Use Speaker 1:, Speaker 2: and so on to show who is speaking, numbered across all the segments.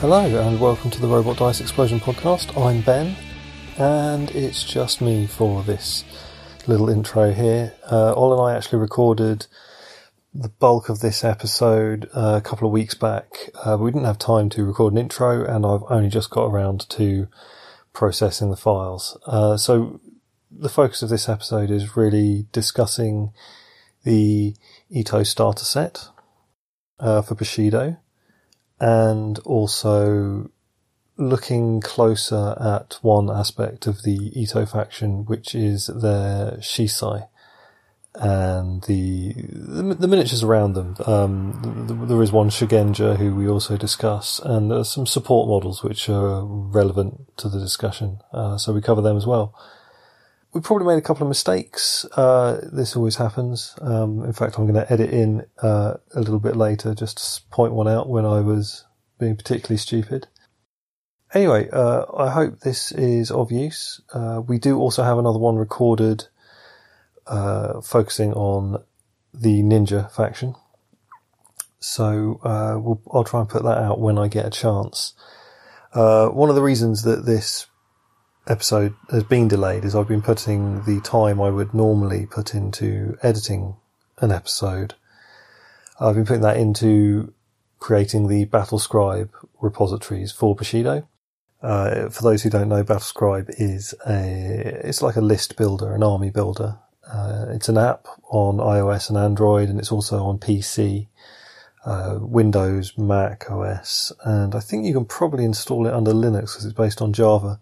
Speaker 1: Hello, and welcome to the Robot Dice Explosion podcast. I'm Ben, and it's just me for this little intro here. Uh, Ol and I actually recorded the bulk of this episode uh, a couple of weeks back. Uh, we didn't have time to record an intro, and I've only just got around to processing the files. Uh, so, the focus of this episode is really discussing the Ito starter set uh, for Bushido and also looking closer at one aspect of the Ito faction, which is their Shisai and the the, the miniatures around them. Um, th- th- there is one Shigenja who we also discuss, and there are some support models which are relevant to the discussion, uh, so we cover them as well. We probably made a couple of mistakes. Uh, this always happens. Um, in fact, I'm going to edit in uh, a little bit later just to s- point one out when I was being particularly stupid. Anyway, uh, I hope this is of use. Uh, we do also have another one recorded uh, focusing on the ninja faction. So uh, we'll, I'll try and put that out when I get a chance. Uh, one of the reasons that this episode has been delayed is I've been putting the time I would normally put into editing an episode. I've been putting that into creating the Battlescribe repositories for Bushido. Uh, for those who don't know, Battlescribe is a it's like a list builder, an army builder. Uh, it's an app on iOS and Android, and it's also on PC, uh, Windows, Mac OS, and I think you can probably install it under Linux because it's based on Java.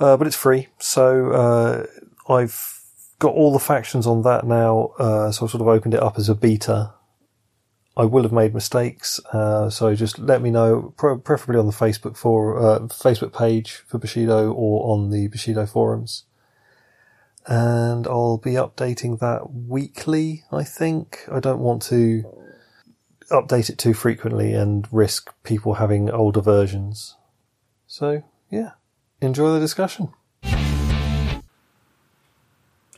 Speaker 1: Uh, but it's free, so uh, I've got all the factions on that now. Uh, so I've sort of opened it up as a beta. I will have made mistakes, uh, so just let me know, pre- preferably on the Facebook for uh, Facebook page for Bushido or on the Bushido forums and I'll be updating that weekly, I think. I don't want to update it too frequently and risk people having older versions. So, yeah, enjoy the discussion.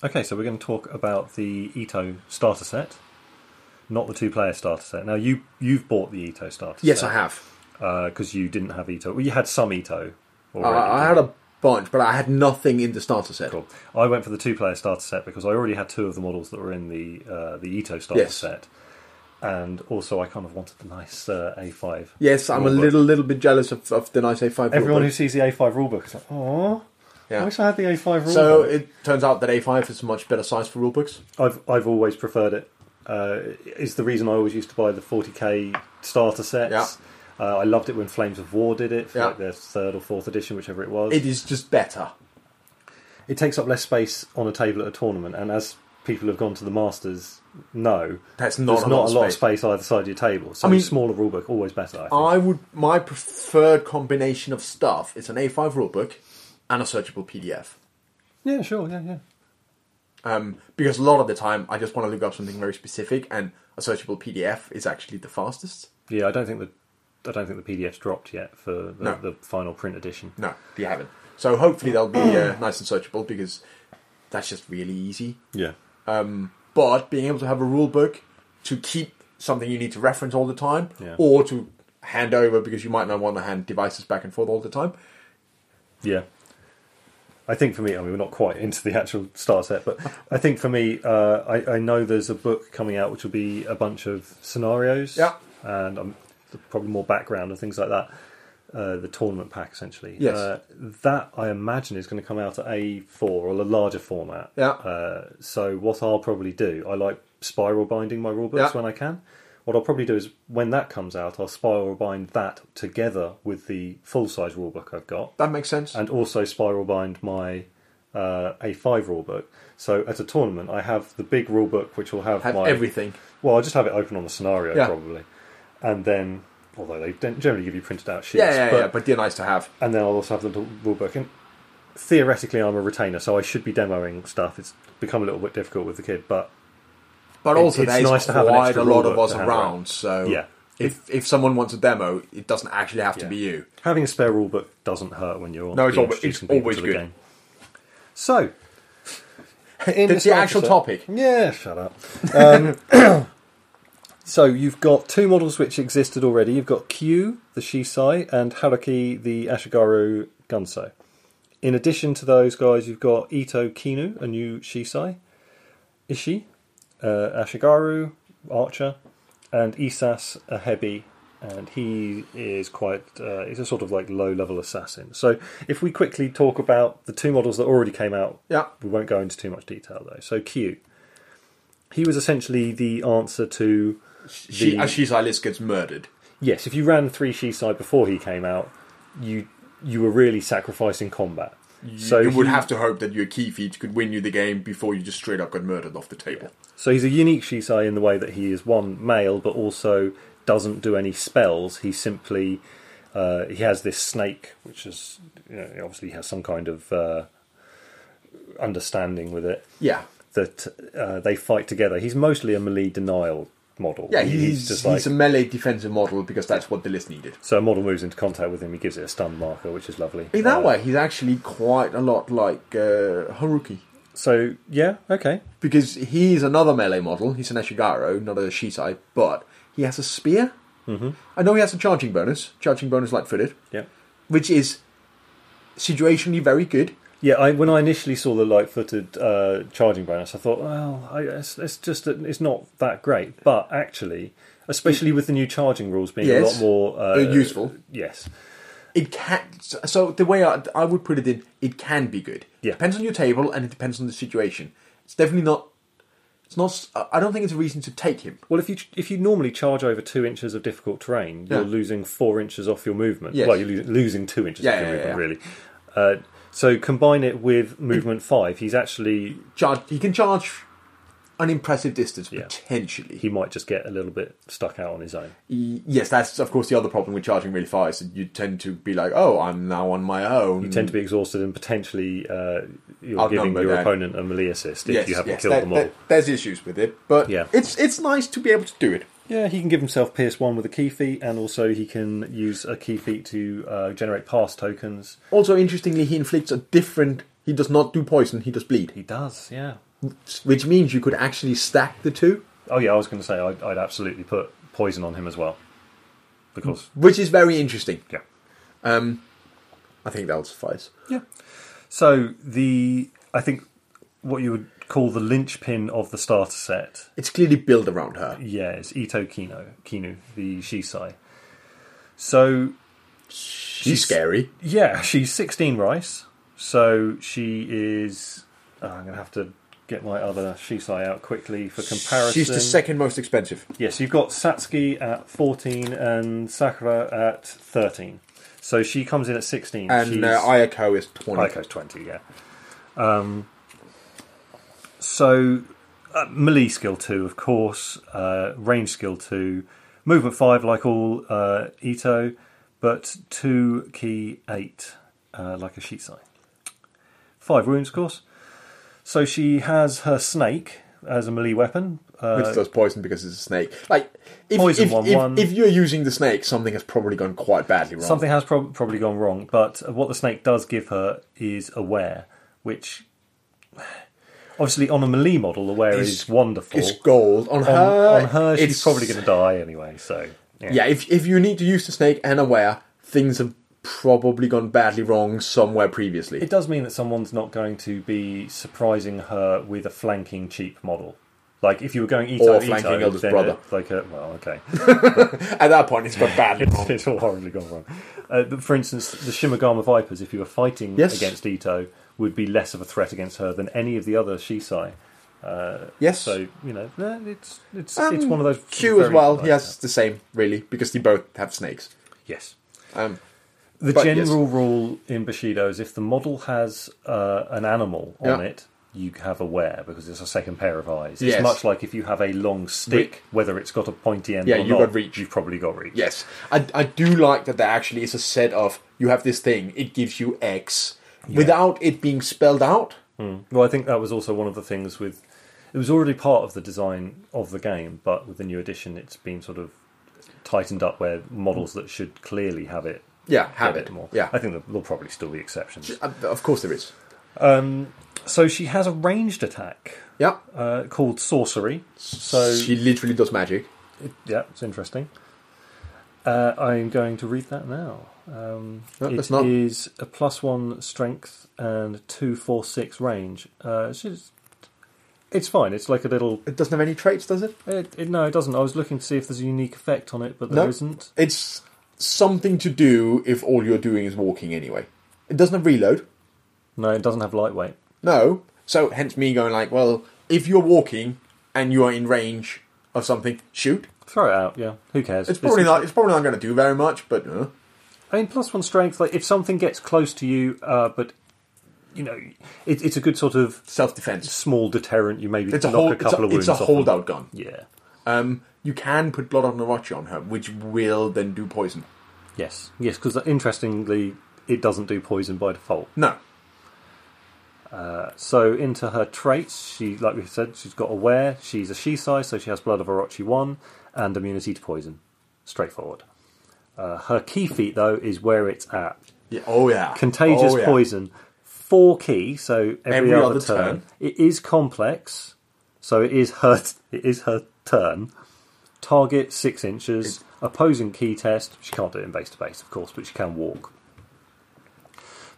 Speaker 2: Okay, so we're going to talk about the Ito starter set, not the two-player starter set. Now you you've bought the Ito starter
Speaker 3: Yes, I
Speaker 2: set.
Speaker 3: have.
Speaker 2: Because you didn't have Ito. Well, you had some Ito
Speaker 3: I,
Speaker 2: already.
Speaker 3: I had a bunch, but I had nothing in the starter set.
Speaker 2: Cool. I went for the two-player starter set because I already had two of the models that were in the uh, the Ito starter
Speaker 3: Yes.
Speaker 2: set, and also I kind of wanted the nice uh, A5.
Speaker 3: Yes, I'm a
Speaker 2: rulebook.
Speaker 3: little little bit jealous of, of the nice A5.
Speaker 2: Everyone who
Speaker 3: rulebook.
Speaker 2: sees the A5 rulebook is like, oh, I
Speaker 3: Yeah.
Speaker 2: wish I had the A5 rulebook.
Speaker 3: So it turns out that A5 is a much better size for rulebooks.
Speaker 2: I've I've always preferred it. Uh, is the reason I always used to buy the 40k starter sets.
Speaker 3: Yeah.
Speaker 2: Uh, I loved it when Flames of War did it for
Speaker 3: Yeah.
Speaker 2: like their third or fourth edition, whichever it was.
Speaker 3: It
Speaker 2: It,
Speaker 3: is just better.
Speaker 2: takes up less space on a table at a tournament, and as people have gone to the Masters, no,
Speaker 3: That's not
Speaker 2: there's
Speaker 3: a
Speaker 2: not
Speaker 3: lot
Speaker 2: a
Speaker 3: of
Speaker 2: lot of
Speaker 3: space.
Speaker 2: space either side of your table. So
Speaker 3: I mean-
Speaker 2: smaller rulebook always better. I think.
Speaker 3: I would my preferred combination of stuff is an A5 rulebook and a searchable PDF.
Speaker 2: yeah, sure, yeah, yeah.
Speaker 3: Um, because a lot of the time I just want to look up something very specific, and a searchable PDF is actually the fastest.
Speaker 2: Yeah, I don't think the I don't think the PDF's dropped yet for the,
Speaker 3: No.
Speaker 2: the final print edition.
Speaker 3: No, they haven't. So hopefully they'll be uh, nice and searchable because that's just really easy.
Speaker 2: Yeah.
Speaker 3: but being able to have a rule book to keep something you need to reference all the time
Speaker 2: Yeah.
Speaker 3: or to hand over because you might not want to hand devices back and forth all the time
Speaker 2: Yeah. I think for me, I mean, we're not quite into the actual star set, but I think for me, uh, I, I know there's a book coming out which will be a bunch of scenarios.
Speaker 3: Yeah.
Speaker 2: And um, probably more background and things like that. Uh, the tournament pack, essentially.
Speaker 3: Yes.
Speaker 2: Uh, that, I imagine, is going to come out at A4 or a larger format.
Speaker 3: Yeah.
Speaker 2: Uh, so, what I'll probably do, I like spiral binding my rulebooks
Speaker 3: Yeah.
Speaker 2: when I can. What I'll probably do is when that comes out, I'll spiral bind that together with the full size rulebook I've got
Speaker 3: that makes sense
Speaker 2: and also spiral bind my uh, A5 rulebook. So at a tournament, I have the big rulebook, which will have,
Speaker 3: have
Speaker 2: my
Speaker 3: everything
Speaker 2: Well, I'll just have it open on the scenario
Speaker 3: Yeah.
Speaker 2: probably, and then although they don't generally give you printed out sheets,
Speaker 3: yeah yeah
Speaker 2: but,
Speaker 3: yeah but they're nice to have
Speaker 2: and then I'll also have the l- rulebook. And theoretically, I'm a retainer, so I should be demoing stuff. It's become a little bit difficult with the kid, but
Speaker 3: but
Speaker 2: It-
Speaker 3: also
Speaker 2: it's
Speaker 3: there's
Speaker 2: nice to have an
Speaker 3: quite
Speaker 2: extra
Speaker 3: a lot
Speaker 2: rule
Speaker 3: of
Speaker 2: book
Speaker 3: us
Speaker 2: to
Speaker 3: around,
Speaker 2: have around.
Speaker 3: so
Speaker 2: Yeah.
Speaker 3: if if someone wants a demo it doesn't actually have to
Speaker 2: Yeah.
Speaker 3: be you
Speaker 2: having a spare rulebook doesn't hurt when you're
Speaker 3: No, it's
Speaker 2: you're
Speaker 3: alwa- it's
Speaker 2: introducing people
Speaker 3: always
Speaker 2: to the
Speaker 3: good.
Speaker 2: game. So. in
Speaker 3: the, the
Speaker 2: starter
Speaker 3: actual
Speaker 2: set-
Speaker 3: topic
Speaker 2: Yeah, shut up. Um, So you've got two models which existed already. You've got Q, the Shisai, and Haruki, the Ashigaru Gunso. In addition to those guys, you've got Ito Kinu, a new Shisai, Ishi, uh, Ashigaru, Archer, and Isas, a Hebi, and he is quite, uh, he's a sort of like low level assassin. So if we quickly talk about the two models that already came out,
Speaker 3: Yeah.
Speaker 2: we won't go into too much detail though. So Q. He was essentially the answer to
Speaker 3: She,
Speaker 2: The-
Speaker 3: as she's our list gets murdered.
Speaker 2: Yes, if you ran three Shisai before he came out, you you were really sacrificing combat.
Speaker 3: You,
Speaker 2: so
Speaker 3: you would
Speaker 2: he-
Speaker 3: have to hope that your key feat could win you the game before you just straight up got murdered off the table.
Speaker 2: So he's a unique Shisai in the way that he is one male, but also doesn't do any spells. He simply uh, he has this snake, which is you know, obviously he has some kind of uh, understanding with it
Speaker 3: Yeah.
Speaker 2: that uh, they fight together. He's mostly a melee denial model.
Speaker 3: Yeah, he's, he's, a melee defensive model because that's what the list needed.
Speaker 2: so a model moves into contact with him. He gives it a stun marker, which is lovely.
Speaker 3: In that
Speaker 2: Uh,
Speaker 3: way, he's actually quite a lot like uh, Haruki.
Speaker 2: So yeah, okay.
Speaker 3: Because he's another melee model. He's an Ashigaru, not a Shisai, but he has a spear. Mm-hmm. I know he has a charging bonus, charging bonus light footed,
Speaker 2: Yeah.
Speaker 3: which is situationally very good.
Speaker 2: Yeah, I, when I initially saw the light-footed uh, charging bonus, I thought, well, I, it's, it's just that it's not that great. But actually, especially with the new charging rules being a
Speaker 3: Mm. Yes.
Speaker 2: lot more uh,
Speaker 3: Uh, useful.
Speaker 2: yes,
Speaker 3: It can. So the way I, I would put it in, it can be good.
Speaker 2: Yeah.
Speaker 3: Depends on your table and it depends on the situation. It's definitely not. It's not. s- I don't think it's a reason to take him.
Speaker 2: Well, if you if you normally charge over two inches of difficult terrain, you're
Speaker 3: Yeah.
Speaker 2: losing four inches off your movement.
Speaker 3: Yes.
Speaker 2: Well, you're lo- losing two inches
Speaker 3: Yeah,
Speaker 2: off your
Speaker 3: yeah, yeah,
Speaker 2: movement, really. Uh, so combine it with movement five. He's actually
Speaker 3: Charge. He can charge an impressive distance
Speaker 2: Yeah.
Speaker 3: potentially.
Speaker 2: he might just get a little bit stuck out on his own.
Speaker 3: Y- Yes, that's of course the other problem with charging really far is that you tend to be like, oh, I'm now on my own.
Speaker 2: You tend to be exhausted and potentially uh, you're giving
Speaker 3: Outnumbered
Speaker 2: your
Speaker 3: and-
Speaker 2: opponent a melee assist if
Speaker 3: yes,
Speaker 2: you haven't
Speaker 3: yes,
Speaker 2: killed
Speaker 3: that-
Speaker 2: the model.
Speaker 3: that- there's issues with it, but
Speaker 2: Yeah.
Speaker 3: it's it's nice to be able to do it.
Speaker 2: Yeah, he can give himself Pierce 1 with a key feat, and also he can use a key feat to uh, generate pass tokens.
Speaker 3: Also, interestingly, he inflicts a different. He does not do poison; he does bleed,
Speaker 2: He does, yeah.
Speaker 3: which means you could actually stack the two,
Speaker 2: Oh, yeah, I was going to say I'd, I'd absolutely put poison on him as well. Because,
Speaker 3: which is very interesting.
Speaker 2: yeah.
Speaker 3: Um, I think that'll suffice.
Speaker 2: Yeah. So, the. I think what you would call the linchpin of the starter set,
Speaker 3: It's clearly built around her.
Speaker 2: yeah, is Ito Kino, Kinu, the Shisai. So,
Speaker 3: She's scary.
Speaker 2: Yeah, she's 16 rice, so she is. oh, I'm going to have to get my other Shisai out quickly for comparison.
Speaker 3: She's the second most expensive.
Speaker 2: Yes, you've got Satsuki at 14 and Sakura at 13. So she comes in at 16.
Speaker 3: And
Speaker 2: she's,
Speaker 3: uh, Ayako is 20.
Speaker 2: Ico's 20, yeah. Um, so, uh, melee skill 2, of course, uh, range skill 2, movement 5, like all uh, Ito, but 2 key 8, uh, like a sheet sign. 5 wounds, of course. So she has her snake as a melee weapon. Uh,
Speaker 3: which does poison because it's a snake. Like if
Speaker 2: Poison
Speaker 3: if,
Speaker 2: one,
Speaker 3: if,
Speaker 2: one.
Speaker 3: if you're using the snake, something has probably gone quite badly wrong.
Speaker 2: Something has prob- probably gone wrong, but what the snake does give her is aware, which obviously on a melee model, aware is,
Speaker 3: Is-
Speaker 2: wonderful.
Speaker 3: It's gold on,
Speaker 2: on,
Speaker 3: her.
Speaker 2: on her, she's
Speaker 3: it's-
Speaker 2: probably going to die anyway. So yeah.
Speaker 3: Yeah, if if you need to use the snake and aware, things have probably gone badly wrong somewhere previously.
Speaker 2: it does mean that someone's not going to be surprising her with a flanking cheap model. Like if you were going Ito
Speaker 3: Or
Speaker 2: Ito,
Speaker 3: flanking eldest
Speaker 2: then
Speaker 3: brother.
Speaker 2: it- like a, well, okay.
Speaker 3: At that point, it's gone badly
Speaker 2: it's,
Speaker 3: wrong.
Speaker 2: it's all horribly gone wrong. Uh, but for instance, the Shimagama Vipers, if you were fighting
Speaker 3: Yes.
Speaker 2: against Ito, would be less of a threat against her than any of the other Shisai.
Speaker 3: Yes,
Speaker 2: So you know, no, it's it's
Speaker 3: Um,
Speaker 2: it's one of those.
Speaker 3: Q as
Speaker 2: very-
Speaker 3: well.
Speaker 2: like
Speaker 3: yes, the same really because they both have snakes.
Speaker 2: that. Yes.
Speaker 3: Um,
Speaker 2: The
Speaker 3: But yes.
Speaker 2: general rule in Bushido is if the model has uh, an animal on
Speaker 3: Yeah.
Speaker 2: it, you have a wear because it's a second pair of eyes.
Speaker 3: Yes.
Speaker 2: It's much like if you have a long stick, whether it's got a pointy end
Speaker 3: Yeah,
Speaker 2: or
Speaker 3: you've
Speaker 2: not,
Speaker 3: got reach.
Speaker 2: you've probably got reach.
Speaker 3: yes, I I do like that. There actually is a set of you have this thing. It gives you X without it being spelled out.
Speaker 2: Well, I think that was also one of the things with. It was already part of the design of the game, but with the new edition, it's been sort of tightened up where models that should clearly have it
Speaker 3: Yeah,
Speaker 2: get
Speaker 3: have it.
Speaker 2: more.
Speaker 3: Yeah,
Speaker 2: I think there- there'll probably still be exceptions.
Speaker 3: Uh, Of course there is.
Speaker 2: Um, So she has a ranged attack
Speaker 3: Yeah.
Speaker 2: uh, called sorcery. So
Speaker 3: she literally does magic.
Speaker 2: It, yeah, it's interesting. Uh, I'm going to read that now. Um,
Speaker 3: No,
Speaker 2: it
Speaker 3: it's not.
Speaker 2: is a plus one strength and two four six range. Uh, it's, just- it's fine. It's like a little.
Speaker 3: It doesn't have any traits, does it?
Speaker 2: It, it, no, it doesn't. I was looking to see if there's a unique effect on it, but
Speaker 3: No.
Speaker 2: there not
Speaker 3: It's something to do if all you're doing is walking anyway. It doesn't have reload.
Speaker 2: No, it doesn't have lightweight.
Speaker 3: No. So hence me going like, well, if you're walking and you are in range of something, shoot.
Speaker 2: Throw it out. Yeah, who cares?
Speaker 3: It's probably not. It's probably not going to do very much, but uh,
Speaker 2: I mean, plus one strength. Like if something gets close to you, uh, but you know, it, it's a good sort of
Speaker 3: self-defense.
Speaker 2: small deterrent. You maybe
Speaker 3: It's a
Speaker 2: knock
Speaker 3: hold.
Speaker 2: a couple of
Speaker 3: it's
Speaker 2: wounds.
Speaker 3: a,
Speaker 2: off
Speaker 3: it's a
Speaker 2: them.
Speaker 3: holdout gun.
Speaker 2: Yeah.
Speaker 3: Um, you can put blood on the watch on her, which will then do poison.
Speaker 2: Yes. Yes. Because interestingly, it doesn't do poison by default.
Speaker 3: No,
Speaker 2: So into her traits, she like we said, she's got aware. She's a she size, so she has blood of Orochi one and immunity to poison. Straightforward. Uh, her key feat though is where it's at.
Speaker 3: Yeah. Oh yeah.
Speaker 2: Contagious
Speaker 3: Oh, yeah.
Speaker 2: poison. Four key, so every,
Speaker 3: Every
Speaker 2: other,
Speaker 3: other
Speaker 2: turn.
Speaker 3: turn.
Speaker 2: It is complex, so it is her. It is her turn. Target six inches. opposing key test. She can't do it in base to base, of course, but she can walk.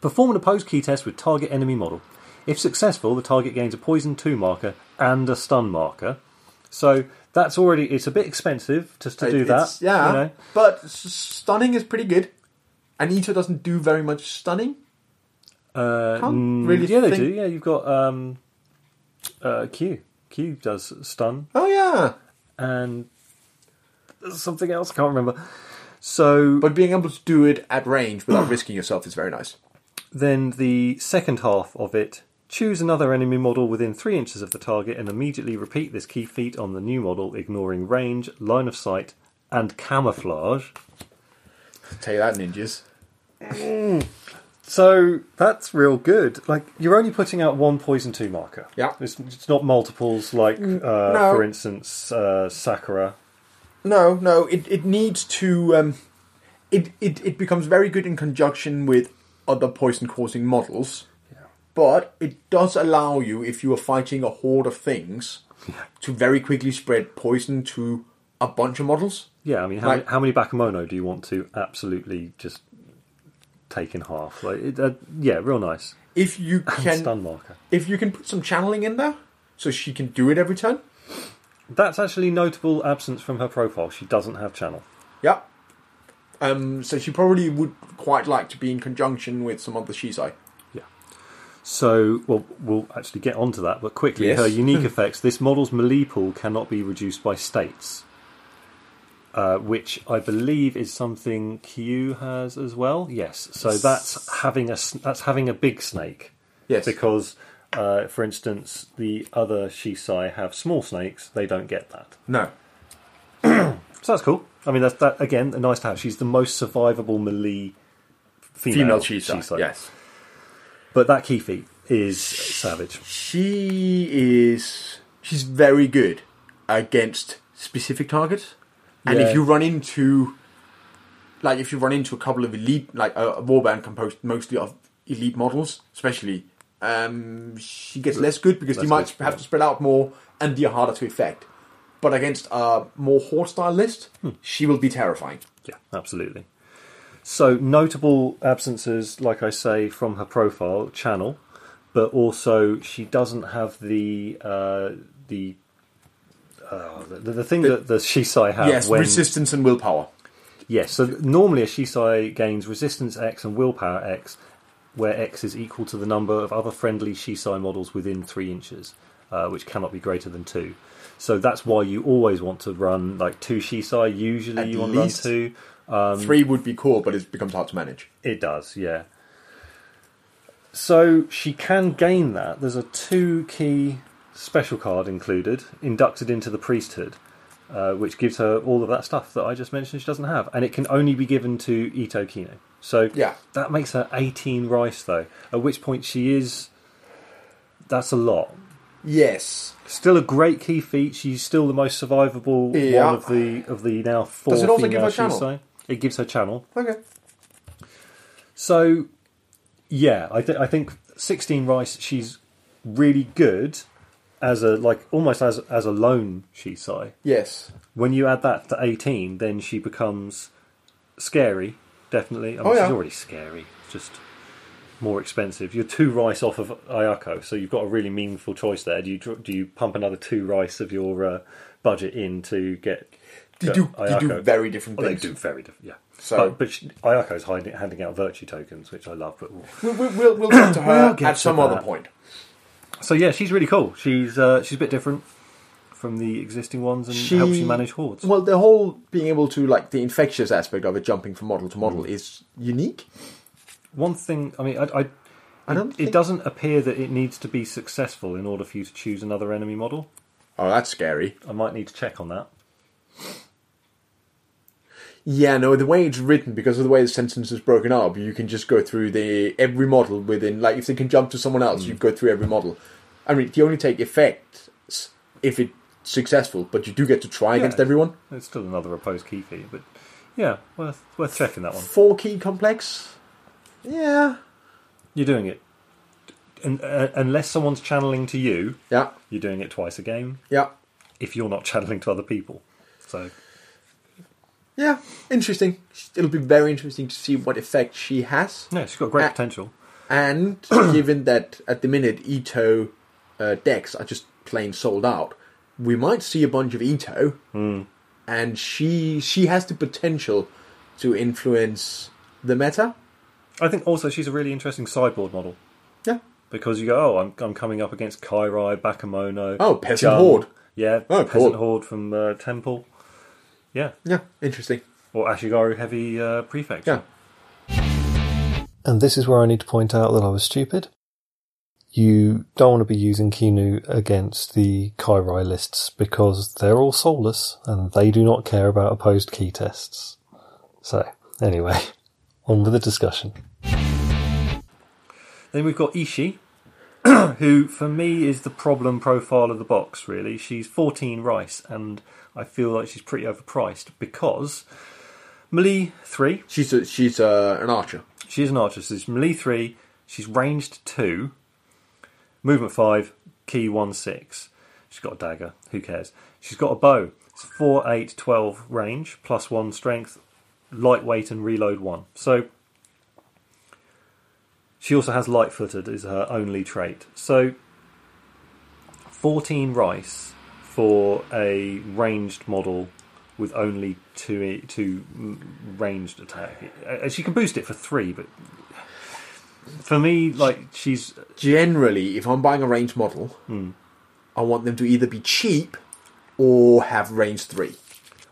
Speaker 2: Perform an opposed key test with target enemy model. If successful, the target gains a poison two marker and a stun marker. So that's already. It's a bit expensive just to
Speaker 3: It-
Speaker 2: do that.
Speaker 3: it's- Yeah.
Speaker 2: you know.
Speaker 3: But s- stunning is pretty good. And Ito doesn't do very much stunning. Uh, Can't really
Speaker 2: yeah, they
Speaker 3: think-
Speaker 2: do. Yeah, you've got um, uh, Q. Q does stun
Speaker 3: Oh yeah.
Speaker 2: and there's something else. I can't remember. So
Speaker 3: But being able to do it at range without risking yourself is very nice.
Speaker 2: then the second half of it: choose another enemy model within three inches of the target and immediately repeat this key feat on the new model, ignoring range, line of sight, and camouflage.
Speaker 3: Tell you that, ninjas.
Speaker 2: So that's real good. Like you're only putting out one poison two marker.
Speaker 3: Yeah.
Speaker 2: it's, it's not multiples like, uh,
Speaker 3: no.
Speaker 2: for instance, uh, Sakura.
Speaker 3: No, no. It it needs to. Um, it, it it becomes very good in conjunction with other poison causing models. But it does allow you, if you are fighting a horde of things, to very quickly spread poison to a bunch of models.
Speaker 2: Yeah, I mean, how,
Speaker 3: Like-
Speaker 2: how many Bakemono do you want to absolutely just take in half? Like, it, uh, yeah, real nice.
Speaker 3: If you
Speaker 2: And
Speaker 3: can
Speaker 2: stun marker.
Speaker 3: if you can put some channeling in there, so she can do it every turn.
Speaker 2: That's actually notable absence from her profile. She doesn't have channel.
Speaker 3: Yeah. Um, so she probably would quite like to be in conjunction with some other Shizai.
Speaker 2: Yeah. So, well, we'll actually get onto that, but quickly,
Speaker 3: Yes.
Speaker 2: her unique effects. This model's melee pool cannot be reduced by states, uh, which I believe is something Q has as well. Yes. So that's having a s- that's having a big snake.
Speaker 3: Yes.
Speaker 2: Because, uh, for instance, the other Shisai have small snakes. They don't get that.
Speaker 3: No.
Speaker 2: So that's cool. I mean, that's that again. A nice to have. She's the most survivable melee
Speaker 3: Female
Speaker 2: female,
Speaker 3: Shizai.
Speaker 2: Shisai.
Speaker 3: Yes.
Speaker 2: But that key feat is savage.
Speaker 3: She is. She's very good against specific targets. And
Speaker 2: Yeah.
Speaker 3: if you run into. Like, if you run into a couple of elite. Like, a, a warband composed mostly of elite models, especially. Um, she gets less good because you
Speaker 2: Less
Speaker 3: might
Speaker 2: good,
Speaker 3: have
Speaker 2: yeah.
Speaker 3: to spread out more and be harder to affect. But against a more horde style list,
Speaker 2: Hmm.
Speaker 3: she will be terrifying.
Speaker 2: Yeah, absolutely. So notable absences, like I say, from her profile channel, but also she doesn't have the uh, the, uh, the the thing that the Shisai have.
Speaker 3: yes,
Speaker 2: Uh, when,
Speaker 3: resistance and willpower.
Speaker 2: Yes. So normally a Shisai gains resistance X and willpower X, where X is equal to the number of other friendly Shisai models within three inches, uh, which cannot be greater than two. So that's why you always want to run like two Shisai. Usually
Speaker 3: At
Speaker 2: you want to run
Speaker 3: least.
Speaker 2: two. Um,
Speaker 3: Three would be cool, but it becomes hard to manage.
Speaker 2: It does, yeah. So she can gain that. There's a two key special card included, inducted into the priesthood, uh, which gives her all of that stuff that I just mentioned she doesn't have. And it can only be given to Ito Kino. So
Speaker 3: Yeah.
Speaker 2: that makes her 18 rice, though, at which point she is. That's a lot.
Speaker 3: Yes.
Speaker 2: Still a great key feat. She's still the most survivable
Speaker 3: Yeah.
Speaker 2: one of the of the now four.
Speaker 3: Does it also give
Speaker 2: female
Speaker 3: her channel?
Speaker 2: Shusai. It gives her channel.
Speaker 3: Okay.
Speaker 2: So, yeah, I, th- I think 16 Rice, she's really good. as a like almost as as a lone Shisai.
Speaker 3: Yes.
Speaker 2: When you add that to eighteen, then she becomes scary. Definitely, I mean,
Speaker 3: Oh, yeah.
Speaker 2: she's already scary. Just more expensive. You're two rice off of Ayako, so you've got a really meaningful choice there. Do you dr- do you pump another two rice of your uh, budget in to get?
Speaker 3: They
Speaker 2: get
Speaker 3: do- they do
Speaker 2: Ayako?
Speaker 3: very different
Speaker 2: Well,
Speaker 3: things.
Speaker 2: They do very different. Yeah.
Speaker 3: So-
Speaker 2: but, but she, Ayako's hiding, handing out virtue tokens, which I love. But
Speaker 3: We, we, we'll, we'll get to her
Speaker 2: We'll get
Speaker 3: at
Speaker 2: to
Speaker 3: some
Speaker 2: that.
Speaker 3: other point.
Speaker 2: So yeah, she's really cool. She's uh, she's a bit different from the existing ones and helps you manage hordes.
Speaker 3: Well, the whole being able to like the infectious aspect of it, jumping from model to model, is unique.
Speaker 2: One thing, I mean, I, I,
Speaker 3: I don't.
Speaker 2: it
Speaker 3: think-
Speaker 2: doesn't appear that it needs to be successful in order for you to choose another enemy model.
Speaker 3: Oh, that's scary.
Speaker 2: I might need to check on that.
Speaker 3: Yeah, no. The way it's written, because of the way the sentence is broken up, you can just go through the every model within. Like, if they can jump to someone else, you go through every model. I mean, you only take effects if it's successful, but you do get to try against
Speaker 2: Yeah.
Speaker 3: everyone.
Speaker 2: It's still another opposed key for you, but yeah, worth worth checking that one.
Speaker 3: Four key complex. Yeah.
Speaker 2: You're doing it, and uh, unless someone's channeling to you,
Speaker 3: Yeah.
Speaker 2: you're doing it twice a game.
Speaker 3: Yeah.
Speaker 2: If you're not channeling to other people, so
Speaker 3: Yeah. Interesting. It'll be very interesting to see what effect she has.
Speaker 2: yeah, she's got great
Speaker 3: Uh,
Speaker 2: potential.
Speaker 3: And given that at the minute Ito uh, decks are just plain sold out, we might see a bunch of Ito, and she she has the potential to influence the meta.
Speaker 2: I think also she's a really interesting sideboard model.
Speaker 3: Yeah,
Speaker 2: because you go, oh, I'm, I'm coming up against Kairai, Bakamono.
Speaker 3: Oh, Peasant Horde.
Speaker 2: Yeah,
Speaker 3: Oh,
Speaker 2: Peasant
Speaker 3: cool.
Speaker 2: Horde from uh, Temple. Yeah,
Speaker 3: yeah, interesting.
Speaker 2: or Ashigaru Heavy uh, Prefect.
Speaker 3: Yeah,
Speaker 1: And this is where I need to point out that I was stupid. You don't want to be using Kinu against the Kairai lists because they're all soulless and they do not care about opposed key tests. So, anyway, on with the discussion.
Speaker 2: Then we've got Ishi, who for me is the problem profile of the box, really. She's 14 rice, and I feel like she's pretty overpriced because Melee 3,
Speaker 3: she's a, she's a, an archer.
Speaker 2: She is an archer. So she's melee three. She's ranged two. Movement five. Key one six. She's got a dagger. Who cares? She's got a bow. It's four, eight, twelve range plus one strength, lightweight and reload one. So she also has light footed is her only trait. So fourteen rice for a ranged model with only two two mm, ranged attack. Uh, She can boost it for three, but for me, like she's
Speaker 3: Generally, if I'm buying a range model, I want them to either be cheap or have range three.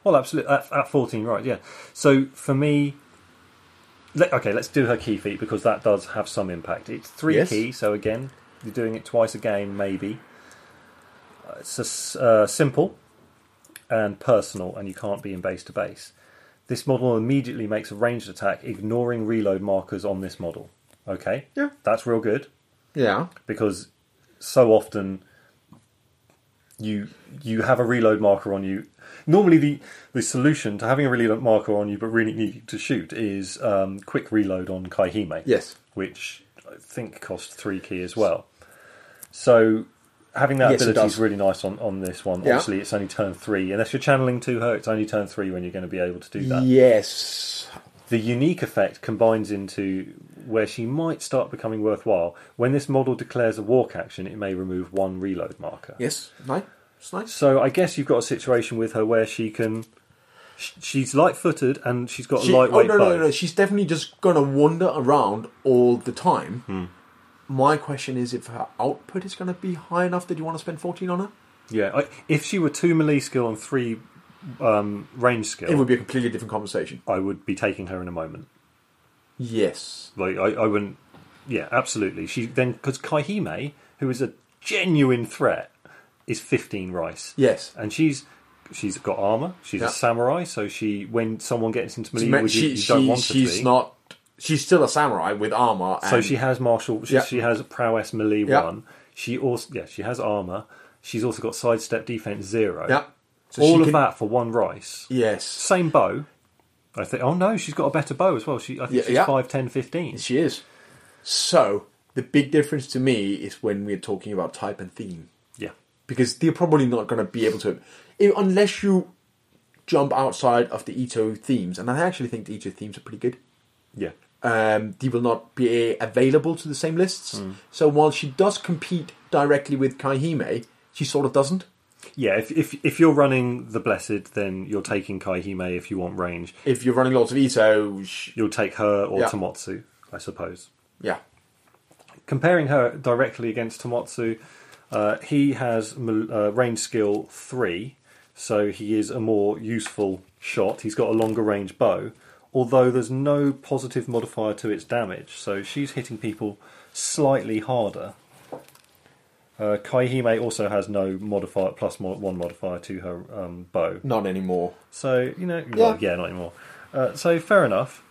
Speaker 2: Well, absolutely. Oh, At, at 14, right, yeah. So for me, let, okay, let's do her key feat because that does have some impact. It's three
Speaker 3: Yes.
Speaker 2: key, so again, you're doing it twice a game, maybe. Uh, It's a s uh, simple and personal, and you can't be in base to base. This model immediately makes a ranged attack, ignoring reload markers on this model. Okay?
Speaker 3: Yeah.
Speaker 2: That's real good
Speaker 3: Yeah,
Speaker 2: because so often you you have a reload marker on you. Normally, the the solution to having a reload marker on you but really needing to shoot is um, quick reload on Kaihime.
Speaker 3: Yes.
Speaker 2: which I think costs three key as well. So having that
Speaker 3: Yes, it
Speaker 2: ability
Speaker 3: does.
Speaker 2: is really nice on, on this one.
Speaker 3: Yeah.
Speaker 2: Obviously, it's only turn three. Unless you're channeling to her, it's only turn three when you're going to be able to do that
Speaker 3: yes,
Speaker 2: the unique effect combines into where she might start becoming worthwhile. When this model declares a walk action, it may remove one reload marker.
Speaker 3: yes, nice, it's nice.
Speaker 2: So I guess you've got a situation with her where she can. sh- She's light footed and she's got a
Speaker 3: She-
Speaker 2: lightweight
Speaker 3: oh, no,
Speaker 2: bow.
Speaker 3: no, no. She's definitely just going to wander around all the time.
Speaker 2: Hmm.
Speaker 3: My question is if her output is going to be high enough that you want to spend 14 on her?
Speaker 2: Yeah, I, if she were two melee skill and three um, range skill,
Speaker 3: It would be a completely different conversation.
Speaker 2: I would be taking her in a moment.
Speaker 3: Yes.
Speaker 2: Like I, I wouldn't. Yeah, absolutely. She then because Kaihime, who is a genuine threat, is fifteen rice.
Speaker 3: Yes.
Speaker 2: and she's she's got armor. She's
Speaker 3: Yeah.
Speaker 2: a samurai, so she when someone gets into melee,
Speaker 3: Ma-
Speaker 2: with you,
Speaker 3: she,
Speaker 2: you
Speaker 3: she-
Speaker 2: don't want
Speaker 3: she's
Speaker 2: to be.
Speaker 3: not. She's still a samurai with armor. And
Speaker 2: so she has martial. She,
Speaker 3: Yeah.
Speaker 2: she has prowess melee
Speaker 3: Yeah.
Speaker 2: one. She also yeah she has armor. She's also got sidestep defense zero.
Speaker 3: Yeah. So
Speaker 2: All
Speaker 3: she
Speaker 2: of
Speaker 3: can-
Speaker 2: that for one rice.
Speaker 3: Yes.
Speaker 2: Same bow. I think. Oh no, she's got a better bow as well. She I think
Speaker 3: Yeah,
Speaker 2: she's
Speaker 3: yeah.
Speaker 2: five, ten, fifteen.
Speaker 3: She is. So the big difference to me is when we're talking about type and theme.
Speaker 2: yeah.
Speaker 3: because they're probably not going to be able to, i- unless you jump outside of the Ito themes. And I actually think the Ito themes are pretty good.
Speaker 2: Yeah.
Speaker 3: Um, they will not be available to the same lists. So while she does compete directly with Kaihime, she sort of doesn't.
Speaker 2: Yeah, if, if if you're running the Blessed, then you're taking Kaihime if you want range.
Speaker 3: If you're running lots of Ito, sh-
Speaker 2: You'll take her or
Speaker 3: Yeah.
Speaker 2: Tomotsu, I suppose.
Speaker 3: yeah,
Speaker 2: Comparing her directly against Tomotsu, uh, he has mil- uh, range skill 3, so he is a more useful shot. He's got a longer range bow, although there's no positive modifier to its damage, so she's hitting people slightly harder. Uh, Kaihime also has no modifier plus mo- one modifier to her um, bow.
Speaker 3: not anymore.
Speaker 2: So you know, well, yeah, not anymore. Uh, so fair enough.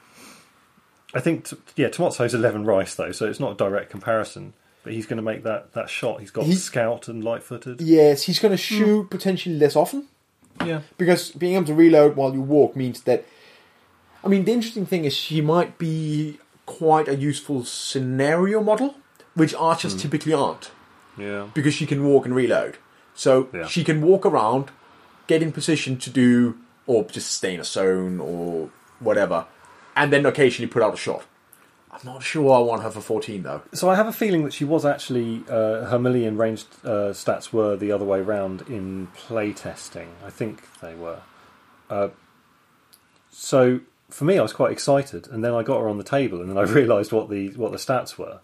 Speaker 2: I think t- yeah, Tomotso's eleven rice though, so it's not a direct comparison. But he's going to make that, that shot. He's got
Speaker 3: He-
Speaker 2: scout and light footed.
Speaker 3: Yes, he's going to shoot potentially less often.
Speaker 2: Yeah,
Speaker 3: because being able to reload while you walk means that I mean the interesting thing is she might be quite a useful scenario model, which archers
Speaker 2: Hmm.
Speaker 3: typically aren't,
Speaker 2: yeah,
Speaker 3: because she can walk and reload. So
Speaker 2: Yeah.
Speaker 3: she can walk around, get in position to do or just stay in a zone or whatever, and then occasionally put out a shot. I'm not sure I want her for 14 though.
Speaker 2: So I have a feeling that she was actually uh, her million range uh, stats were the other way round in play testing. I think they were. Uh, so for me, I was quite excited, and then I got her on the table, and then I realised what the what the stats were.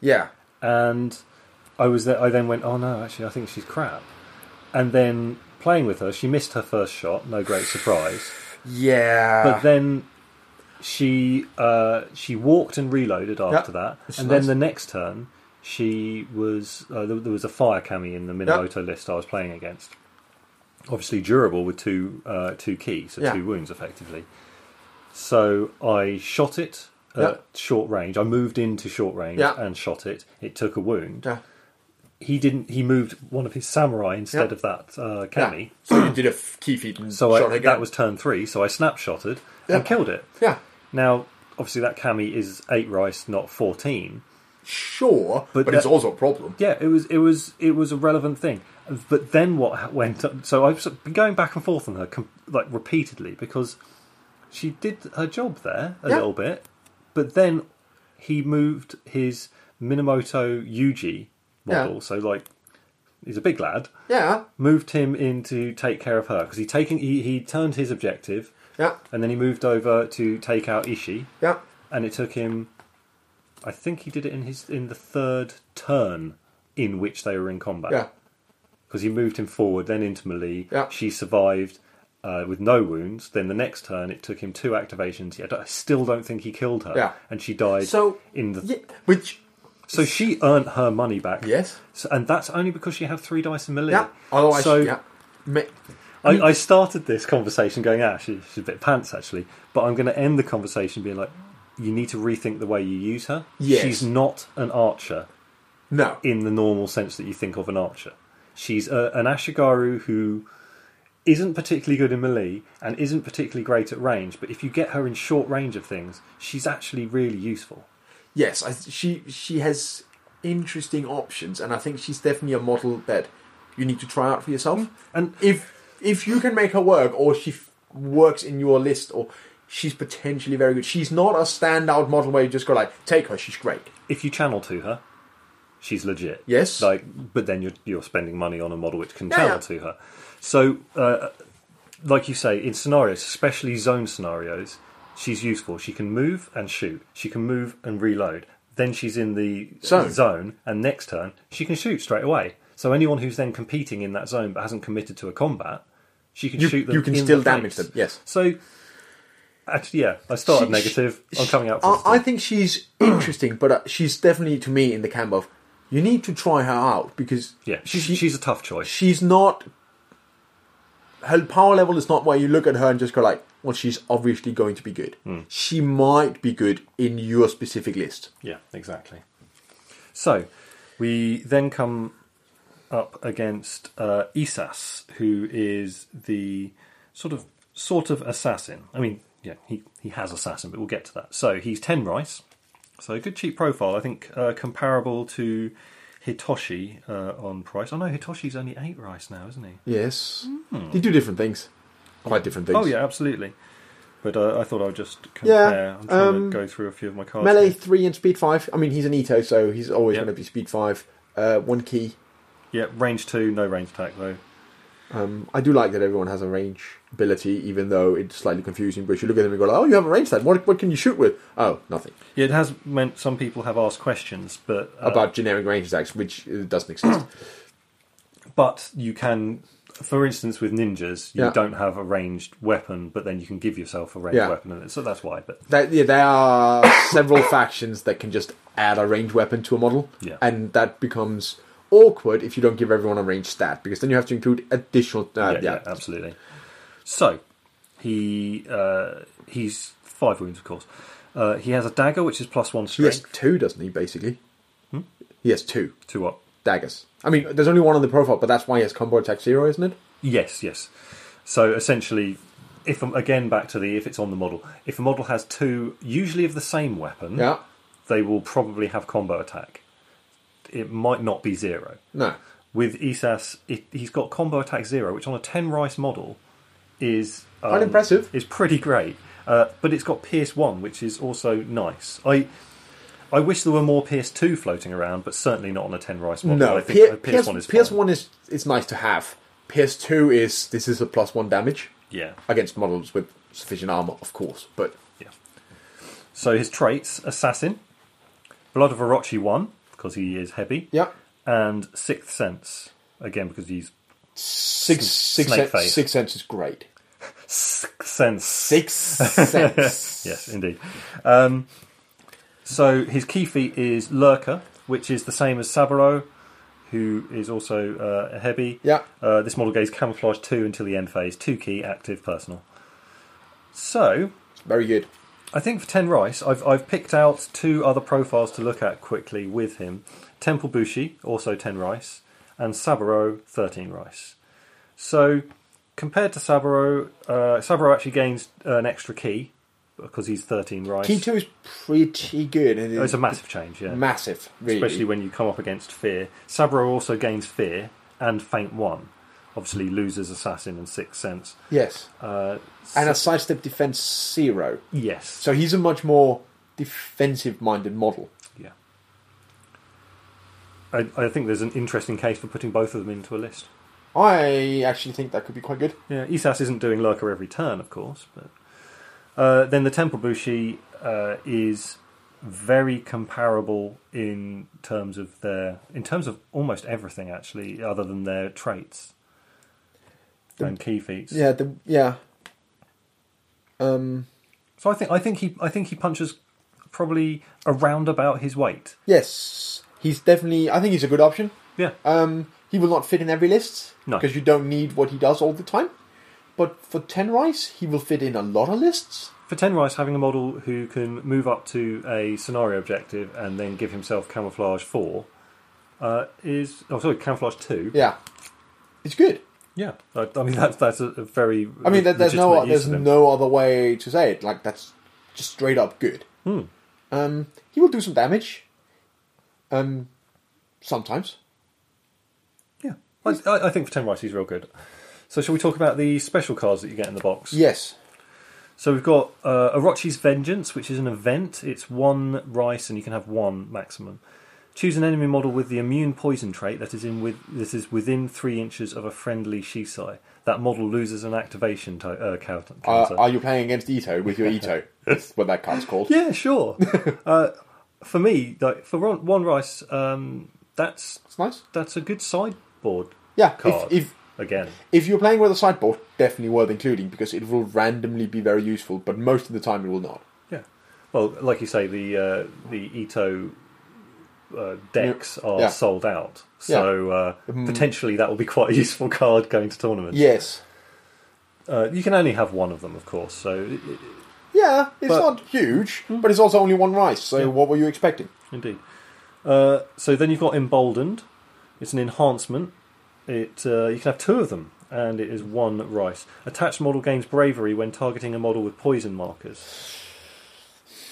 Speaker 3: Yeah.
Speaker 2: and I was there. I then went, oh no, actually, I think she's crap. And then playing with her, she missed her first shot. No great surprise.
Speaker 3: Yeah.
Speaker 2: But then she uh, she walked and reloaded after that,
Speaker 3: which is
Speaker 2: and
Speaker 3: nice.
Speaker 2: then the next turn she was uh, there, there was a fire cami in the Minamoto list I was playing against. Obviously durable with two uh, two keys, so
Speaker 3: Yeah.
Speaker 2: two wounds effectively. So I shot it at
Speaker 3: Yeah.
Speaker 2: short range. I moved into short range
Speaker 3: Yeah.
Speaker 2: and shot it. It took a wound.
Speaker 3: Yeah.
Speaker 2: He didn't. He moved one of his samurai instead of that uh,
Speaker 3: Yeah.
Speaker 2: cami.
Speaker 3: So you did a f- key feed and
Speaker 2: So
Speaker 3: shot her
Speaker 2: I, that
Speaker 3: gun.
Speaker 2: was turn three. So I snapshotted
Speaker 3: Yeah.
Speaker 2: and killed it.
Speaker 3: Yeah.
Speaker 2: Now, obviously, that cami is eight rice, not fourteen.
Speaker 3: Sure, but,
Speaker 2: But
Speaker 3: it's
Speaker 2: that-
Speaker 3: also a problem.
Speaker 2: Yeah, it was, it was, it was a relevant thing. But then what ha- went? So I've sort of been going back and forth on her com- like repeatedly because she did her job there a
Speaker 3: Yeah.
Speaker 2: little bit, but then he moved his Minamoto Yuji model.
Speaker 3: Yeah.
Speaker 2: So like, he's a big lad.
Speaker 3: Yeah.
Speaker 2: Moved him in to take care of her because he taking he, he turned his objective
Speaker 3: Yeah.
Speaker 2: and then he moved over to take out Ishi.
Speaker 3: Yeah.
Speaker 2: and it took him. I think he did it in his in the third turn in which they were in combat.
Speaker 3: Yeah.
Speaker 2: because he moved him forward, then into melee.
Speaker 3: Yeah.
Speaker 2: she survived uh, with no wounds. Then the next turn, it took him two activations. I, don't- I still don't think he killed her.
Speaker 3: Yeah.
Speaker 2: and she died.
Speaker 3: So
Speaker 2: in the
Speaker 3: yeah, which
Speaker 2: so she earned her money back.
Speaker 3: Yes.
Speaker 2: so, and that's only because she had three dice in melee.
Speaker 3: yeah. Otherwise,
Speaker 2: so
Speaker 3: yeah. Ma-
Speaker 2: I, I started this conversation going, ah, she, she's a bit pants actually, but I'm going to end the conversation being like, you need to rethink the way you use her.
Speaker 3: Yes.
Speaker 2: She's not an archer
Speaker 3: no.
Speaker 2: in the normal sense that you think of an archer. She's a, an Ashigaru who isn't particularly good in melee and isn't particularly great at range, but if you get her in short range of things, she's actually really useful.
Speaker 3: yes, I, she she has interesting options, and I think she's definitely a model that you need to try out for yourself.
Speaker 2: And
Speaker 3: If if you can make her work, or she f- works in your list, or she's potentially very good. She's not a standout model where you just go like, take her, she's great.
Speaker 2: if you channel to her, she's legit.
Speaker 3: Yes.
Speaker 2: Like, but then you're you're spending money on a model which can
Speaker 3: Yeah,
Speaker 2: channel
Speaker 3: yeah.
Speaker 2: to her. So, uh, like you say, in scenarios, especially zone scenarios, she's useful. She can move and shoot. She can move and reload. Then she's in the
Speaker 3: Zone.
Speaker 2: zone, and next turn she can shoot straight away. So anyone who's then competing in that zone but hasn't committed to a combat, she can
Speaker 3: You-
Speaker 2: shoot them.
Speaker 3: you can
Speaker 2: in
Speaker 3: still
Speaker 2: the
Speaker 3: damage
Speaker 2: face.
Speaker 3: them, yes.
Speaker 2: So. Actually, yeah, I started
Speaker 3: She-
Speaker 2: negative.
Speaker 3: she-
Speaker 2: I'm coming out.
Speaker 3: I,
Speaker 2: Positive.
Speaker 3: I think she's interesting, but uh, she's definitely to me in the camp of you need to try her out because
Speaker 2: yeah, she's,
Speaker 3: she-
Speaker 2: she's a tough choice.
Speaker 3: she's not her power level is not where you look at her and just go like well she's obviously going to be good
Speaker 2: Hmm.
Speaker 3: she might be good in your specific list
Speaker 2: Yeah, exactly. So we then come up against uh, Isas, who is the sort of sort of assassin. I mean, yeah, he, he has assassin, but we'll get to that. So he's ten rice, so a good cheap profile. I think uh, comparable to Hitoshi uh, on price. I know Hitoshi's only eight rice now, isn't he?
Speaker 3: Yes. They do different things. Quite different things.
Speaker 2: Hmm. Oh yeah, absolutely. But uh, I thought I would just compare. I'm trying
Speaker 3: um,
Speaker 2: to go through a few of my cards.
Speaker 3: Melee
Speaker 2: here.
Speaker 3: 3 and Speed 5. I mean, he's an Ito, so he's always
Speaker 2: Yeah.
Speaker 3: going to be Speed 5. Uh, one key.
Speaker 2: Yeah, range two, no range attack though.
Speaker 3: Um, I do like that everyone has a range ability, even though it's slightly confusing. But you look at them and go, "Oh, you have a range stat. What what can you shoot with? Oh, nothing
Speaker 2: Yeah, it has meant some people have asked questions, but uh,
Speaker 3: about generic range attacks, which uh, doesn't exist.
Speaker 2: but you can, for instance, with ninjas, you
Speaker 3: Yeah.
Speaker 2: don't have a ranged weapon, but then you can give yourself a ranged
Speaker 3: Yeah.
Speaker 2: weapon, and so that's why. But
Speaker 3: that, yeah, there are several factions that can just add a range weapon to a model,
Speaker 2: Yeah.
Speaker 3: and that becomes awkward if you don't give everyone a range stat because then you have to include additional. Uh,
Speaker 2: yeah, yeah. absolutely. So he uh, he's five wounds, of course. Uh, he has a dagger, which is plus one
Speaker 3: He has
Speaker 2: strength.
Speaker 3: two, doesn't he? Basically,
Speaker 2: Hmm?
Speaker 3: he has two
Speaker 2: To what?
Speaker 3: daggers. I mean, there's only one on the profile, but that's why he has combo attack zero, isn't it?
Speaker 2: Yes, yes. So essentially, if again back to the if it's on the model, if a model has two, usually of the same weapon,
Speaker 3: Yeah.
Speaker 2: they will probably have combo attack. It might not be zero.
Speaker 3: No.
Speaker 2: With E Isas, it, he's got combo attack zero, which on a ten rice model is um,
Speaker 3: Quite impressive.
Speaker 2: Is pretty great, uh, but it's got Pierce one, which is also nice. I. I wish there were more Pierce two floating around, but certainly not on a ten rice model.
Speaker 3: No,
Speaker 2: I think uh,
Speaker 3: Pier- Pierce,
Speaker 2: one is
Speaker 3: Pierce
Speaker 2: fine.
Speaker 3: one is it's nice to have. Pierce two is this is a plus one damage
Speaker 2: Yeah,
Speaker 3: against models with sufficient armor, of course. But
Speaker 2: Yeah. So his traits: assassin, blood of Orochi one because he is heavy.
Speaker 3: yeah,
Speaker 2: And sixth sense again because he's
Speaker 3: six six
Speaker 2: Snake
Speaker 3: sen-
Speaker 2: face.
Speaker 3: six sense is great.
Speaker 2: sixth sense.
Speaker 3: Six sense.
Speaker 2: Yes, indeed. Um, so his key feat is lurker, which is the same as Saburo, who is also uh, a heavy.
Speaker 3: Yeah.
Speaker 2: Uh, this model gains camouflage two until the end phase. Two key, active, personal. So
Speaker 3: Very good.
Speaker 2: I think for Ten Rice, I've, I've picked out two other profiles to look at quickly with him Temple Bushi, also 10 Rice, and Saburo, 13 Rice. So, compared to Saburo, uh, Saburo actually gains uh, an extra key because he's 13 Rice.
Speaker 3: Key two is pretty good. And
Speaker 2: Oh, It's a massive change, yeah.
Speaker 3: massive, really.
Speaker 2: Especially when you come up against fear. Saburo also gains fear and faint one. Obviously, loses assassin and sixth sense.
Speaker 3: yes,
Speaker 2: Uh,
Speaker 3: and
Speaker 2: so-
Speaker 3: a sidestep defense zero.
Speaker 2: yes.
Speaker 3: So he's a much more defensive-minded model.
Speaker 2: Yeah. I, I think there's an interesting case for putting both of them into a list.
Speaker 3: I actually think that could be quite good.
Speaker 2: Yeah, Isas isn't doing Lurker every turn, of course, but uh, then the Temple Bushi uh, is very comparable in terms of their, in terms of almost everything actually, other than their traits and key feats.
Speaker 3: Yeah, the yeah. Um.
Speaker 2: So I think I think he I think he punches probably around about his weight.
Speaker 3: Yes, he's definitely. I think he's a good option.
Speaker 2: Yeah.
Speaker 3: Um, he will not fit in every list
Speaker 2: No.
Speaker 3: because you don't need what he does all the time. But for ten rice, he will fit in a lot of lists.
Speaker 2: For Ten Rice, having a model who can move up to a scenario objective and then give himself camouflage four uh, is oh sorry camouflage two.
Speaker 3: Yeah, it's good.
Speaker 2: Yeah. I, I mean that's that's a, a very.
Speaker 3: I mean, there- there's no
Speaker 2: legitimate use
Speaker 3: there's
Speaker 2: of him.
Speaker 3: no other way to say it. Like that's just straight up good.
Speaker 2: Hmm.
Speaker 3: Um, he will do some damage. Um, sometimes.
Speaker 2: Yeah, I- I, I think for Ten Rice he's real good. So shall we talk about the special cards that you get in the box?
Speaker 3: Yes.
Speaker 2: So we've got uh, Orochi's Vengeance, which is an event. It's one rice, and you can have one maximum. Choose an enemy model with the immune poison trait that is in with this is within three inches of a friendly Shisai. That model loses an activation to, uh, count-
Speaker 3: Uh,
Speaker 2: counter.
Speaker 3: are you playing against Ito with your Ito? That's what that card's called.
Speaker 2: yeah, sure. uh, for me, like for one, one rice, um, that's
Speaker 3: It's nice.
Speaker 2: that's a good sideboard.
Speaker 3: Yeah, if-
Speaker 2: card
Speaker 3: if-
Speaker 2: again.
Speaker 3: If you're playing with a sideboard, definitely worth including because it will randomly be very useful, but most of the time it will not.
Speaker 2: Yeah. Well, like you say, the uh, the Ito uh, decks are
Speaker 3: Yeah. Mm.
Speaker 2: sold out, so uh, potentially that will be quite a useful card going to tournaments.
Speaker 3: Yes.
Speaker 2: Uh, you can only have one of them, of course. So i- i-
Speaker 3: Yeah, it's
Speaker 2: But- Hmm?
Speaker 3: not huge, but it's also only one rice, so what were you expecting?
Speaker 2: indeed. Uh, so then you've got emboldened. It's an enhancement. It uh, you can have two of them, and it is one rice. Attached model gains bravery when targeting a model with poison markers.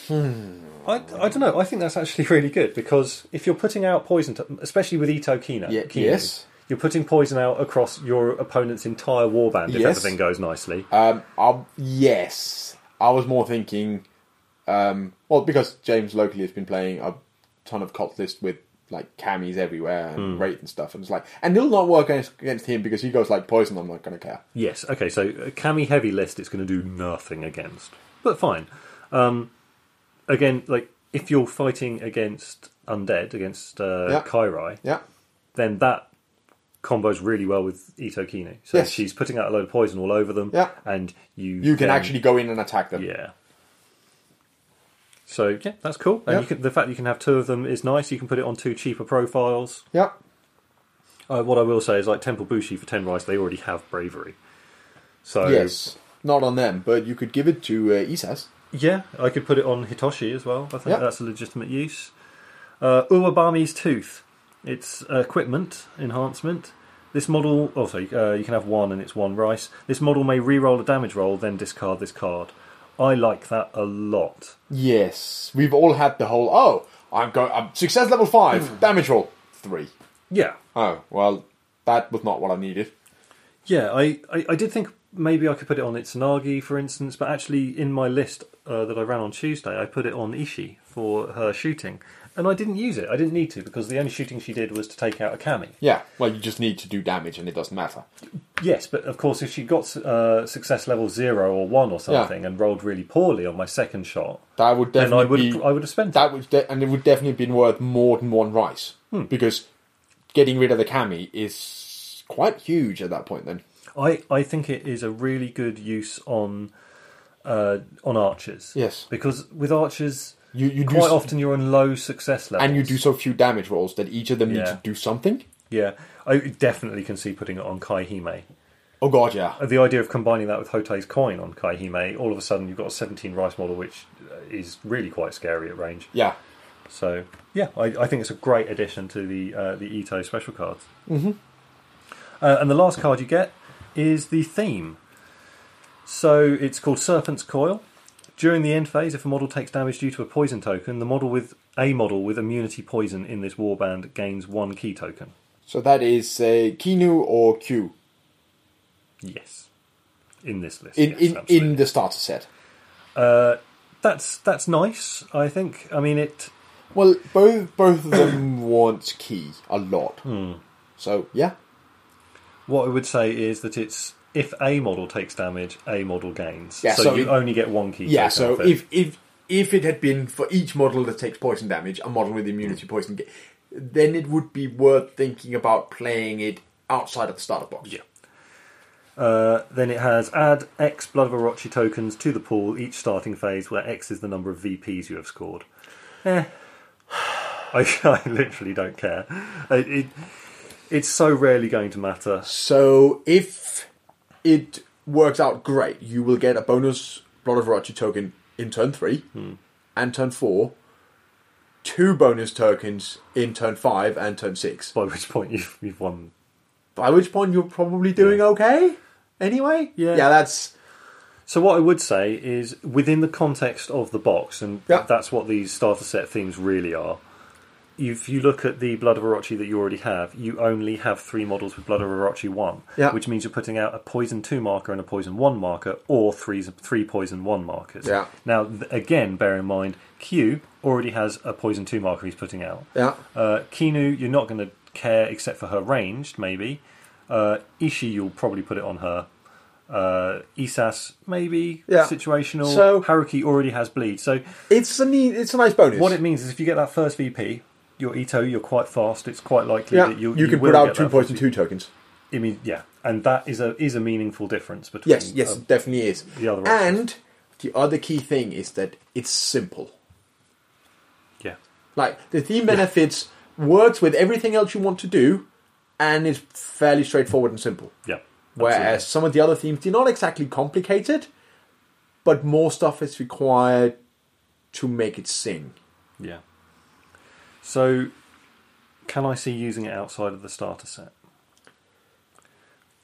Speaker 3: Hmm.
Speaker 2: I, I don't know. I think that's actually really good because if you're putting out poison, to, especially with Ito Kino,
Speaker 3: Ye-
Speaker 2: Kino,
Speaker 3: yes.
Speaker 2: you're putting poison out across your opponent's entire warband if
Speaker 3: Yes.
Speaker 2: everything goes nicely.
Speaker 3: Um, I, yes, I was more thinking, um, well, because James locally has been playing a ton of cult list with like camis everywhere
Speaker 2: Hmm.
Speaker 3: and Wraith and stuff, and it's like, and it'll not work against, against him because he goes like poison. I'm not gonna care.
Speaker 2: Yes. Okay. So a cami heavy list, it's going to do nothing against, but fine. Um, again, like if you're fighting against undead, against uh,
Speaker 3: Yeah.
Speaker 2: Kairai,
Speaker 3: Yeah,
Speaker 2: then that combos really well with Ito Kino. So
Speaker 3: Yes.
Speaker 2: she's putting out a load of poison all over them,
Speaker 3: Yeah.
Speaker 2: and you
Speaker 3: you can
Speaker 2: then-
Speaker 3: actually go in and attack them.
Speaker 2: yeah. So yeah, that's cool. And
Speaker 3: Yeah.
Speaker 2: you can, the fact you can have two of them is nice. You can put it on two cheaper profiles.
Speaker 3: Yeah.
Speaker 2: Uh, what I will say is, like Temple Bushi for ten rice, they already have bravery. So
Speaker 3: Yes, not on them, but you could give it to uh, Isas.
Speaker 2: Yeah, I could put it on Hitoshi as well. I think
Speaker 3: Yeah.
Speaker 2: that's a legitimate use. Uh, Uwabami's Tooth. It's equipment enhancement. This model, oh sorry, uh, you can have one and it's one rice. This model may re-roll a damage roll, then discard this card. I like that a lot.
Speaker 3: Yes, we've all had the whole. Oh, I'm going. I'm success level five, damage roll three.
Speaker 2: Yeah,
Speaker 3: Oh well, that was not what I needed.
Speaker 2: yeah. I, I, I did think maybe I could put it on Itsunagi, for instance, but actually in my list uh, that I ran on Tuesday, I put it on Ishi for her shooting, and I didn't use it. I didn't need to because the only shooting she did was to take out a kami.
Speaker 3: Yeah, well, you just need to do damage, and it doesn't matter.
Speaker 2: Yes, but of course, if she got uh, success level zero or one or something and rolled really poorly on my second shot,
Speaker 3: That would
Speaker 2: then I would
Speaker 3: definitely be,
Speaker 2: I would have spent it.
Speaker 3: that would de- and it would definitely have been worth more than one rice because getting rid of the cami is quite huge at that point. Then
Speaker 2: I, I think it is a really good use on uh, on archers.
Speaker 3: Yes.
Speaker 2: because with archers,
Speaker 3: you you do
Speaker 2: quite
Speaker 3: s-
Speaker 2: often you're on low success levels,
Speaker 3: and you do so few damage rolls that each of them need
Speaker 2: Yeah.
Speaker 3: to do something.
Speaker 2: Yeah, I definitely can see putting it on Kaihime.
Speaker 3: Oh god, yeah,
Speaker 2: The idea of combining that with Hotei's coin on Kaihime, all of a sudden you've got a 17 rice model, which uh, is really quite scary at range.
Speaker 3: yeah.
Speaker 2: So yeah, I, I think it's a great addition to the uh, the Ito special cards. Mm-hmm. Uh, and the last card you get is the theme. So it's called Serpent's Coil. During the end phase, if a model takes damage due to a poison token, the model with a model with immunity poison in this warband gains one key token.
Speaker 3: So that is uh, Kinu or Q
Speaker 2: Yes, in this list.
Speaker 3: in
Speaker 2: yes,
Speaker 3: in,
Speaker 2: absolutely.
Speaker 3: in the starter set.
Speaker 2: that's that's nice. I think. I mean it.
Speaker 3: Well, both both of them want key a lot.
Speaker 2: Hmm.
Speaker 3: So yeah,
Speaker 2: What I would say is that it's if a model takes damage, a model gains.
Speaker 3: Yeah,
Speaker 2: so,
Speaker 3: so
Speaker 2: you
Speaker 3: it-
Speaker 2: only get one key.
Speaker 3: Yeah,
Speaker 2: token
Speaker 3: so
Speaker 2: off it.
Speaker 3: if if if it had been for each model that takes poison damage, a model with
Speaker 2: Hmm.
Speaker 3: immunity poison, ga- then it would be worth thinking about playing it outside of the starter box.
Speaker 2: Yeah. Uh, then it has add X Blood of Orochi tokens to the pool each starting phase, where X is the number of VPs you have scored. Eh. I, I literally don't care. It, it, it's so rarely going to matter.
Speaker 3: So if it works out great, you will get a bonus Blood of Rochi token in turn three and turn four, two bonus tokens in turn five and turn six.
Speaker 2: By which point you've, you've won.
Speaker 3: By which point you're probably doing okay. Anyway,
Speaker 2: Yeah.
Speaker 3: yeah, that's
Speaker 2: So what I would say is within the context of the box, and
Speaker 3: Yeah.
Speaker 2: that's what these starter set themes really are. If you look at the Blood of Orochi that you already have, you only have three models with Blood of Orochi one,
Speaker 3: Yeah.
Speaker 2: which means you're putting out a poison two marker and a poison one marker, or three three poison one markers.
Speaker 3: Yeah.
Speaker 2: Now th- again, bear in mind Q already has a poison two marker he's putting out.
Speaker 3: yeah.
Speaker 2: Uh, Kinu, you're not going to care except for her ranged, maybe. Uh, Ishi, you'll probably put it on her. Uh, Isas, maybe.
Speaker 3: Yeah.
Speaker 2: Situational.
Speaker 3: So-
Speaker 2: Haruki already has bleed. So
Speaker 3: It's a neat, it's a nice bonus.
Speaker 2: what it means is if you get that first VP, your Ito, you're quite fast. It's quite likely
Speaker 3: Yeah,
Speaker 2: that you'll,
Speaker 3: you can
Speaker 2: will
Speaker 3: put out
Speaker 2: get
Speaker 3: two
Speaker 2: that
Speaker 3: poison
Speaker 2: first
Speaker 3: two tokens.
Speaker 2: VP. I mean, yeah. And that is a is a meaningful difference between.
Speaker 3: Yes, yes,
Speaker 2: um,
Speaker 3: it definitely is.
Speaker 2: the other options.
Speaker 3: and the other key thing is that it's simple.
Speaker 2: yeah.
Speaker 3: Like the theme benefits works with everything else you want to do, and is fairly straightforward and simple.
Speaker 2: Yeah.
Speaker 3: Whereas
Speaker 2: absolutely.
Speaker 3: some of the other themes, they're not exactly complicated, but more stuff is required to make it sing.
Speaker 2: Yeah. So, can I see using it outside of the starter set?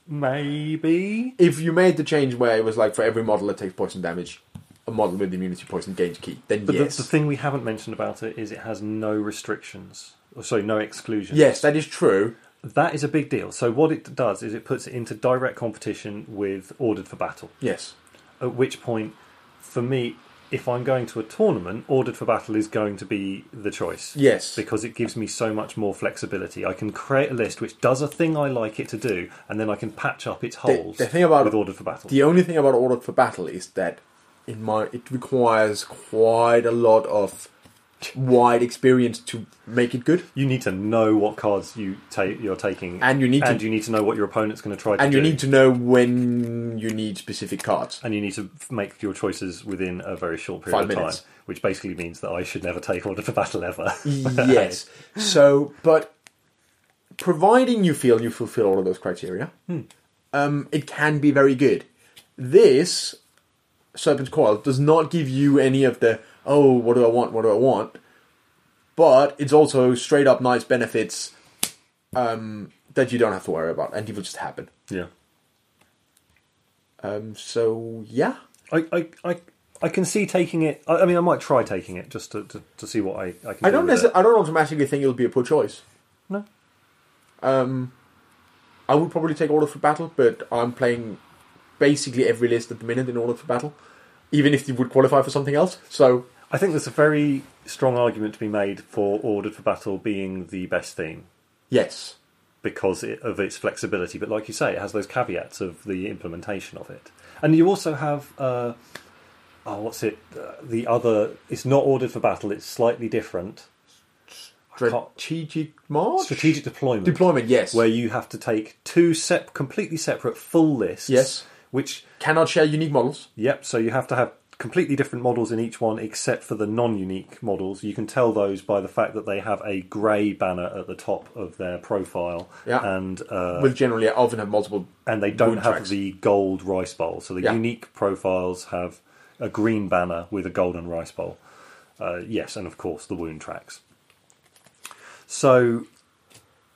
Speaker 2: Maybe.
Speaker 3: If you made the change where it was like for every model that takes poison damage, a model with immunity poison gauge key, then
Speaker 2: But
Speaker 3: yes.
Speaker 2: the, the thing we haven't mentioned about it is it has no restrictions. Or sorry, no exclusions.
Speaker 3: yes, that is true.
Speaker 2: That is a big deal. So what it does is it puts it into direct competition with Ordered for Battle.
Speaker 3: Yes.
Speaker 2: At which point, for me, if I'm going to a tournament, Ordered for Battle is going to be the choice.
Speaker 3: Yes.
Speaker 2: Because it gives me so much more flexibility. I can create a list which does a thing I like it to do, and then I can patch up its holes
Speaker 3: the thing about-
Speaker 2: with Ordered for Battle.
Speaker 3: The only thing about Ordered for Battle is that it might it requires quite a lot of wide experience to make it good,
Speaker 2: you need to know what cards you ta- you're taking,
Speaker 3: And you need to-
Speaker 2: and you need to know what your opponent's going to try to
Speaker 3: and
Speaker 2: do,
Speaker 3: you need to know when you need specific cards.
Speaker 2: and you need to f- make your choices within a very short period
Speaker 3: Five
Speaker 2: of
Speaker 3: minutes.
Speaker 2: time, which basically means that I should never take order for battle ever.
Speaker 3: yes. So, but providing you feel you fulfill all of those criteria, um, it can be very good. This Serpent's Coil does not give you any of the oh, what do I want? What do I want? But it's also straight up nice benefits um, that you don't have to worry about, and it will just happen.
Speaker 2: yeah,
Speaker 3: Um, so yeah,
Speaker 2: I, I, I, I can see taking it. I, I mean, I might try taking it just to, to, to see what I, I can.
Speaker 3: I
Speaker 2: do
Speaker 3: don't
Speaker 2: with it.
Speaker 3: necessarily, I don't automatically think it'll be a poor choice.
Speaker 2: No,
Speaker 3: Um, I would probably take Order for Battle, but I'm playing basically every list at the minute in Order for Battle, even if it would qualify for something else. So
Speaker 2: I think there's a very strong argument to be made for ordered for battle being the best theme.
Speaker 3: yes,
Speaker 2: because it, of its flexibility. But like you say, it has those caveats of the implementation of it. And you also have, uh, oh, what's it? Uh, the other, it's not ordered for battle. It's slightly different. can't-
Speaker 3: strategic march,
Speaker 2: Strategic deployment,
Speaker 3: deployment. Yes,
Speaker 2: where you have to take two sep- completely separate full lists.
Speaker 3: Yes.
Speaker 2: Which,
Speaker 3: cannot share unique models.
Speaker 2: yep. So you have to have completely different models in each one, except for the non-unique models. You can tell those by the fact that they have a grey banner at the top of their profile,
Speaker 3: Yeah.
Speaker 2: and uh,
Speaker 3: will generally often have multiple.
Speaker 2: and they don't
Speaker 3: Moon
Speaker 2: have
Speaker 3: tracks.
Speaker 2: the gold rice bowl. So the
Speaker 3: Yeah.
Speaker 2: unique profiles have a green banner with a golden rice bowl. Uh, yes, and of course the wound tracks. So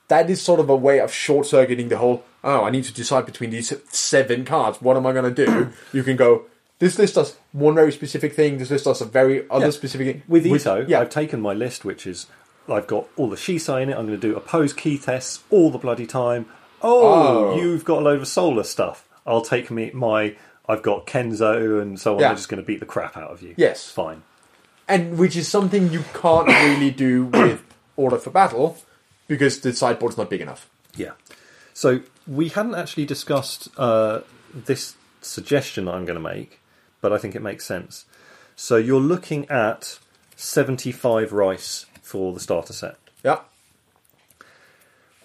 Speaker 3: That is sort of a way of short circuiting the whole. Oh, I need to decide between these seven cards. What am I going to do? you can go. This list does one very specific thing. This list does a very other
Speaker 2: Yeah.
Speaker 3: specific thing.
Speaker 2: with E Ito,
Speaker 3: yeah,
Speaker 2: I've taken my list, which is I've got all the Shisai in it. I'm going to do opposed key tests all the bloody time. Oh,
Speaker 3: Oh.
Speaker 2: you've got a load of solar stuff. I'll take me my. I've got Kenzo and so on.
Speaker 3: Yeah.
Speaker 2: I'm just going to beat the crap out of you.
Speaker 3: Yes.
Speaker 2: fine.
Speaker 3: and which is something you can't really do with Order for Battle because the sideboard's not big enough.
Speaker 2: Yeah. So we hadn't actually discussed uh, this suggestion that I'm going to make, but I think it makes sense. So you're looking at 75 rice for the starter set.
Speaker 3: Yeah,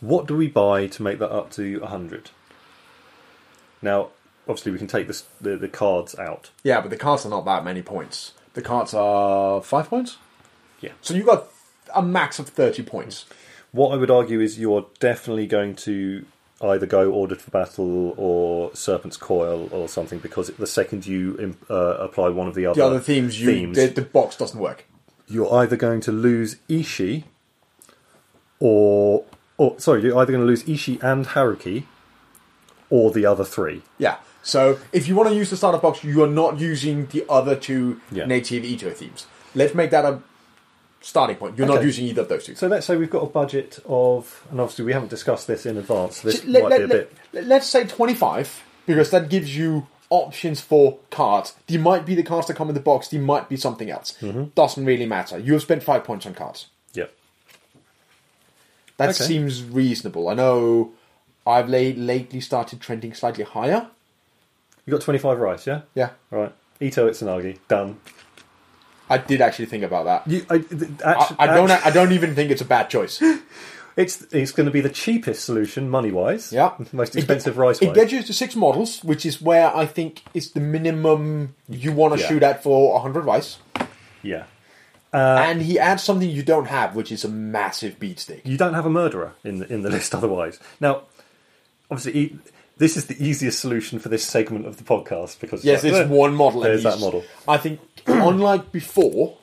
Speaker 2: What do we buy to make that up to 100? Now, obviously, we can take this, the, the cards out.
Speaker 3: yeah, but the cards are not that many points. The cards are five points.
Speaker 2: Yeah.
Speaker 3: So you got a max of thirty points.
Speaker 2: What I would argue is you're definitely going to either go ordered for battle or serpent's coil or something because the second you im- uh, apply one of the other
Speaker 3: The other themes, you The, the box doesn't work.
Speaker 2: you're either going to lose Ishi or or sorry, you're either going to lose Ishi and Haruki or the other three.
Speaker 3: Yeah. So if you want to use the starter box, you are not using the other two
Speaker 2: Yeah.
Speaker 3: native Ito themes. Let's make that a starting point. You're not
Speaker 2: Okay.
Speaker 3: using either of those two.
Speaker 2: So let's say we've got a budget of and obviously we haven't discussed this in advance, so this
Speaker 3: let,
Speaker 2: might be a bit
Speaker 3: us say 25 because that gives you options for cards. They might be the cards that come in the box, they might be something else.
Speaker 2: Mm-hmm.
Speaker 3: Doesn't really matter. You have spent five points on cards.
Speaker 2: yeah.
Speaker 3: That
Speaker 2: Okay.
Speaker 3: seems reasonable. I know I've late, lately started trending slightly higher.
Speaker 2: You got twenty five rice, yeah?
Speaker 3: Yeah,
Speaker 2: All right. Ito Itsunagi, done.
Speaker 3: I did actually think about that.
Speaker 2: You, I, th- actu-
Speaker 3: I, I don't.
Speaker 2: actu-
Speaker 3: I don't even think it's a bad choice.
Speaker 2: it's it's going to be the cheapest solution money wise.
Speaker 3: Yeah,
Speaker 2: Most
Speaker 3: It-
Speaker 2: expensive rice
Speaker 3: It
Speaker 2: wise.
Speaker 3: gets you to six models, which is where I think is the minimum you want to
Speaker 2: Yeah.
Speaker 3: shoot at for hundred rice.
Speaker 2: yeah. Uh,
Speaker 3: and he adds something you don't have, which is a massive beatstick.
Speaker 2: you don't have a murderer in the, in the list otherwise. Now, obviously, e- this is the easiest solution for this segment of the podcast because
Speaker 3: Yes,
Speaker 2: like,
Speaker 3: it's
Speaker 2: "Look,
Speaker 3: one model. and
Speaker 2: There's that
Speaker 3: he's-
Speaker 2: model.
Speaker 3: I think, unlike before,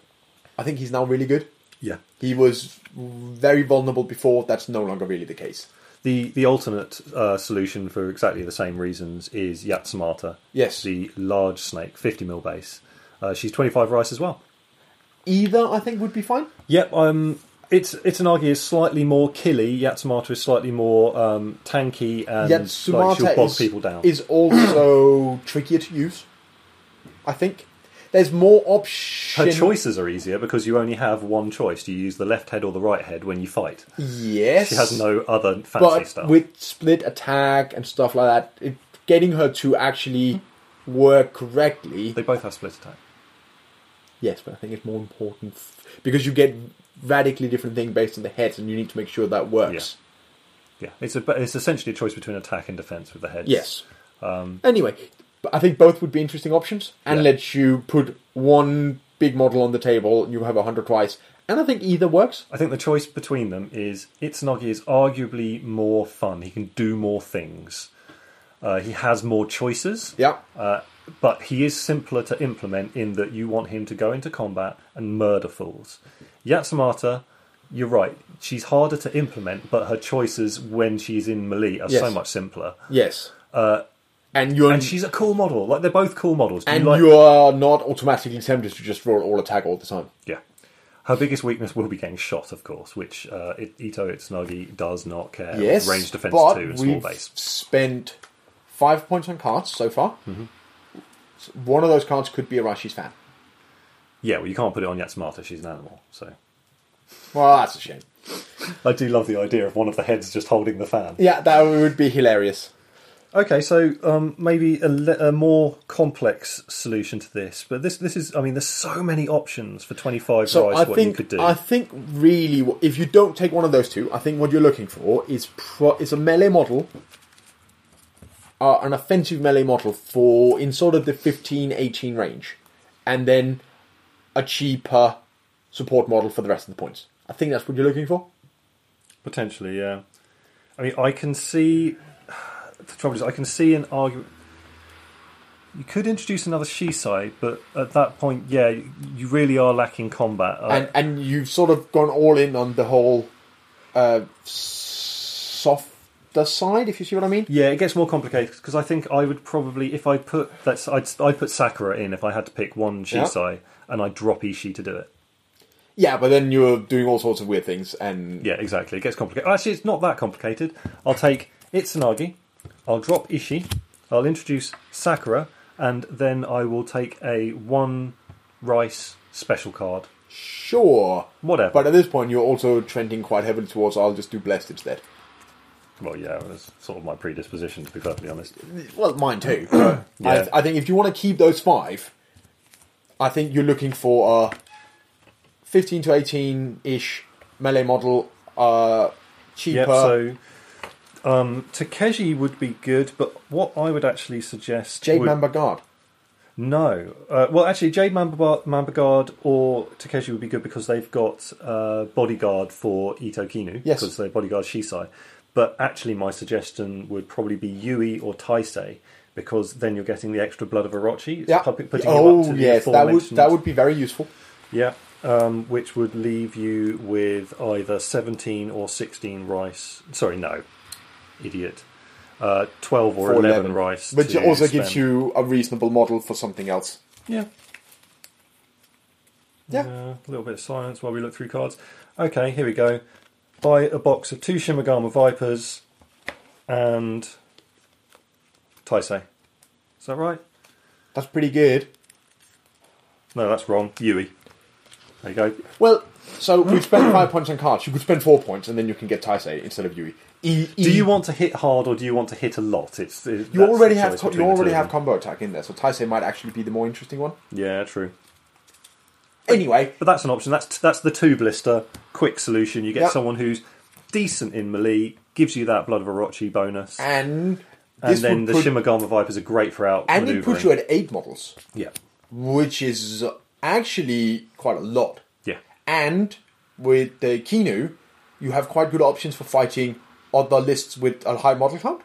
Speaker 3: I think he's now really good.
Speaker 2: Yeah,
Speaker 3: He was very vulnerable before. That's no longer really the case.
Speaker 2: the the alternate uh, solution for exactly the same reasons is Yatsumata.
Speaker 3: Yes.
Speaker 2: the large snake, fifty mil base. Uh, she's 25 rice as well.
Speaker 3: Either I think would be fine.
Speaker 2: Yep, um, it's it's an argy is slightly more killy. Yatsumata is slightly more um, tanky and
Speaker 3: Yet
Speaker 2: like, she'll
Speaker 3: Sumata
Speaker 2: bog
Speaker 3: is,
Speaker 2: people down.
Speaker 3: is also trickier to use. I think there's more options.
Speaker 2: Her choices are easier because you only have one choice. Do you use the left head or the right head when you fight?
Speaker 3: Yes,
Speaker 2: She has no other fancy
Speaker 3: but
Speaker 2: stuff.
Speaker 3: with split attack and stuff like that, it, getting her to actually work correctly.
Speaker 2: they both have split attack.
Speaker 3: Yes, but I think it's more important f- because you get radically different thing based on the heads, and you need to make sure that works.
Speaker 2: Yeah, it's a, it's essentially a choice between attack and defense with the heads.
Speaker 3: Yes. anyway, but I think both would be interesting options, and
Speaker 2: Um, Yeah.
Speaker 3: let you put one big model on the table. You have a hundred twice, and I think either works.
Speaker 2: I think the choice between them is Itsunagi is arguably more fun. He can do more things. Uh, he has more choices.
Speaker 3: Yeah.
Speaker 2: Uh, but he is simpler to implement in that you want him to go into combat and murder fools. Yatsumata, you're right. She's harder to implement, but her choices when she's in melee are
Speaker 3: Yes.
Speaker 2: so much simpler.
Speaker 3: Yes. Uh, and you're
Speaker 2: And she's a cool model. Like they're both cool models. Do you
Speaker 3: and
Speaker 2: like-
Speaker 3: you are not automatically tempted to just roll all attack all the time.
Speaker 2: Yeah. Her biggest weakness will be getting shot, of course, which uh, it, Ito Itsunagi does not care.
Speaker 3: yes,
Speaker 2: range defense
Speaker 3: but
Speaker 2: two and small
Speaker 3: we've
Speaker 2: base.
Speaker 3: spent five points on cards so far.
Speaker 2: Mm-hmm.
Speaker 3: So One of those cards could be a Rashi's fan.
Speaker 2: Yeah, well, you can't put it on Yatsumata. She's an animal, so.
Speaker 3: Well, that's a shame.
Speaker 2: I do love the idea of one of the heads just holding the fan.
Speaker 3: Yeah, that would be hilarious.
Speaker 2: Okay, so um, maybe a, le- a more complex solution to this, but this this is I mean, there's so many options for 25
Speaker 3: So
Speaker 2: rice
Speaker 3: I
Speaker 2: what
Speaker 3: think
Speaker 2: you could do.
Speaker 3: I think really, wh- if you don't take one of those two, I think what you're looking for is pro- is a melee model, uh, an offensive melee model for in sort of the 15-18 range, and then a cheaper support model for the rest of the points. I think that's what you're looking for.
Speaker 2: Potentially, yeah. I mean, I can see. The trouble is, I can see an argument. You could introduce another Shisai, but at that point, yeah, you you really are lacking combat. Uh,
Speaker 3: and and you've sort of gone all in on the whole uh, softer side, if you see what I mean.
Speaker 2: yeah, it gets more complicated because I think I would probably, if I put that's, I'd, I'd put Sakura in if I had to pick one
Speaker 3: Yeah.
Speaker 2: Shisai, and I'd drop Ishii to do it.
Speaker 3: Yeah, but then you're doing all sorts of weird things, and
Speaker 2: Yeah, exactly. It gets complicated. Actually, it's not that complicated. I'll take Itsunagi, I'll drop Ishi, I'll introduce Sakura, and then I will take a one rice special card.
Speaker 3: sure,
Speaker 2: Whatever.
Speaker 3: But uh, at this point, you're also trending quite heavily towards I'll just do blessed instead.
Speaker 2: Well, yeah, that's sort of my predisposition, to be perfectly honest.
Speaker 3: Well, mine too. but
Speaker 2: Yeah.
Speaker 3: I, I think if you want to keep those five, I think you're looking for a 15 to 18 ish melee model, uh, cheaper.
Speaker 2: Yep, so. Um, Takeshi would be good, but what I would actually suggest
Speaker 3: Jade
Speaker 2: would-
Speaker 3: Mamba Guard.
Speaker 2: No. Uh, well, actually, Jade Mambabar- Mambagard or Takeshi would be good because they've got uh, bodyguard for Ito Kinu.
Speaker 3: Yes.
Speaker 2: Because they're bodyguard Shisai. But actually, my suggestion would probably be Yui or Taisei because then you're getting the extra blood of Orochi. It's
Speaker 3: Yeah.
Speaker 2: pu- putting you up
Speaker 3: Oh,
Speaker 2: to the
Speaker 3: yes, that would,
Speaker 2: aforementioned-
Speaker 3: that would be very useful.
Speaker 2: Yeah. Um, which would leave you with either 17 or 16 rice. Sorry, no. Idiot. Uh, 12
Speaker 3: for
Speaker 2: or 11, rice.
Speaker 3: Which
Speaker 2: to
Speaker 3: also gives
Speaker 2: spend.
Speaker 3: you a reasonable model for something else.
Speaker 2: Yeah.
Speaker 3: Yeah.
Speaker 2: Uh, a little bit of silence while we look through cards. Okay, here we go. Buy a box of two Shimagama Vipers and Taisei. Is that right?
Speaker 3: That's pretty good.
Speaker 2: No, that's wrong. Yui. There you go.
Speaker 3: Well, so we spend five points on cards. You could spend four points, and then you can get Taisei instead of Yui. E-
Speaker 2: Do
Speaker 3: e-
Speaker 2: you want to hit hard or do you want to hit a lot? It's it,
Speaker 3: You
Speaker 2: that's
Speaker 3: already
Speaker 2: the
Speaker 3: have
Speaker 2: choice
Speaker 3: co- you
Speaker 2: between the two
Speaker 3: already
Speaker 2: of
Speaker 3: have
Speaker 2: them.
Speaker 3: combo attack in there, so Taisei might actually be the more interesting one.
Speaker 2: yeah, true.
Speaker 3: Anyway,
Speaker 2: But that's an option. That's that's the two blister quick solution. You get
Speaker 3: Yep.
Speaker 2: someone who's decent in melee, gives you that blood of Orochi bonus, and,
Speaker 3: and this
Speaker 2: then the
Speaker 3: would put,
Speaker 2: Shimagama Vipers are great for out
Speaker 3: and it puts you at eight models,
Speaker 2: yeah
Speaker 3: which is actually quite a lot.
Speaker 2: yeah
Speaker 3: And with the Kinu, you have quite good options for fighting other lists with a high model count.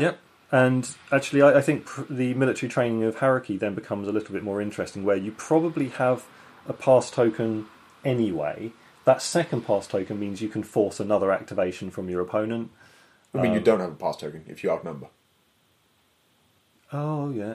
Speaker 2: Yep. And actually, I, I think pr- the military training of Haruki then becomes a little bit more interesting, where you probably have a pass token anyway. That second pass token means you can force another activation from your opponent. Um,
Speaker 3: I mean, you don't have a pass token if you outnumber.
Speaker 2: Oh yeah,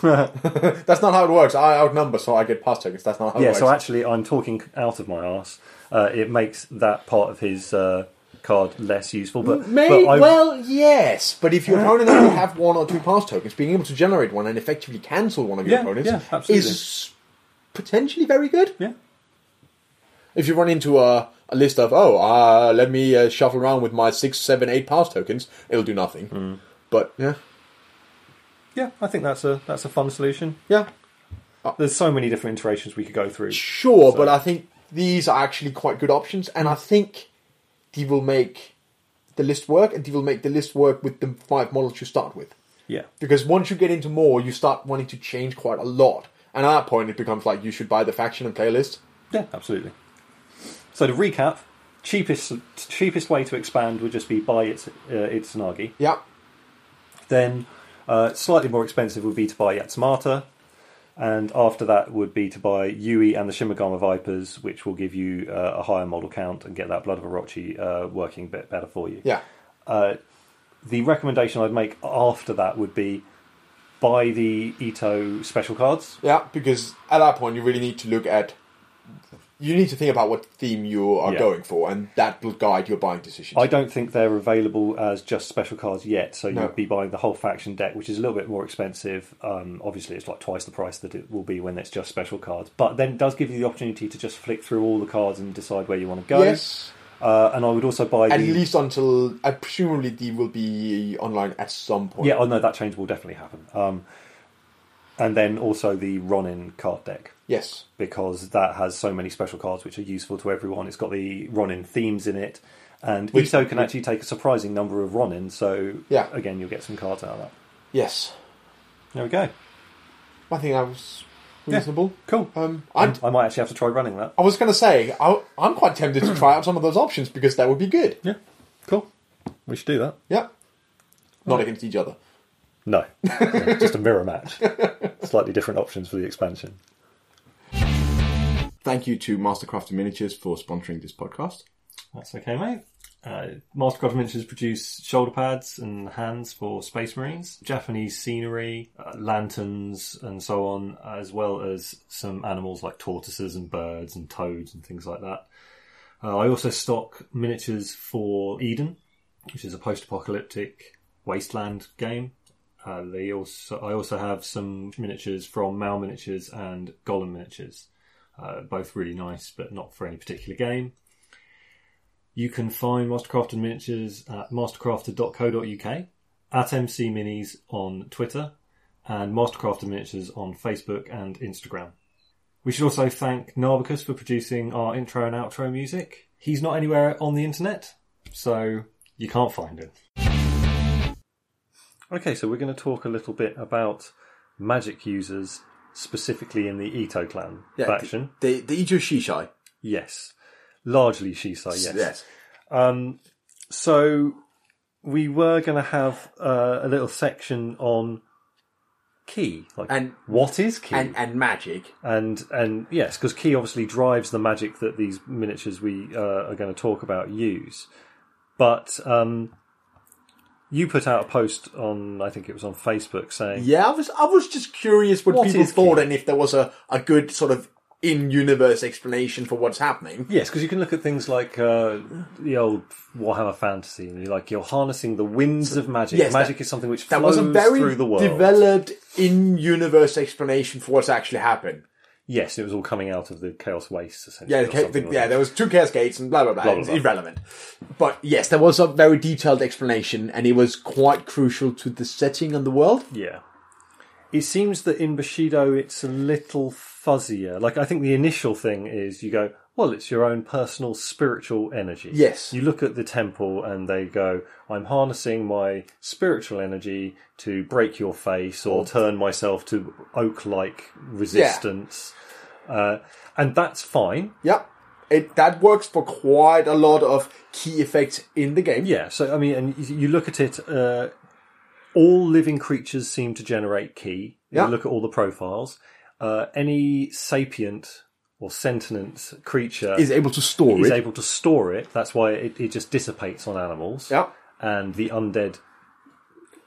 Speaker 3: That's not how it works. I outnumber, so I get pass tickets. That's not how it
Speaker 2: yeah,
Speaker 3: works.
Speaker 2: so actually, I'm talking out of my ass. Uh, it makes that part of his uh, card less useful. But,
Speaker 3: May,
Speaker 2: but I-
Speaker 3: well, yes, but if your opponent only have one or two pass tokens, being able to generate one and effectively cancel one of your
Speaker 2: Yeah,
Speaker 3: opponents
Speaker 2: yeah, absolutely.
Speaker 3: is potentially very good.
Speaker 2: yeah,
Speaker 3: If you run into a, a list of oh, uh, let me uh, shuffle around with my six, seven, eight pass tokens, it'll do nothing.
Speaker 2: Hmm.
Speaker 3: But yeah,
Speaker 2: yeah, I think that's a that's a fun solution.
Speaker 3: yeah,
Speaker 2: There's so many different iterations we could go through.
Speaker 3: sure.
Speaker 2: So-
Speaker 3: But I think these are actually quite good options, and I think they will make the list work, and they will make the list work with the five models you start with.
Speaker 2: Yeah,
Speaker 3: Because once you get into more, you start wanting to change quite a lot. And at that point, it becomes like you should buy the faction and playlist.
Speaker 2: yeah, absolutely. So to recap, cheapest cheapest way to expand would just be buy its uh, its Nagi.
Speaker 3: Yeah.
Speaker 2: Then uh, slightly more expensive would be to buy Yatsumata. And after that would be to buy Yui and the Shimigama Vipers, which will give you uh, a higher model count and get that Blood of Orochi uh, working a bit better for you.
Speaker 3: Yeah.
Speaker 2: Uh, the recommendation I'd make after that would be buy the Ito special cards.
Speaker 3: Yeah. Because at that point, you really need to look at. You need to think about what theme you are
Speaker 2: Yeah.
Speaker 3: going for, and that will guide your buying decisions.
Speaker 2: I don't think they're available as just special cards yet, so
Speaker 3: No.
Speaker 2: you'd be buying the whole faction deck, which is a little bit more expensive. Um, obviously, it's like twice the price that it will be when it's just special cards, but then it does give you the opportunity to just flick through all the cards and decide where you want to go.
Speaker 3: yes.
Speaker 2: Uh, and I would also buy
Speaker 3: At
Speaker 2: the.
Speaker 3: least until. I presumably, they will be online at some point.
Speaker 2: yeah, oh no, that change will definitely happen. Um, and then also the Ronin card deck.
Speaker 3: Yes.
Speaker 2: because that has so many special cards which are useful to everyone. It's got the Ronin themes in it, and
Speaker 3: Which-
Speaker 2: Ito can actually take a surprising number of Ronin, so
Speaker 3: Yeah.
Speaker 2: again, you'll get some cards out of that.
Speaker 3: Yes.
Speaker 2: There we go.
Speaker 3: I think that was
Speaker 2: Yeah.
Speaker 3: reasonable.
Speaker 2: Cool.
Speaker 3: Um,
Speaker 2: i
Speaker 3: I'd,
Speaker 2: I might actually have to try running that.
Speaker 3: I was going to say, I, I'm quite tempted to try out some of those options because that would be good.
Speaker 2: Yeah, cool. We should do that.
Speaker 3: Yeah. Not against each other.
Speaker 2: No, No, just a mirror match. Slightly different options for the expansion.
Speaker 3: Thank you to Mastercraft and Miniatures for sponsoring this podcast.
Speaker 2: That's okay, mate. Uh, Mastercraft Miniatures produce shoulder pads and hands for Space Marines, Japanese scenery, uh, lanterns, and so on, as well as some animals like tortoises and birds and toads and things like that. Uh, I also stock miniatures for Eden, which is a post-apocalyptic wasteland game. Uh, they also, I also have some miniatures from Mal Miniatures and Golem Miniatures, uh, both really nice, but not for any particular game. You can find Mastercrafted Miniatures at mastercrafted.co.uk, at MC Minis on Twitter, and Mastercrafted Miniatures on Facebook and Instagram. We should also thank Narbicus for producing our intro and outro music. He's not anywhere on the internet, so you can't find him. Okay, so we're going to talk a little bit about magic users, specifically in the Ito clan faction.
Speaker 3: The, the, Ijo Shishai.
Speaker 2: Yes. Largely Shisai, yes.
Speaker 3: Yes.
Speaker 2: Um, so we were going to have uh, a little section on key, like
Speaker 3: And-
Speaker 2: what is key,
Speaker 3: And,
Speaker 2: and
Speaker 3: and magic.
Speaker 2: and, yes, because key obviously drives the magic that these miniatures we uh, are going to talk about use. But um, you put out a post on, I think it was on Facebook, saying
Speaker 3: Yeah, I was I was just curious what,
Speaker 2: What
Speaker 3: people
Speaker 2: is
Speaker 3: thought
Speaker 2: key?
Speaker 3: and if there was a, a good sort of in universe explanation for what's happening.
Speaker 2: Yes, because you can look at things like uh, the old Warhammer Fantasy, and you're like you're harnessing the winds of magic.
Speaker 3: yes,
Speaker 2: magic
Speaker 3: that-
Speaker 2: is something which
Speaker 3: There
Speaker 2: flows
Speaker 3: was a very
Speaker 2: through the world.
Speaker 3: developed in universe explanation for what's actually happened.
Speaker 2: Yes, it was all coming out of the chaos waste. Essentially,
Speaker 3: Yeah,
Speaker 2: or
Speaker 3: the, ca-
Speaker 2: something
Speaker 3: the-
Speaker 2: like
Speaker 3: yeah,
Speaker 2: that.
Speaker 3: there was two cascades and blah blah blah.
Speaker 2: Blah, blah,
Speaker 3: it's
Speaker 2: blah.
Speaker 3: irrelevant. But yes, there was a very detailed explanation and it was quite crucial to the setting and the world.
Speaker 2: yeah. It seems that in Bushido it's a little fuzzier. Like I think the initial thing is you go, well, it's your own personal spiritual energy.
Speaker 3: Yes.
Speaker 2: You look at the temple and they go, I'm harnessing my spiritual energy to break your face or turn myself to oak-like resistance. Uh, and that's fine.
Speaker 3: Yep. It that works for quite a lot of key effects in the game.
Speaker 2: Yeah, so I mean, and you you look at it, uh, all living creatures seem to generate key.
Speaker 3: Yeah.
Speaker 2: You look at all the profiles. Uh, any sapient or sentient creature
Speaker 3: Is able to store
Speaker 2: is
Speaker 3: it.
Speaker 2: able to store it. That's why it, it just dissipates on animals.
Speaker 3: Yeah.
Speaker 2: And the undead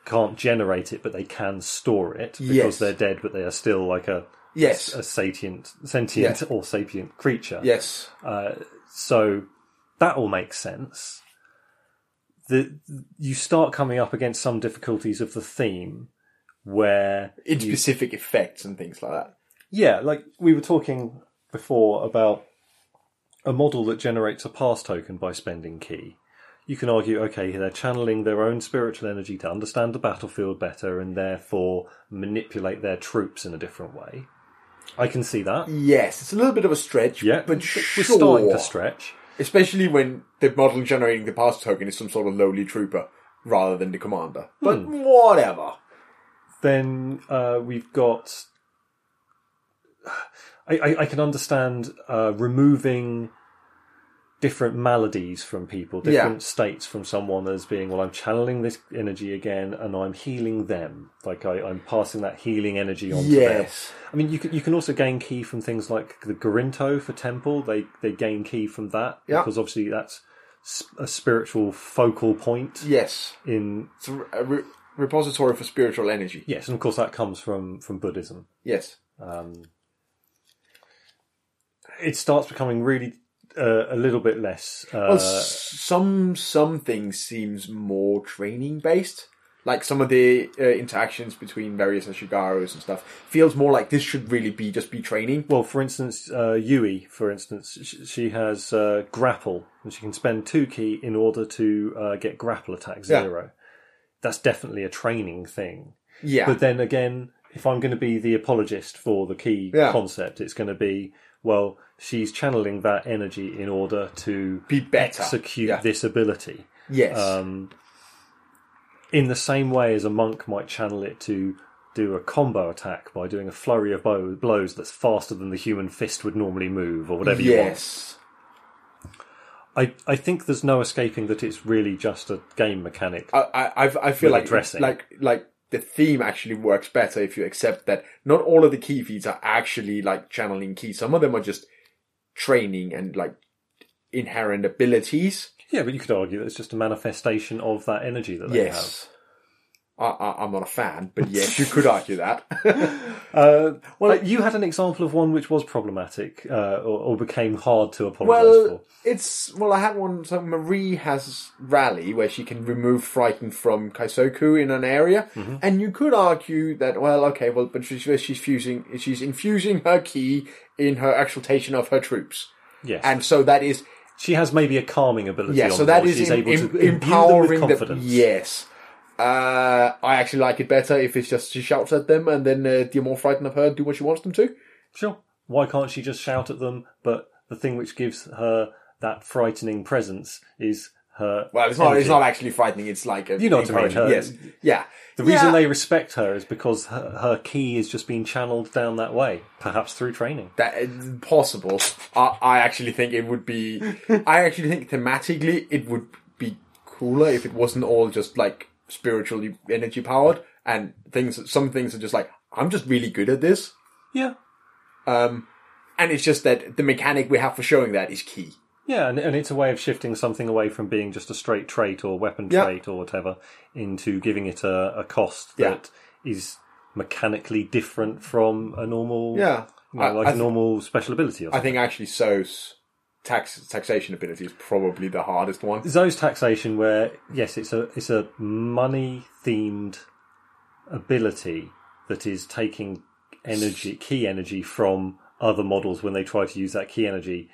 Speaker 2: can't generate it, but they can store it because
Speaker 3: Yes.
Speaker 2: they're dead, but they are still like a
Speaker 3: Yes.
Speaker 2: a satient sentient
Speaker 3: Yeah.
Speaker 2: or sapient creature.
Speaker 3: Yes.
Speaker 2: So that all makes sense. The you start coming up against some difficulties of the theme where
Speaker 3: In specific effects and things like that.
Speaker 2: yeah, like we were talking before about a model that generates a pass token by spending key. You can argue, okay, they're channeling their own spiritual energy to understand the battlefield better and therefore manipulate their troops in a different way. I can see that.
Speaker 3: Yes, it's a little bit of a stretch,
Speaker 2: Yeah,
Speaker 3: Mm. but
Speaker 2: we're starting
Speaker 3: sure.
Speaker 2: to stretch.
Speaker 3: Especially when the model generating the pass token is some sort of lowly trooper rather than the commander. But
Speaker 2: Hmm.
Speaker 3: whatever.
Speaker 2: then uh, we've got. I, I, I can understand uh, removing different maladies from people, different states from someone as being, well, I'm channeling this energy again and I'm healing them. Like I, I'm passing that healing energy on to them.
Speaker 3: Yes.
Speaker 2: I mean, you can, you can also gain key from things like the Gorinto for temple. They they gain key from that
Speaker 3: Yeah.
Speaker 2: because obviously that's sp- a spiritual focal point
Speaker 3: Yes.
Speaker 2: in
Speaker 3: It's a, a re- repository for spiritual energy.
Speaker 2: yes, and of course that comes from from Buddhism.
Speaker 3: Yes.
Speaker 2: it starts becoming really uh, a little bit less. Uh,
Speaker 3: Well, s- some some things seems more training based. Like some of the uh, interactions between various Ashigaros and stuff feels more like this should really be just be training.
Speaker 2: well, for instance, uh, Yui, for instance, sh- she has uh, grapple, and she can spend two key in order to uh, get grapple attack
Speaker 3: Yeah.
Speaker 2: zero. That's definitely a training thing.
Speaker 3: Yeah,
Speaker 2: But then again, if I'm going to be the apologist for the key
Speaker 3: Yeah.
Speaker 2: concept, it's going to be well, she's channeling that energy in order to
Speaker 3: be better.
Speaker 2: execute
Speaker 3: Yeah.
Speaker 2: this ability.
Speaker 3: Yes,
Speaker 2: um, in the same way as a monk might channel it to do a combo attack by doing a flurry of bow- blows that's faster than the human fist would normally move, or whatever
Speaker 3: yes,
Speaker 2: you want. I, I think there's no escaping that it's really just a game mechanic.
Speaker 3: I, I I've- I feel
Speaker 2: With
Speaker 3: like
Speaker 2: addressing.
Speaker 3: like like the theme actually works better if you accept that not all of the key feeds are actually like channeling keys. Some of them are just training and like inherent abilities.
Speaker 2: yeah, but you could argue that it's just a manifestation of that energy that they
Speaker 3: Yes. I, I, I'm not a fan, but yes, you could argue that.
Speaker 2: have. Uh, well, you had an example of one which was problematic uh, or, or became hard to apologise
Speaker 3: well,
Speaker 2: for.
Speaker 3: it's well. I had one. So Marie has rally where she can remove frightened from Kaisoku in an area, and you could argue that well, okay, well, but she's she's fusing she's infusing her key in her exaltation of her troops,
Speaker 2: Yes,
Speaker 3: and so that is
Speaker 2: she has maybe a calming ability.
Speaker 3: yeah,
Speaker 2: on
Speaker 3: so that
Speaker 2: board.
Speaker 3: is
Speaker 2: She's
Speaker 3: em-
Speaker 2: able
Speaker 3: em-
Speaker 2: to imbue them with
Speaker 3: empowering
Speaker 2: confidence.
Speaker 3: yes. Uh, I actually like it better if it's just she shouts at them and then uh, they're more frightened of her and do what she wants them to.
Speaker 2: Sure. Why can't she just shout at them? But the thing which gives her that frightening presence is her.
Speaker 3: Well, it's not. Oh, It's
Speaker 2: energy.
Speaker 3: not actually frightening. It's like a
Speaker 2: You know what I mean,
Speaker 3: encouragement.
Speaker 2: her-
Speaker 3: Yes. Yeah.
Speaker 2: The reason
Speaker 3: Yeah.
Speaker 2: they respect her is because her, her key is just being channeled down that way, perhaps through training.
Speaker 3: that it's possible. I, I actually think it would be. I actually think thematically it would be cooler if it wasn't all just like spiritually energy powered and things. Some things are just like I'm just really good at this, um,
Speaker 2: Yeah,
Speaker 3: and it's just that the mechanic we have for showing that is key.
Speaker 2: yeah, and, and it's a way of shifting something away from being just a straight trait or weapon
Speaker 3: Yeah.
Speaker 2: trait or whatever into giving it a, a cost
Speaker 3: Yeah.
Speaker 2: that is mechanically different from a normal,
Speaker 3: Yeah.
Speaker 2: you know,
Speaker 3: I-
Speaker 2: like
Speaker 3: I
Speaker 2: a
Speaker 3: th-
Speaker 2: normal special ability. Or
Speaker 3: I
Speaker 2: something.
Speaker 3: think actually So's tax taxation ability is probably the hardest one.
Speaker 2: Zoe's taxation, where yes, it's a it's a money themed ability that is taking energy, key energy from other models when they try to use that key energy.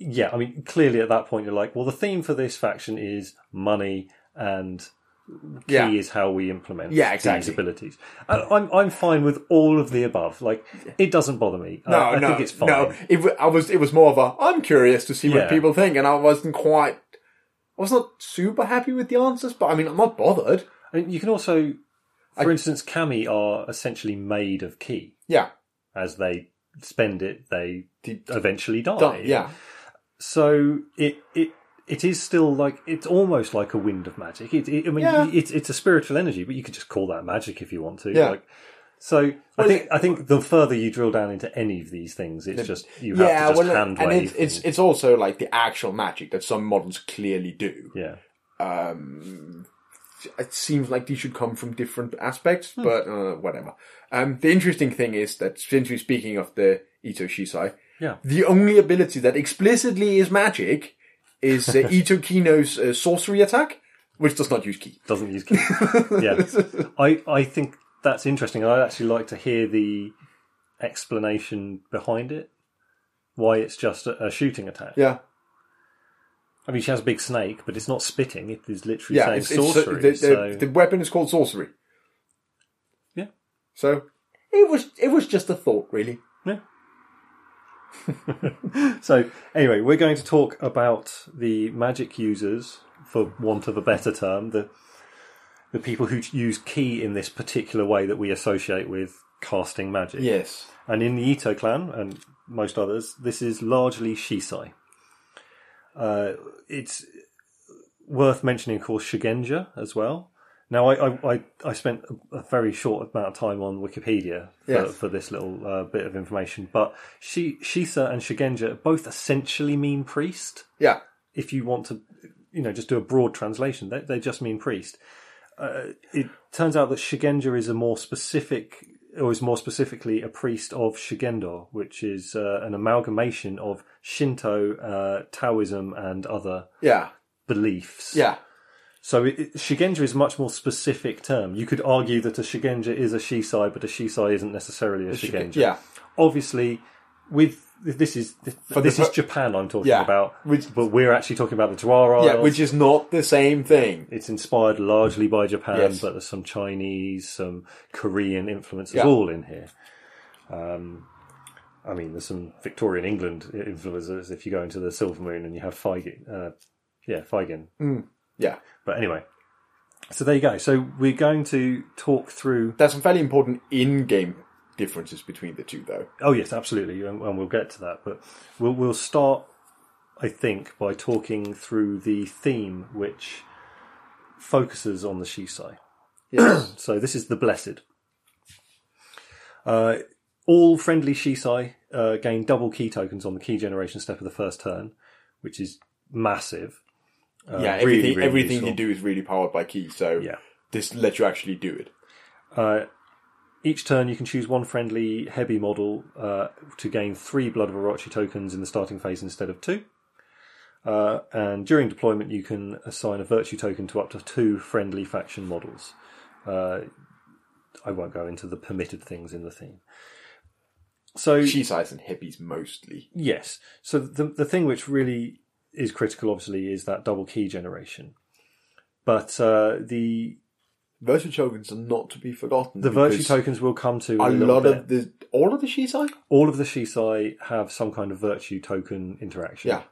Speaker 2: Yeah, I mean, clearly at that point you're like, well, the theme for this faction is money, and key
Speaker 3: Yeah.
Speaker 2: is how we implement
Speaker 3: Yeah,
Speaker 2: these
Speaker 3: exactly.
Speaker 2: abilities. And I'm I'm fine with all of the above. Like, it doesn't bother me. Uh,
Speaker 3: No,
Speaker 2: I, I
Speaker 3: no,
Speaker 2: think it's fine.
Speaker 3: no. It, w- I was. It was more of a. I'm curious to see
Speaker 2: Yeah.
Speaker 3: what people think, and I wasn't quite. I was not super happy with the answers, but I mean, I'm not bothered.
Speaker 2: I mean, you can also, for instance, Kami are essentially made of key.
Speaker 3: Yeah.
Speaker 2: as they spend it, they
Speaker 3: Deep
Speaker 2: eventually die.
Speaker 3: done. Yeah.
Speaker 2: So it it it is still like it's almost like a wind of magic. It, it I mean,
Speaker 3: Yeah.
Speaker 2: it's it's a spiritual energy, but you could just call that magic if you want to.
Speaker 3: Yeah.
Speaker 2: Like, so I
Speaker 3: Well,
Speaker 2: think
Speaker 3: it-
Speaker 2: I think the further you drill down into any of these things, it's just you have
Speaker 3: yeah.
Speaker 2: to just
Speaker 3: Well,
Speaker 2: hand
Speaker 3: and
Speaker 2: wave.
Speaker 3: it's, it's
Speaker 2: and-
Speaker 3: it's also like the actual magic that some models clearly do.
Speaker 2: yeah.
Speaker 3: it seems like these should come from different aspects,
Speaker 2: Hmm.
Speaker 3: but uh, whatever. Um, the interesting thing is that since we're speaking of the Ito Shisai,
Speaker 2: Yeah.
Speaker 3: the only ability that explicitly is magic is uh, Ito Kino's uh, sorcery attack, which does not use ki.
Speaker 2: Doesn't use key. yeah. I, I think that's interesting. I'd actually like to hear the explanation behind it. Why it's just a, a shooting attack.
Speaker 3: Yeah,
Speaker 2: I mean, she has a big snake, but it's not spitting. It is literally
Speaker 3: yeah.
Speaker 2: saying
Speaker 3: It's, it's, uh,
Speaker 2: sorcery.
Speaker 3: the, the,
Speaker 2: so,
Speaker 3: the weapon is called sorcery.
Speaker 2: Yeah.
Speaker 3: So it was it was just a thought, really.
Speaker 2: so anyway, we're going to talk about the magic users, for want of a better term, the the people who use key in this particular way that we associate with casting magic.
Speaker 3: Yes.
Speaker 2: And in the Ito clan and most others, this is largely Shisai. Uh, it's worth mentioning, of course, Shigenja as well. Now, I, I, I, I spent a- a very short amount of time on Wikipedia for,
Speaker 3: Yes.
Speaker 2: for this little uh, bit of information, but she, Shisa and Shigenja both essentially mean priest
Speaker 3: Yeah.
Speaker 2: if you want to, you know, just do a broad translation, they, they just mean priest. Uh, it turns out that Shigenja is a more specific, or is more specifically a priest of Shigendo, which is uh, an amalgamation of Shinto, uh, Taoism, and other
Speaker 3: Yeah.
Speaker 2: beliefs.
Speaker 3: Yeah.
Speaker 2: So it, it- Shigenja is a much more specific term. You could argue that a Shigenja is a Shisai, but a Shisai isn't necessarily a, Shigenja.
Speaker 3: Yeah.
Speaker 2: Obviously, with this is this
Speaker 3: the
Speaker 2: is
Speaker 3: per-
Speaker 2: Japan I'm talking
Speaker 3: Yeah,
Speaker 2: about,
Speaker 3: which-
Speaker 2: but we're actually talking about the Tuareg.
Speaker 3: Yeah, which is not the same thing.
Speaker 2: it's inspired largely by Japan,
Speaker 3: Yes.
Speaker 2: but there's some Chinese, some Korean influences
Speaker 3: Yeah.
Speaker 2: all in here. Um, I mean, there's some Victorian England i- influences if you go into the Silver Moon and you have Feigen. Uh, yeah, Feigen.
Speaker 3: Yeah.
Speaker 2: But anyway, so there you go. So we're going to talk through.
Speaker 3: There's some fairly important in-game differences between the two, though.
Speaker 2: Oh yes, absolutely, and, and we'll get to that. But we'll we'll start, I think, by talking through the theme which focuses on the Shisai.
Speaker 3: Yes.
Speaker 2: So this is the Blessed. Uh, all friendly Shisai uh, gain double key tokens on the key generation step of the first turn, which is massive. Uh,
Speaker 3: yeah,
Speaker 2: really,
Speaker 3: everything,
Speaker 2: really
Speaker 3: everything
Speaker 2: useful.
Speaker 3: you do is really powered by key, so
Speaker 2: Yeah.
Speaker 3: this lets you actually do it.
Speaker 2: Uh, each turn, you can choose one friendly heavy model uh, to gain three Blood of Orochi tokens in the starting phase instead of two. Uh, and during deployment, you can assign a virtue token to up to two friendly faction models. Uh, I won't go into the permitted things in the theme. So
Speaker 3: She size and hippies mostly.
Speaker 2: Yes. So the the thing which really is critical, obviously, is that double key generation. But uh, the
Speaker 3: Virtue tokens are not to be forgotten.
Speaker 2: the virtue
Speaker 3: because
Speaker 2: tokens will come to in
Speaker 3: A
Speaker 2: a little
Speaker 3: lot
Speaker 2: bit.
Speaker 3: of the all of the she size.
Speaker 2: all of the Shisai have some kind of virtue token interaction.
Speaker 3: Yeah.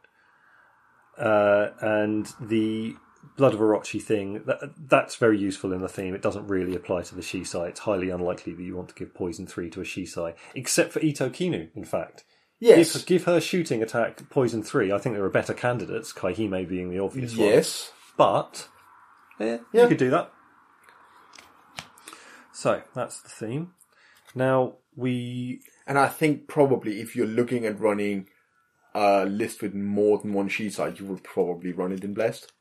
Speaker 2: Uh, and the Blood of Orochi thing, that, that's very useful in the theme. It doesn't really apply to the Shisai. It's highly unlikely that you want to give Poison 3 to a Shisai, except for Ito Kinu, in fact.
Speaker 3: Yes.
Speaker 2: Give, give her shooting attack Poison 3. I think there are better candidates, Kaihime being the obvious one.
Speaker 3: Yes.
Speaker 2: But eh,
Speaker 3: Yeah.
Speaker 2: you could do that. So that's the theme. Now we
Speaker 3: And I think probably if you're looking at running a list with more than one she size, you will probably run it in blessed.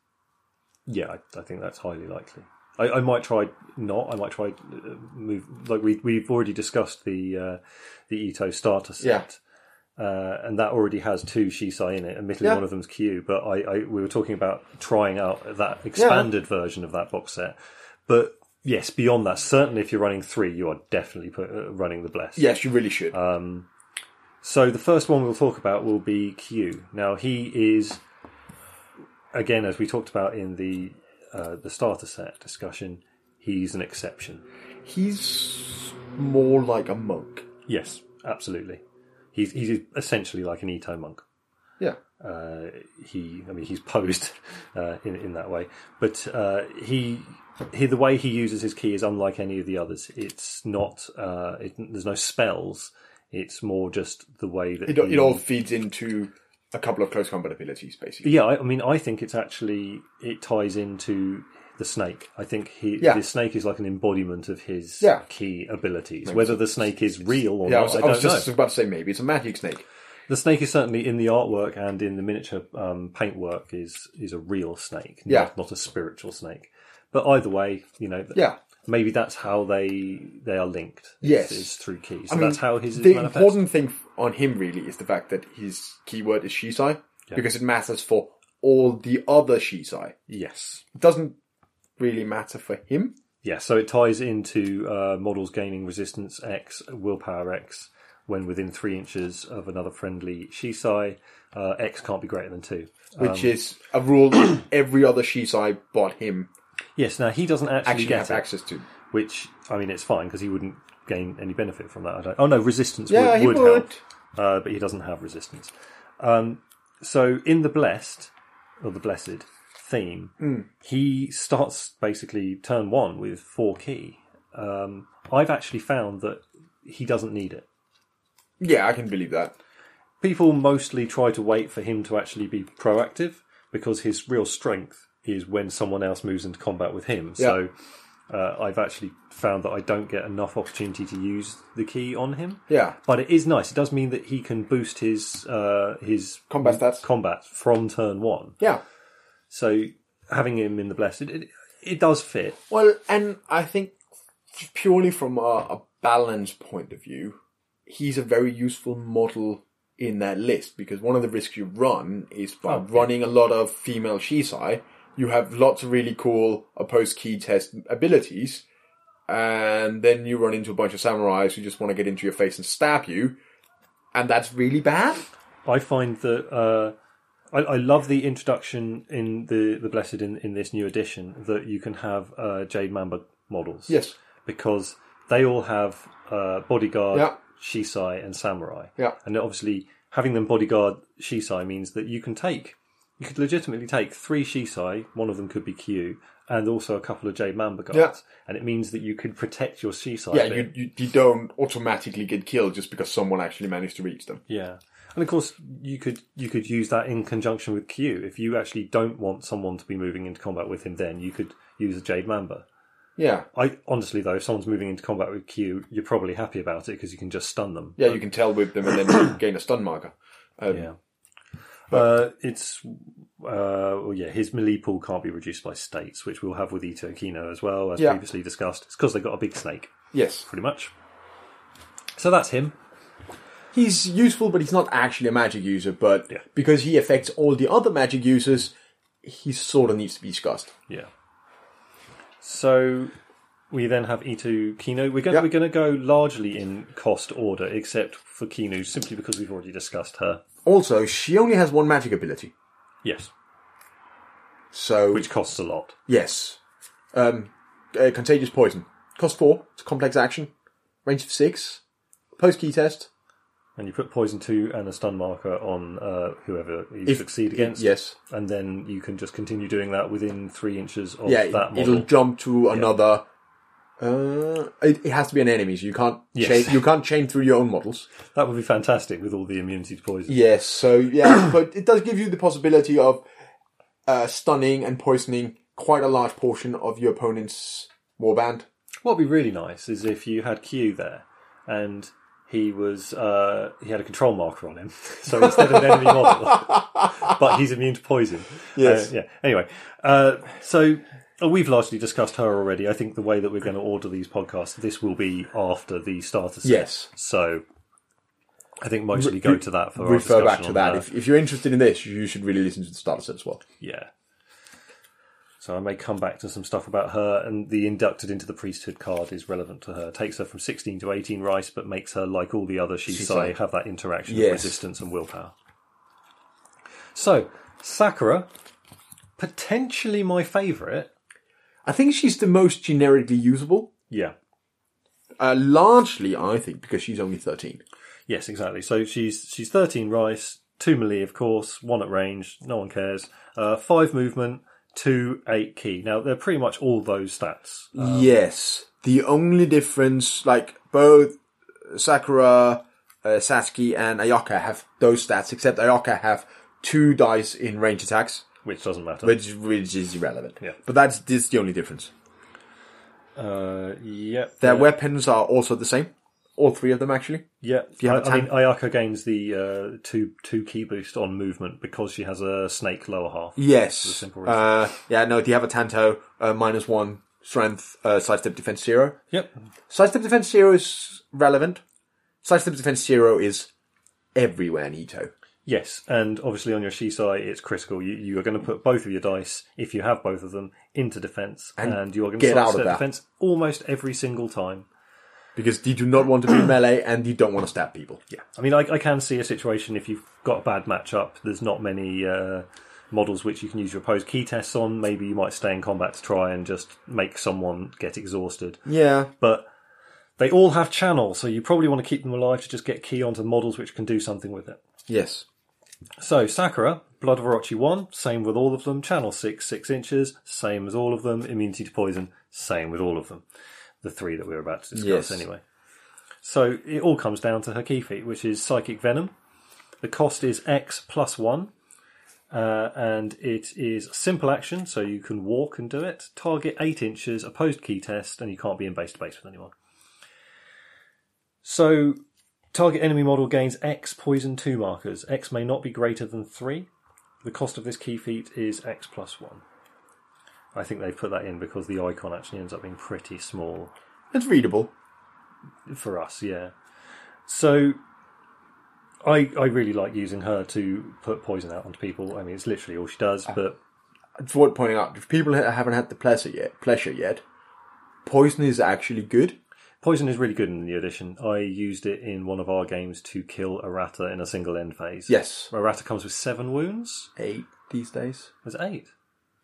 Speaker 2: Yeah, I, I think that's highly likely. I, I might try not. I might try uh, move. Like we we've already discussed the uh, the Ito starter set, uh, and that already has two Shisai in it. Admittedly,
Speaker 3: Yeah.
Speaker 2: one of them's Q, but I, I we were talking about trying out that expanded version of that box set. But yes, beyond that, certainly if you're running three, you are definitely put, uh, running the blessed.
Speaker 3: Yes, you really should.
Speaker 2: Uh, So the first one we'll talk about will be Q. Now he is, again, as we talked about in the uh, the starter set discussion, he's an exception.
Speaker 3: He's more like a monk.
Speaker 2: Yes, absolutely. He's he's essentially like an Ito monk.
Speaker 3: Yeah.
Speaker 2: uh, he I mean he's posed uh, in in that way, but uh, he. He, the way he uses his key is unlike any of the others. It's not. Uh, it, there's no spells. It's more just the way that
Speaker 3: It, it
Speaker 2: he-
Speaker 3: all feeds into a couple of close combat abilities, basically.
Speaker 2: Yeah, I, I mean, I think it's actually it ties into the snake. I think he
Speaker 3: Yeah.
Speaker 2: the snake is like an embodiment of his
Speaker 3: Yeah.
Speaker 2: key abilities. Whether the snake is real or
Speaker 3: Yeah, I
Speaker 2: not,
Speaker 3: was,
Speaker 2: I
Speaker 3: I
Speaker 2: don't
Speaker 3: was just
Speaker 2: know.
Speaker 3: about to say maybe it's a magic snake.
Speaker 2: The snake is certainly in the artwork and in the miniature um, paintwork is is a real snake,
Speaker 3: Yeah.
Speaker 2: not, not a spiritual snake. But either way, you know, th-
Speaker 3: Yeah.
Speaker 2: maybe that's how they they are linked. is-
Speaker 3: Yes.
Speaker 2: is through keys.
Speaker 3: I
Speaker 2: So
Speaker 3: mean,
Speaker 2: that's how his is
Speaker 3: the
Speaker 2: manifest.
Speaker 3: important thing on him really is the fact that his keyword is shisai because it matters for all the other shisai.
Speaker 2: Yes.
Speaker 3: It doesn't really matter for him.
Speaker 2: Yeah, so it ties into uh, models gaining resistance X, willpower X, when within three inches of another friendly Shisai. Uh, X can't be greater than two.
Speaker 3: Which
Speaker 2: Um,
Speaker 3: is a rule that every other shisai but him
Speaker 2: Yes, now he doesn't actually,
Speaker 3: actually
Speaker 2: get
Speaker 3: has
Speaker 2: it,
Speaker 3: access to.
Speaker 2: which, I mean, it's fine because he wouldn't gain any benefit from that. I don't, oh, no, resistance
Speaker 3: Yeah,
Speaker 2: would,
Speaker 3: he
Speaker 2: would,
Speaker 3: would.
Speaker 2: help, uh, but he doesn't have resistance. Um, so in the Blessed, or the Blessed theme,
Speaker 3: Hmm.
Speaker 2: he starts basically turn one with four key. Um, I've actually found that he doesn't need it.
Speaker 3: Yeah, I can believe that.
Speaker 2: people mostly try to wait for him to actually be proactive because his real strength is when someone else moves into combat with him. So uh, I've actually found that I don't get enough opportunity to use the key on him.
Speaker 3: Yeah.
Speaker 2: But it is nice. It does mean that he can boost his uh, his
Speaker 3: Combat stats.
Speaker 2: combat from turn one.
Speaker 3: Yeah.
Speaker 2: So having him in the blessed, it, it does fit.
Speaker 3: Well, and I think purely from a, a balance point of view, he's a very useful model in that list because one of the risks you run is by running a lot of female Shisai, you have lots of really cool opposed key test abilities, and then you run into a bunch of samurais who just want to get into your face and stab you, and that's really bad.
Speaker 2: I find that uh, I, I love the introduction in the the blessed in, in this new edition that you can have uh, Jade Mamba models.
Speaker 3: Yes.
Speaker 2: because they all have uh, bodyguard,
Speaker 3: Yeah.
Speaker 2: shisai, and samurai.
Speaker 3: Yeah.
Speaker 2: and obviously having them bodyguard shisai means that you can take you could legitimately take three shisai. One of them could be Q. And also a couple of Jade Mamba guards,
Speaker 3: Yeah.
Speaker 2: and it means that you could protect your Shisai.
Speaker 3: Yeah,
Speaker 2: bit.
Speaker 3: you, you you don't automatically get killed just because someone actually managed to reach them.
Speaker 2: Yeah, and of course you could you could use that in conjunction with Q. If you actually don't want someone to be moving into combat with him, then you could use a Jade Mamba.
Speaker 3: Yeah,
Speaker 2: I honestly though, if someone's moving into combat with Q, you're probably happy about it because you can just stun them.
Speaker 3: yeah, you can tell with them and then you gain a stun marker. Um,
Speaker 2: Yeah. Uh, it's uh, well, yeah. His melee pool can't be reduced by states, which we'll have with Ito Kino as well, as
Speaker 3: Yeah.
Speaker 2: previously discussed. It's because they got a big snake,
Speaker 3: Yes.
Speaker 2: pretty much. So that's him.
Speaker 3: He's useful, but he's not actually a magic user. But
Speaker 2: Yeah.
Speaker 3: because he affects all the other magic users, he sort of needs to be discussed.
Speaker 2: Yeah. So we then have Itu Kino. We're going
Speaker 3: Yeah.
Speaker 2: we're going to go largely in cost order, except for Kino, simply because we've already discussed her.
Speaker 3: Also, she only has one magic ability.
Speaker 2: Yes,
Speaker 3: So,
Speaker 2: which costs a lot.
Speaker 3: yes. Um, uh, contagious poison. Cost four. It's a complex action. Range of six. Post key test.
Speaker 2: And you put poison two and a stun marker on uh, whoever you succeed against.
Speaker 3: Yes.
Speaker 2: And then you can just continue doing that within three inches of
Speaker 3: Yeah,
Speaker 2: that
Speaker 3: it,
Speaker 2: model.
Speaker 3: will jump to another. Uh, it, it has to be an enemy, so you can't chain, you can't chain through your own models.
Speaker 2: that would be fantastic with all the immunity to poison.
Speaker 3: Yes, so yeah, but it does give you the possibility of uh, stunning and poisoning quite a large portion of your opponent's warband.
Speaker 2: What would be really nice is if you had Q there and he was uh, he had a control marker on him, so instead of an enemy model, but he's immune to poison.
Speaker 3: Yes.
Speaker 2: Uh, yeah. Anyway, uh, so uh, we've largely discussed her already. I think the way that we're going to order these podcasts, this will be after the starter set.
Speaker 3: Yes.
Speaker 2: So I think mostly go to that for our
Speaker 3: Refer back
Speaker 2: discussion
Speaker 3: to
Speaker 2: on
Speaker 3: that.
Speaker 2: her.
Speaker 3: If, if you're interested in this, you should really listen to the starter set as well.
Speaker 2: Yeah. So I may come back to some stuff about her, and the inducted into the priesthood card is relevant to her. Takes her from 16 to 18 rice, but makes her, like all the other Shisai,
Speaker 3: like-
Speaker 2: have that interaction
Speaker 3: Yes.
Speaker 2: of resistance and willpower. So, Sakura, potentially my favourite.
Speaker 3: I think she's the most generically usable,
Speaker 2: Yeah.
Speaker 3: uh, largely, I think, because she's only 13.
Speaker 2: Yes, exactly. So she's she's 13 rice, 2 melee, of course, 1 at range, no one cares, uh, 5 movement, 2, 8 key. Now, they're pretty much all those stats.
Speaker 3: yes, the only difference, like both Sakura, uh, Sasuke, and Ayoka have those stats, except Ayoka have two dice in range attacks.
Speaker 2: Which doesn't matter.
Speaker 3: which which is irrelevant.
Speaker 2: Yeah.
Speaker 3: But that's this is the only difference.
Speaker 2: Uh, yep.
Speaker 3: Their
Speaker 2: they're-
Speaker 3: weapons are also the same. All three of them, actually.
Speaker 2: Yeah,
Speaker 3: you
Speaker 2: I,
Speaker 3: have a
Speaker 2: I mean, Ayaka gains the uh, two two key boost on movement because she has a snake lower half.
Speaker 3: Yes.
Speaker 2: simple reason.
Speaker 3: uh, yeah, no, do you have a Tanto uh, minus one strength, uh, sidestep defense zero?
Speaker 2: Yep.
Speaker 3: Sidestep defense zero is relevant. Sidestep defense zero is everywhere in Ito.
Speaker 2: Yes, and obviously on your Shisai, it's critical. You, you are going to put both of your dice, if you have both of them, into defense, and, you are going to
Speaker 3: get out of
Speaker 2: sidestep
Speaker 3: that.
Speaker 2: defense almost every single time.
Speaker 3: Because you do not want to be melee and you don't want to stab people.
Speaker 2: Yeah, I mean, I, I can see a situation if you've got a bad matchup. There's not many uh, models which you can use your opposed key tests on. Maybe you might stay in combat to try and just make someone get exhausted.
Speaker 3: Yeah.
Speaker 2: But they all have channels, so you probably want to keep them alive to just get key onto models which can do something with it.
Speaker 3: Yes.
Speaker 2: So Sakura, Blood of Orochi one, same with all of them. Channel six, six inches, same as all of them. Immunity to poison, same with all of them. The three that we were about to
Speaker 3: Yes.
Speaker 2: discuss, anyway. So it all comes down to her key feat, which is psychic venom. The cost is X plus one, uh, and it is simple action, so you can walk and do it. Target eight inches, opposed key test, and you can't be in base to base with anyone. So Target enemy model gains X poison 2 markers. X may not be greater than 3. The cost of this key feat is X plus 1. I think they put that in because the icon actually ends up being pretty small
Speaker 3: It's readable.
Speaker 2: for us, yeah. So I I really like using her to put poison out onto people. I mean, it's literally all she does, but
Speaker 3: It's worth pointing out if people ha- haven't had the pleasure yet, pleasure yet, poison is actually good.
Speaker 2: poison is really good in the new edition. I used it in one of our games to kill a ratta in a single end phase.
Speaker 3: Yes.
Speaker 2: A ratta comes with 7 wounds.
Speaker 3: Eight these days.
Speaker 2: There's 8.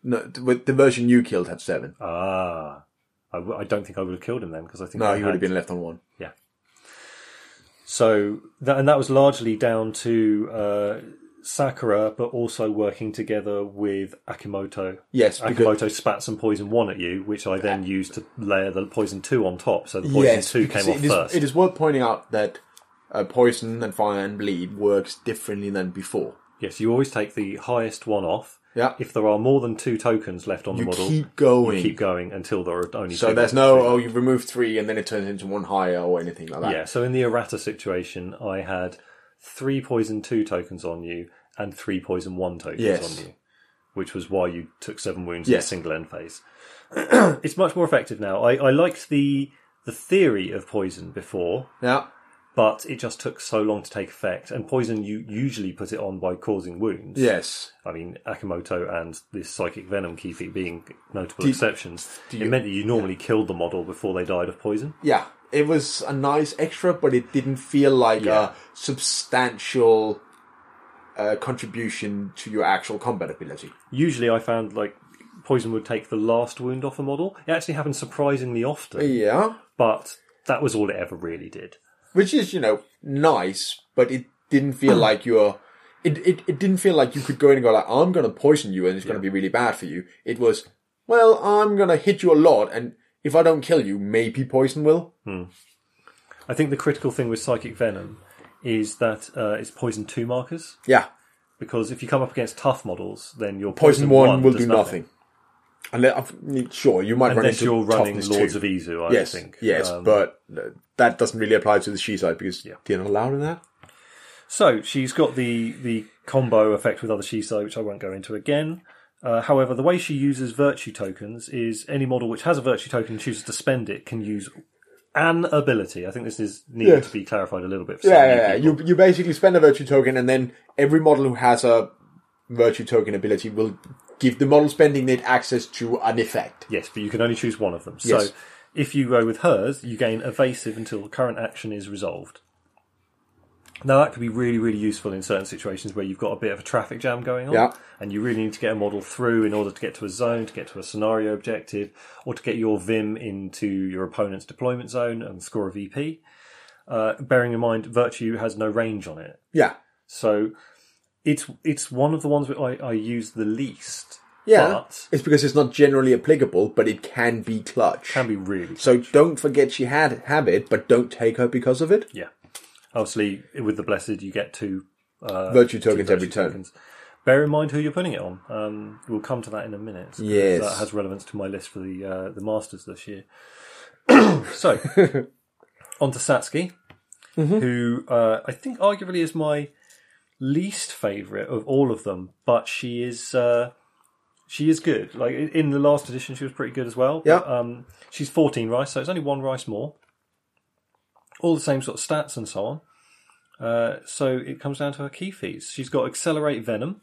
Speaker 3: No, th- with the version you killed had seven.
Speaker 2: Ah, I, w- I don't think I would have killed him then because I think
Speaker 3: No,
Speaker 2: I
Speaker 3: he would have
Speaker 2: had-
Speaker 3: been left on one.
Speaker 2: yeah. So that and that was largely down to uh, Sakura, but also working together with Akimoto.
Speaker 3: Yes, because
Speaker 2: Akimoto spat some poison one at you, which I then used to layer the poison two on top. So the poison two
Speaker 3: because
Speaker 2: came off
Speaker 3: it is-
Speaker 2: first.
Speaker 3: It is worth pointing out that uh, poison and fire and bleed works differently than before.
Speaker 2: Yes, you always take the highest one off.
Speaker 3: Yeah.
Speaker 2: If there are more than two tokens left on
Speaker 3: You
Speaker 2: the model,
Speaker 3: keep going.
Speaker 2: keep going until there are only.
Speaker 3: so
Speaker 2: two
Speaker 3: there's
Speaker 2: left.
Speaker 3: no, oh, you remove three and then it turns into one higher or anything like that.
Speaker 2: Yeah, so in the errata situation, I had three poison two tokens on you and three poison one tokens
Speaker 3: Yes.
Speaker 2: on you, which was why you took seven wounds in a
Speaker 3: Yes.
Speaker 2: single end phase. it's much more effective now. I, I liked the the theory of poison before,
Speaker 3: Yeah.
Speaker 2: but it just took so long to take effect. And poison, you usually put it on by causing wounds.
Speaker 3: Yes.
Speaker 2: I mean, Akimoto and this psychic venom key feat being notable
Speaker 3: Do-
Speaker 2: exceptions.
Speaker 3: do
Speaker 2: it
Speaker 3: you-
Speaker 2: meant that you normally killed the model before they died of poison.
Speaker 3: Yeah. It was a nice extra, but it didn't feel like
Speaker 2: Yeah.
Speaker 3: a substantial uh, contribution to your actual combat ability.
Speaker 2: usually I found like poison would take the last wound off a model. It actually happened surprisingly often,
Speaker 3: Yeah.
Speaker 2: but that was all it ever really did.
Speaker 3: which is you know nice, but it didn't
Speaker 2: Hmm.
Speaker 3: feel like you're. It, it it didn't feel like you could go in and go like I'm gonna poison you and it's gonna be really bad for you. It was well I'm gonna hit you a lot and if I don't kill you maybe poison will.
Speaker 2: I think the critical thing with psychic venom is that uh, it's poison two markers
Speaker 3: Yeah,
Speaker 2: because if you come up against tough models, then your
Speaker 3: poison, one, will
Speaker 2: does
Speaker 3: do nothing. Unless I- sure you might
Speaker 2: Unless
Speaker 3: run into
Speaker 2: you're running
Speaker 3: toughness
Speaker 2: Lords
Speaker 3: two.
Speaker 2: of Izu, I
Speaker 3: yes
Speaker 2: think.
Speaker 3: yes,
Speaker 2: Um,
Speaker 3: but uh, that doesn't really apply to the she side because they're not allowed in that.
Speaker 2: So she's got the the combo effect with other Shisai, which I won't go into again. Uh, however, the way she uses virtue tokens is any model which has a virtue token and chooses to spend it can use an ability. I think this is needed
Speaker 3: Yes.
Speaker 2: to be clarified a little bit. For
Speaker 3: Yeah,
Speaker 2: some new
Speaker 3: yeah, yeah.
Speaker 2: people.
Speaker 3: You you basically spend a virtue token, and then every model who has a virtue token ability will give the model spending it access to an effect.
Speaker 2: Yes, but you can only choose one of them.
Speaker 3: Yes.
Speaker 2: So if you go with hers, you gain evasive until the current action is resolved. Now that could be really, really useful in certain situations where you've got a bit of a traffic jam going on,
Speaker 3: Yeah.
Speaker 2: and you really need to get a model through in order to get to a zone, to get to a scenario objective, or to get your Vim into your opponent's deployment zone and score a VP. Uh, bearing in mind, Virtue has no range on it,
Speaker 3: Yeah,
Speaker 2: so it's it's one of the ones that I, I use the least.
Speaker 3: yeah.
Speaker 2: but
Speaker 3: It's because it's not generally applicable, but it can be clutch.
Speaker 2: can be really
Speaker 3: so don't forget she had have it, but don't take her because of it.
Speaker 2: Yeah. Obviously, with the blessed, you get two uh,
Speaker 3: Virtue tokens
Speaker 2: virtue
Speaker 3: every turn.
Speaker 2: tokens. Bear in mind who you're putting it on. Um, we'll come to that in a minute. 'cause
Speaker 3: Yes.
Speaker 2: that has relevance to my list for the uh, the Masters this year. so, on to Satsuki. who uh, I think arguably is my least favorite of all of them, but she is uh, she is good. Like in in the last edition, she was pretty good as well.
Speaker 3: Yeah.
Speaker 2: But, um, she's fourteen rice, so it's only one rice more. All the same sort of stats and so on. Uh, so it comes down to her key fees. She's got accelerate venom.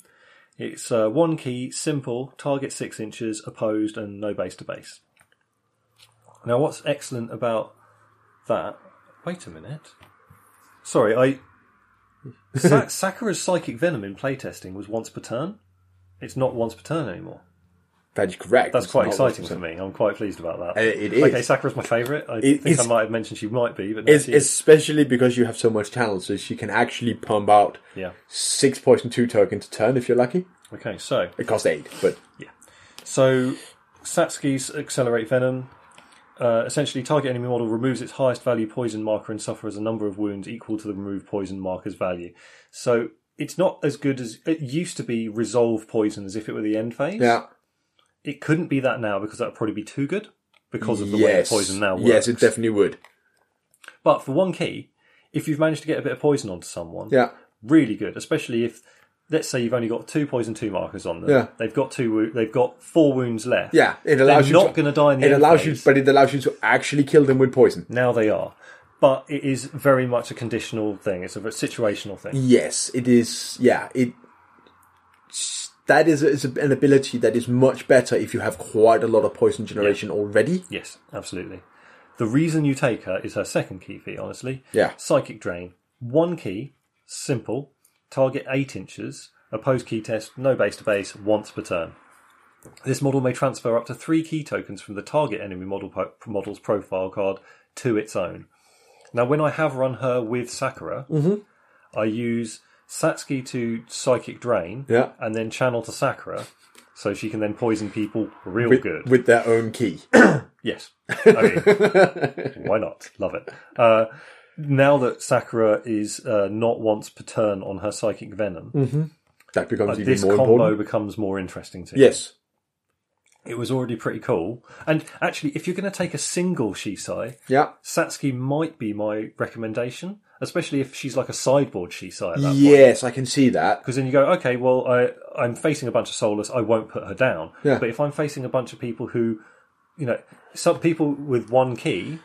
Speaker 2: It's uh, one key, simple, target six inches, opposed, and no base to base. Now, what's excellent about that? Wait a minute. Sorry, I. Sa- Sakura's psychic venom in playtesting was once per turn. It's not once per turn anymore.
Speaker 3: That is correct.
Speaker 2: That's
Speaker 3: It's
Speaker 2: quite
Speaker 3: not
Speaker 2: exciting
Speaker 3: awesome.
Speaker 2: for me. I'm quite pleased about that.
Speaker 3: Uh, it is.
Speaker 2: Okay, Sakura's my favourite. I think I
Speaker 3: it's-
Speaker 2: might have mentioned she might be, but no,
Speaker 3: It's,
Speaker 2: she is.
Speaker 3: especially because you have so much talent, so she can actually pump out
Speaker 2: yeah.
Speaker 3: six poison two tokens to turn if you're lucky.
Speaker 2: Okay, so
Speaker 3: It costs eight, but
Speaker 2: So, Satsuki's Accelerate Venom. Uh, essentially, target enemy model removes its highest value poison marker and suffers a number of wounds equal to the removed poison marker's value. So, it's not as good as it used to be resolve poison as if it were the end phase.
Speaker 3: yeah,
Speaker 2: It couldn't be that now because that would probably be too good because of the way
Speaker 3: yes,
Speaker 2: poison now works.
Speaker 3: yes, it definitely would.
Speaker 2: but for one key, if you've managed to get a bit of poison onto someone,
Speaker 3: Yeah,
Speaker 2: really good, especially if let's say you've only got two poison two markers on them.
Speaker 3: Yeah.
Speaker 2: They've got two wo- they've got four wounds left.
Speaker 3: yeah, it
Speaker 2: They're
Speaker 3: allows you.
Speaker 2: not
Speaker 3: to,
Speaker 2: going to die in the
Speaker 3: it
Speaker 2: end
Speaker 3: allows you,
Speaker 2: phase.
Speaker 3: but it allows you to actually kill them with poison.
Speaker 2: Now they are. But it is very much a conditional thing. It's a v- situational
Speaker 3: Mm.
Speaker 2: thing.
Speaker 3: Yes, it is. Yeah, it that is, is an ability that is much better if you have quite a lot of poison generation already.
Speaker 2: Yes, absolutely. The reason you take her is her second key fee, honestly.
Speaker 3: Yeah.
Speaker 2: Psychic Drain. One key, simple, target 8 inches, opposed key test, no base to base, once per turn. This model may transfer up to three key tokens from the target enemy model po- model's profile card to its own. Now, when I have run her with Sakura,
Speaker 3: Mm-hmm.
Speaker 2: I use Satsuki to Psychic Drain
Speaker 3: Yeah.
Speaker 2: and then channel to Sakura so she can then poison people real
Speaker 3: With,
Speaker 2: good.
Speaker 3: with their own key.
Speaker 2: Yes. I mean, why not? Love it. Uh, now that Sakura is uh, not once per turn on her psychic venom,
Speaker 3: That becomes Hmm. even
Speaker 2: this
Speaker 3: more
Speaker 2: combo
Speaker 3: important.
Speaker 2: becomes more interesting to you.
Speaker 3: Yes.
Speaker 2: It was already pretty cool. And actually, if you're going to take a single Shisai,
Speaker 3: Yeah.
Speaker 2: Satsuki might be my recommendation, especially if she's like a sideboard Shisai at that point.
Speaker 3: Yes, I can see that.
Speaker 2: Because then you go, okay, well, I, I'm facing a bunch of soulless. I won't put her down.
Speaker 3: Yeah.
Speaker 2: But if I'm facing a bunch of people who, you know, some people with one key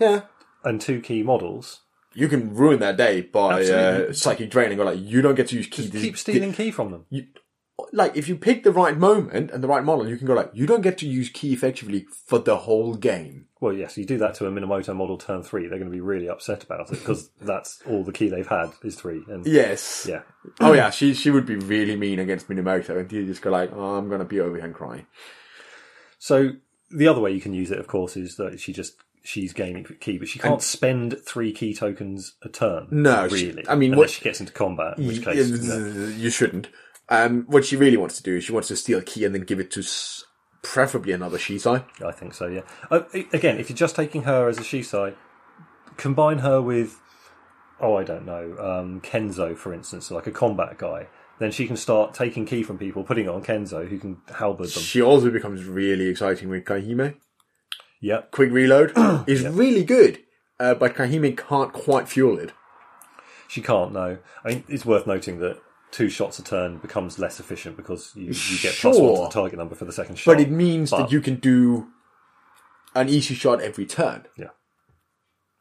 Speaker 3: Yeah.
Speaker 2: and two key models,
Speaker 3: You can ruin that day by uh,
Speaker 2: Absolutely.
Speaker 3: psychic draining or like you don't get to use key. This-
Speaker 2: keep stealing key from them.
Speaker 3: you- like if you pick the right moment and the right model, you can go like you don't get to use key effectively for the whole game.
Speaker 2: Well, yes, you do that to a Minamoto model turn three, they're going to be really upset about it because that's all the key they've had is three. And
Speaker 3: Yes.
Speaker 2: yeah,
Speaker 3: Oh yeah, she she would be really mean against Minamoto, and you just go like, oh, I'm gonna be over here and cry.
Speaker 2: so the other way you can use it, of course, is that she just she's gaining key, but she can't spend three key tokens a turn.
Speaker 3: No, she-
Speaker 2: really.
Speaker 3: I mean,
Speaker 2: unless
Speaker 3: what-
Speaker 2: she gets into combat, in which
Speaker 3: Y-
Speaker 2: case,
Speaker 3: yeah,
Speaker 2: no.
Speaker 3: You shouldn't. Um, what she really wants to do is she wants to steal a key and then give it to s- preferably another Shisai.
Speaker 2: I think so. Yeah. Uh, i- again, if you're just taking her as a shisai, combine her with, oh, I don't know, um, Kenzo, for instance, like a combat guy. Then she can start taking key from people, putting it on Kenzo, who can halberd them.
Speaker 3: She also becomes really exciting with Kahime.
Speaker 2: Yeah.
Speaker 3: Quick reload is really good, uh, but Kahime can't quite fuel it.
Speaker 2: She can't, no. I mean, it's worth noting that two shots a turn becomes less efficient because you, you get plus one to
Speaker 3: Sure.
Speaker 2: the target number for the second shot.
Speaker 3: But it means
Speaker 2: But-
Speaker 3: that you can do an easy shot every turn
Speaker 2: Yeah.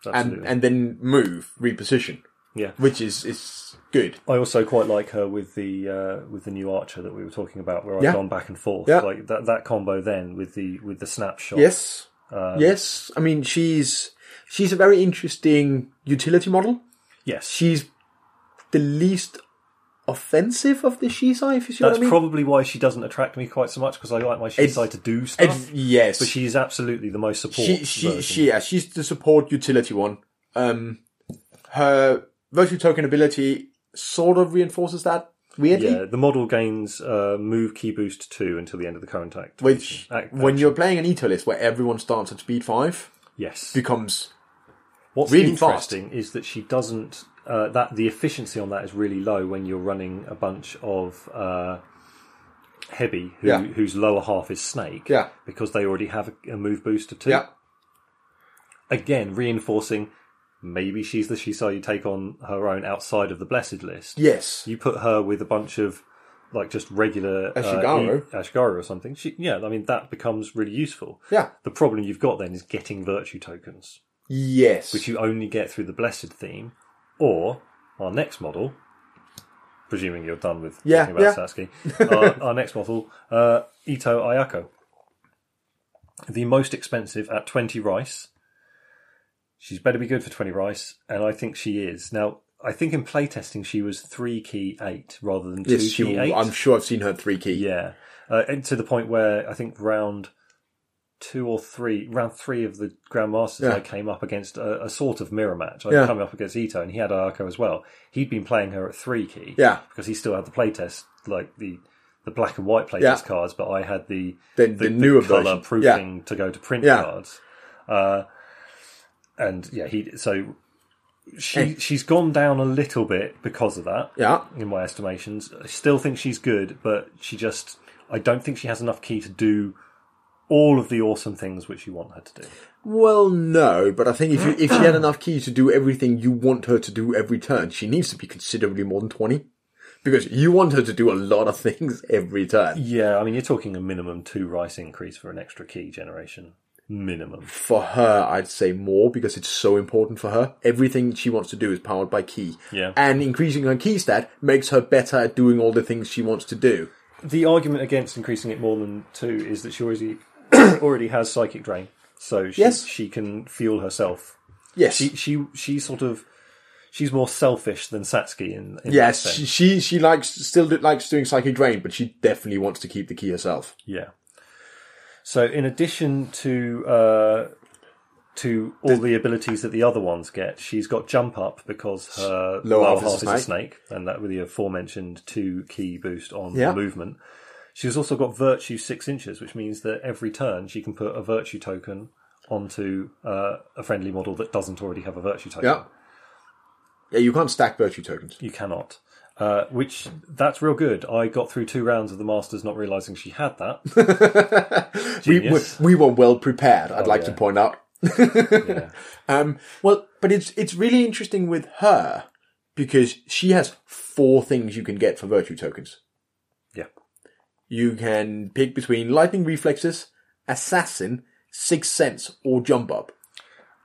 Speaker 3: and,
Speaker 2: Absolutely.
Speaker 3: and then move, reposition,
Speaker 2: yeah.
Speaker 3: which is, is good.
Speaker 2: I also quite like her with the uh, with the new archer that we were talking about, where I've
Speaker 3: Yeah.
Speaker 2: gone back and forth.
Speaker 3: Yeah.
Speaker 2: Like that, that combo then with the with the snapshot.
Speaker 3: Yes.
Speaker 2: Uh,
Speaker 3: yes. I mean, she's she's a very interesting utility model.
Speaker 2: Yes.
Speaker 3: She's the least offensive of the Shisai, if you see
Speaker 2: That's
Speaker 3: what I mean.
Speaker 2: probably why she doesn't attract me quite so much because I like my Shisai to do stuff.
Speaker 3: It's- yes.
Speaker 2: but she is absolutely the most support.
Speaker 3: she she,
Speaker 2: version.
Speaker 3: she yeah, she's the support utility one. Um, her virtue token ability sort of reinforces that weirdly.
Speaker 2: yeah, the model gains uh, move key boost two until the end of the current act.
Speaker 3: Which,
Speaker 2: Act-
Speaker 3: when
Speaker 2: action.
Speaker 3: you're playing an Eto list where everyone starts at speed five,
Speaker 2: yes,
Speaker 3: becomes
Speaker 2: What's
Speaker 3: really
Speaker 2: interesting is that she doesn't. Uh, that the efficiency on that is really low when you're running a bunch of uh, Hebi, who,
Speaker 3: Yeah.
Speaker 2: whose lower half is Snake,
Speaker 3: Yeah.
Speaker 2: because they already have a, a move boost of two.
Speaker 3: yeah,
Speaker 2: Again, reinforcing Maybe she's the Shisai you take on her own outside of the blessed list.
Speaker 3: Yes.
Speaker 2: You put her with a bunch of like just regular uh,
Speaker 3: Ashigaru.
Speaker 2: e- Ashigaru or something. She, yeah, I mean that becomes really useful.
Speaker 3: Yeah.
Speaker 2: The problem you've got then is getting virtue tokens,
Speaker 3: Yes.
Speaker 2: which you only get through the blessed theme, or our next model. Presuming you're done with
Speaker 3: Yeah,
Speaker 2: talking about Sasuke, our, our next model, uh, Ito Ayako, the most expensive at twenty rice. She's better be good for twenty rice, and I think she is now. I think in playtesting she was three key eight rather than two
Speaker 3: yes,
Speaker 2: key
Speaker 3: she will-
Speaker 2: eight.
Speaker 3: I'm sure I've seen her three key.
Speaker 2: Yeah, uh, and to the point where I think round two or three, round three of the Grandmasters,
Speaker 3: Yeah.
Speaker 2: I came up against a, a sort of mirror match. I
Speaker 3: Yeah.
Speaker 2: would come up against Ito, and he had Ayako as well. He'd been playing her at three key,
Speaker 3: Yeah.
Speaker 2: because he still had the playtest, like the the black and white playtest
Speaker 3: Yeah.
Speaker 2: cards, but I had the
Speaker 3: The- the newer
Speaker 2: color
Speaker 3: version.
Speaker 2: proofing to go to print
Speaker 3: Yeah.
Speaker 2: cards. Uh, and yeah, he so she she's gone down a little bit because of that
Speaker 3: Yeah.
Speaker 2: in my estimations. I still think she's good, but she just I don't think she has enough key to do all of the awesome things which you want her to do.
Speaker 3: Well, no, but I think if you if she had enough key to do everything you want her to do every turn, she needs to be considerably more than twenty, because you want her to do a lot of things every turn.
Speaker 2: Yeah, I mean you're talking a minimum two rice increase for an extra key generation. Minimum.
Speaker 3: For her, I'd say more because it's so important for her. Everything she wants to do is powered by key,
Speaker 2: Yeah.
Speaker 3: and increasing her key stat makes her better at doing all the things she wants to do.
Speaker 2: The argument against increasing it more than two is that she already already has psychic drain. So she
Speaker 3: Yes.
Speaker 2: she can fuel herself.
Speaker 3: Yes,
Speaker 2: She she she sort of she's more selfish than Satsuki in, in
Speaker 3: yes,
Speaker 2: that sense.
Speaker 3: she, she she likes still do- likes doing psychic drain, but she definitely wants to keep the key herself.
Speaker 2: Yeah. So in addition to uh, to all the abilities that the other ones get, she's got jump up because her
Speaker 3: Lower
Speaker 2: lower
Speaker 3: half
Speaker 2: half,
Speaker 3: is a
Speaker 2: is a snake, and that with the aforementioned two key boost on
Speaker 3: Yeah.
Speaker 2: movement. She's also got virtue six inches, which means that every turn she can put a virtue token onto uh, a friendly model that doesn't already have a virtue token.
Speaker 3: Yeah, yeah, you can't stack virtue tokens.
Speaker 2: You cannot. Uh, which that's real good. I got through two rounds of the Masters not realizing she had that.
Speaker 3: we, we,
Speaker 2: Genius. Oh,
Speaker 3: we were well prepared. I'd like to
Speaker 2: yeah.
Speaker 3: point out.
Speaker 2: Yeah.
Speaker 3: Um, well, but it's it's really interesting with her because she has four things you can get for virtue tokens.
Speaker 2: yeah.
Speaker 3: You can pick between lightning reflexes, assassin, sixth sense, or jump up.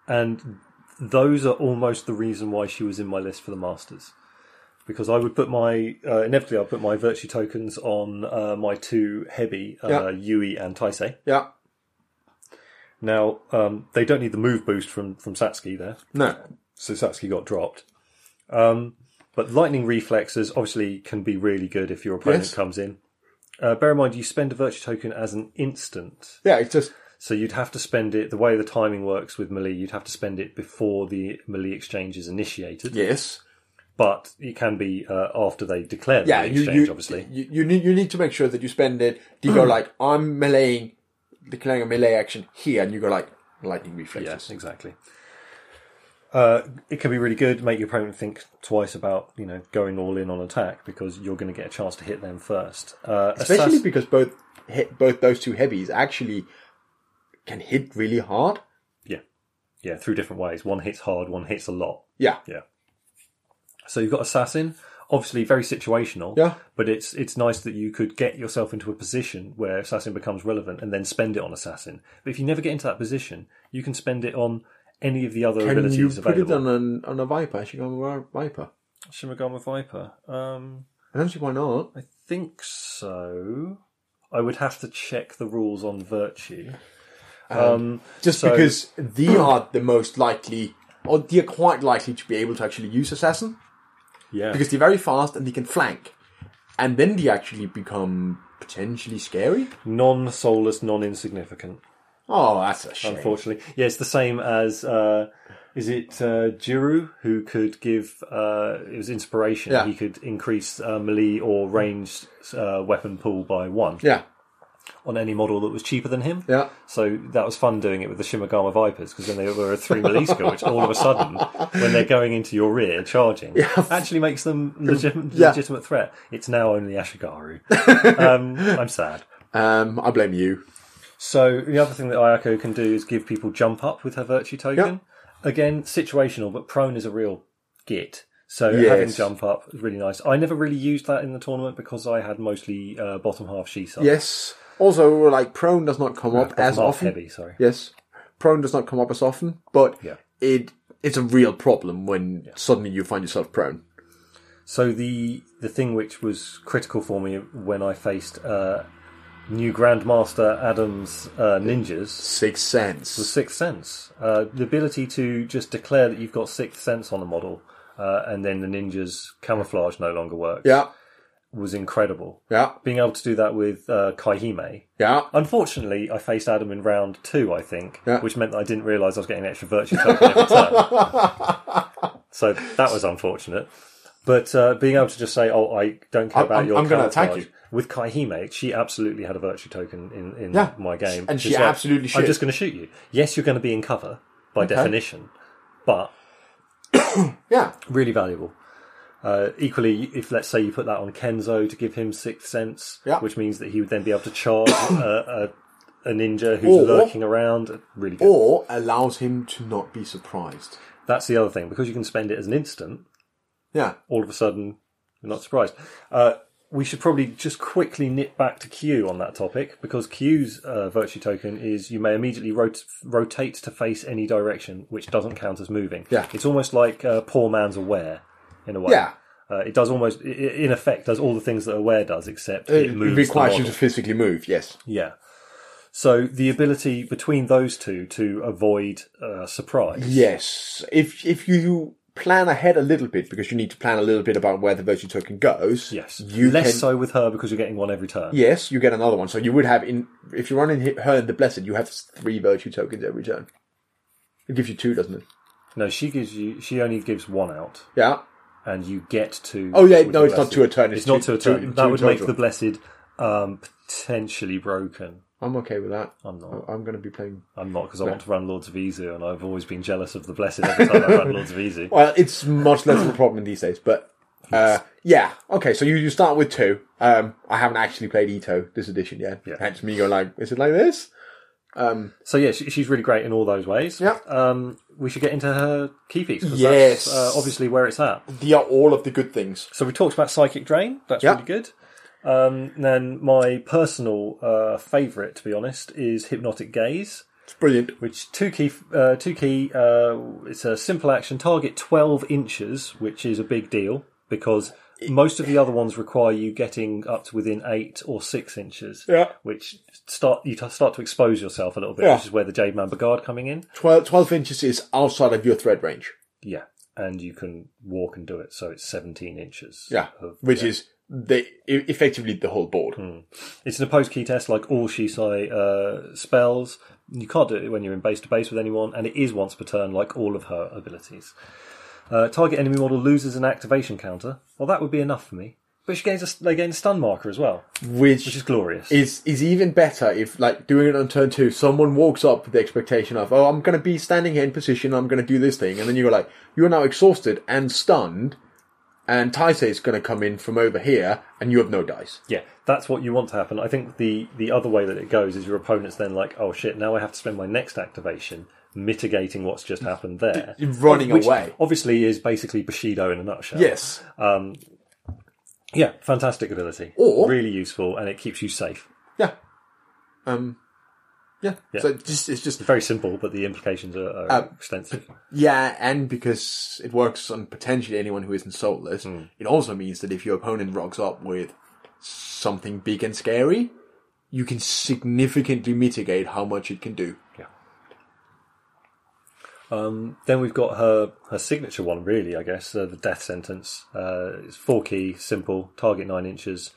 Speaker 2: and those are almost the reason why she was in my list for the masters because I would put my uh, inevitably I'll put my virtue tokens on uh, my two heavy uh,
Speaker 3: Yeah.
Speaker 2: Yui and Taisei.
Speaker 3: Yeah.
Speaker 2: Now um, they don't need the move boost from from Satsuki there,
Speaker 3: No.
Speaker 2: so Satsuki got dropped. Um, but lightning reflexes obviously can be really good if your opponent
Speaker 3: Yes.
Speaker 2: comes in. Uh, bear in mind you spend a virtue token as an instant,
Speaker 3: Yeah. It's just
Speaker 2: so you'd have to spend it the way the timing works with melee. You'd have to spend it before the melee exchange is initiated.
Speaker 3: yes.
Speaker 2: but it can be uh, after they declare the
Speaker 3: Yeah. You,
Speaker 2: exchange,
Speaker 3: you,
Speaker 2: obviously.
Speaker 3: You, you need you need to make sure that you spend it. Do you go like I'm meleeing, declaring a melee action here, and you go like lightning reflexes.
Speaker 2: Yes, exactly. Uh, it can be really good. Make your opponent think twice about you know going all in on attack because you're going to get a chance to hit them first. Uh,
Speaker 3: especially
Speaker 2: Assass-
Speaker 3: because both hit, both those two heavies actually can hit really hard.
Speaker 2: yeah, yeah, through different ways. One hits hard, one hits a lot.
Speaker 3: Yeah,
Speaker 2: Yeah. So you've got assassin, obviously very situational.
Speaker 3: Yeah.
Speaker 2: But it's it's nice that you could get yourself into a position where assassin becomes relevant and then spend it on assassin. But if you never get into that position, you can spend it on any of the other
Speaker 3: can
Speaker 2: abilities
Speaker 3: you put
Speaker 2: available.
Speaker 3: it on an, on a viper? She got a viper.
Speaker 2: Shimagama Viper. Um,
Speaker 3: I don't see why not.
Speaker 2: I think so. I would have to check the rules on virtue. Um,
Speaker 3: Just
Speaker 2: so-
Speaker 3: because they are the most likely, or they are quite likely to be able to actually use assassin
Speaker 2: yeah,
Speaker 3: because they're very fast and they can flank, and then they actually become potentially scary.
Speaker 2: non-soulless, non-insignificant.
Speaker 3: Oh, that's a shame.
Speaker 2: Unfortunately, yeah, it's the same as uh, is it uh, Jiru who could give uh, it was inspiration.
Speaker 3: Yeah.
Speaker 2: He could increase uh, melee or ranged uh, weapon pool by one
Speaker 3: Yeah,
Speaker 2: on any model that was cheaper than him.
Speaker 3: yeah.
Speaker 2: So that was fun doing it with the Shimagama Vipers because then they were a three melee skill, which all of a sudden, when they're going into your rear charging, actually makes them legit-
Speaker 3: Yeah.
Speaker 2: legitimate threat. It's now only Ashigaru. um, I'm sad.
Speaker 3: Um, I blame you.
Speaker 2: So the other thing that Ayako can do is give people jump up with her virtue token, again situational, but prone is a real git. So
Speaker 3: Yes.
Speaker 2: having jump up is really nice. I never really used that in the tournament because I had mostly uh, bottom half she side.
Speaker 3: Yes. Also, like prone does not come up
Speaker 2: bottom
Speaker 3: as
Speaker 2: half
Speaker 3: often.
Speaker 2: heavy. Sorry.
Speaker 3: Yes, prone does not come up as often, but
Speaker 2: Yeah.
Speaker 3: it it's a real problem when suddenly you find yourself prone.
Speaker 2: So the the thing which was critical for me when I faced uh, new Grandmaster Adams uh, ninjas
Speaker 3: Sixth sense.
Speaker 2: Sixth Sense. Uh, the ability to just declare that you've got Sixth Sense on the model, uh, and then the ninja's camouflage no longer works,
Speaker 3: Yeah,
Speaker 2: was incredible.
Speaker 3: yeah,
Speaker 2: Being able to do that with uh, Kaihime.
Speaker 3: yeah.
Speaker 2: Unfortunately, I faced Adam in round two, I think,
Speaker 3: Yeah.
Speaker 2: which meant that I didn't realise I was getting an extra virtue token every turn. so that was unfortunate. But uh, being able to just say, "Oh, I don't care
Speaker 3: I'm-
Speaker 2: about
Speaker 3: I'm-
Speaker 2: your
Speaker 3: I'm gonna attack
Speaker 2: camouflage,"
Speaker 3: you.
Speaker 2: with Kaihime, she absolutely had a virtue token in, in
Speaker 3: Yeah.
Speaker 2: my game,
Speaker 3: And she
Speaker 2: She's
Speaker 3: absolutely
Speaker 2: I'm
Speaker 3: should."
Speaker 2: just going to shoot you. Yes, you're going to be in cover by definition, but
Speaker 3: Yeah,
Speaker 2: really valuable. Uh, equally, if let's say you put that on Kenzo to give him sixth sense,
Speaker 3: Yeah.
Speaker 2: which means that he would then be able to charge a, a, a ninja who's
Speaker 3: Or-
Speaker 2: lurking around. Really good.
Speaker 3: or allows him to not be surprised.
Speaker 2: That's the other thing because you can spend it as an instant.
Speaker 3: Yeah,
Speaker 2: All of a sudden, you're not surprised. Uh, we should probably just quickly nip back to Q on that topic because Q's uh, virtue token is you may immediately rot- rotate to face any direction, which doesn't count as moving.
Speaker 3: Yeah.
Speaker 2: it's almost like uh, poor man's aware in a way.
Speaker 3: yeah.
Speaker 2: Uh, it does almost, i- i- in effect, does all the things that Aware does, except
Speaker 3: It,
Speaker 2: it, moves.
Speaker 3: requires
Speaker 2: the
Speaker 3: you
Speaker 2: model.
Speaker 3: to physically move. Yes.
Speaker 2: Yeah. So the ability between those two to avoid uh, surprise.
Speaker 3: Yes. If if you plan ahead a little bit because you need to plan a little bit about where the virtue token goes.
Speaker 2: Yes.
Speaker 3: You
Speaker 2: Less
Speaker 3: can,
Speaker 2: so with her because you're getting one every turn.
Speaker 3: Yes, you get another one. So you would have in if you run in he- her in the blessed, you have three virtue tokens every turn. It gives you two, doesn't it?
Speaker 2: No, she gives you. She only gives one out,
Speaker 3: Yeah.
Speaker 2: and you get to.
Speaker 3: Oh yeah,
Speaker 2: with
Speaker 3: no,
Speaker 2: the
Speaker 3: it's not
Speaker 2: blessed.
Speaker 3: two a turn.
Speaker 2: It's,
Speaker 3: It's,
Speaker 2: not
Speaker 3: two,
Speaker 2: to a turn.
Speaker 3: two-
Speaker 2: that
Speaker 3: two
Speaker 2: would make
Speaker 3: total.
Speaker 2: the blessed um, potentially broken.
Speaker 3: I'm okay with that.
Speaker 2: I'm not.
Speaker 3: I- I'm going to be playing.
Speaker 2: I'm not because I want to run Lords of Izu, and I've always been jealous of the blessed every time I run Lords of Izu.
Speaker 3: Well, it's much less of a problem these days, but uh, yeah. Okay, so you, you start with two. Um, I haven't actually played Ito this edition yet.
Speaker 2: Yeah.
Speaker 3: Hence me going like, is it like this?
Speaker 2: So yeah, she, she's really great in all those ways.
Speaker 3: Yeah.
Speaker 2: Um, we should get into her key piece. 'cause
Speaker 3: Yes.
Speaker 2: That's, uh, obviously where it's at.
Speaker 3: They are all of the good things.
Speaker 2: So we talked about psychic drain. That's
Speaker 3: Yeah.
Speaker 2: really good. Um, then my personal uh, favourite, to be honest, is hypnotic gaze,
Speaker 3: It's brilliant.
Speaker 2: which two key, uh, two key. Uh, it's a simple action. Target twelve inches, which is a big deal because. Most of the other ones require you getting up to within eight or six inches,
Speaker 3: Yeah.
Speaker 2: which start you t- start to expose yourself a little bit,
Speaker 3: Yeah.
Speaker 2: which is where the Jade Man Bagard coming in.
Speaker 3: 12, 12 inches is outside of your thread range.
Speaker 2: Yeah, and you can walk and do it. So it's 17 inches.
Speaker 3: Yeah,
Speaker 2: of-
Speaker 3: which
Speaker 2: yeah. Hmm.
Speaker 3: is the e- effectively the whole board.
Speaker 2: it's an opposed key test, like all Shisai uh, spells. You can't do it when you're in base to base with anyone, and it is once per turn, like all of her abilities. Uh, target enemy model loses an activation counter. Well, that would be enough for me. But she gains a, they gain a stun marker as well,
Speaker 3: Which,
Speaker 2: which is glorious.
Speaker 3: is is even better if like doing it on turn two, someone walks up with the expectation of, oh, I'm gonna be standing here in position, I'm gonna do this thing, and then you're like, you're now exhausted and stunned, and Taisei is gonna come in from over here, and you have no dice.
Speaker 2: yeah, that's what you want to happen. I think the the other way that it goes is your opponent's then like, oh shit, now I have to spend my next activation mitigating what's just happened there.
Speaker 3: Running
Speaker 2: Which
Speaker 3: away.
Speaker 2: Obviously, is basically Bushido in a nutshell.
Speaker 3: Yes.
Speaker 2: Yeah, fantastic ability.
Speaker 3: Or-
Speaker 2: really useful, and it keeps you safe.
Speaker 3: Yeah. Um. Yeah. So it's just it's just
Speaker 2: Very simple, but the implications are, are extensive.
Speaker 3: yeah, and because it works on potentially anyone who isn't soulless, it also means that if your opponent rocks up with something big and scary, you can significantly mitigate how much it can do.
Speaker 2: Then we've got her her signature one, really. I guess uh, the death sentence. Uh, it's four key, simple. Target nine inches.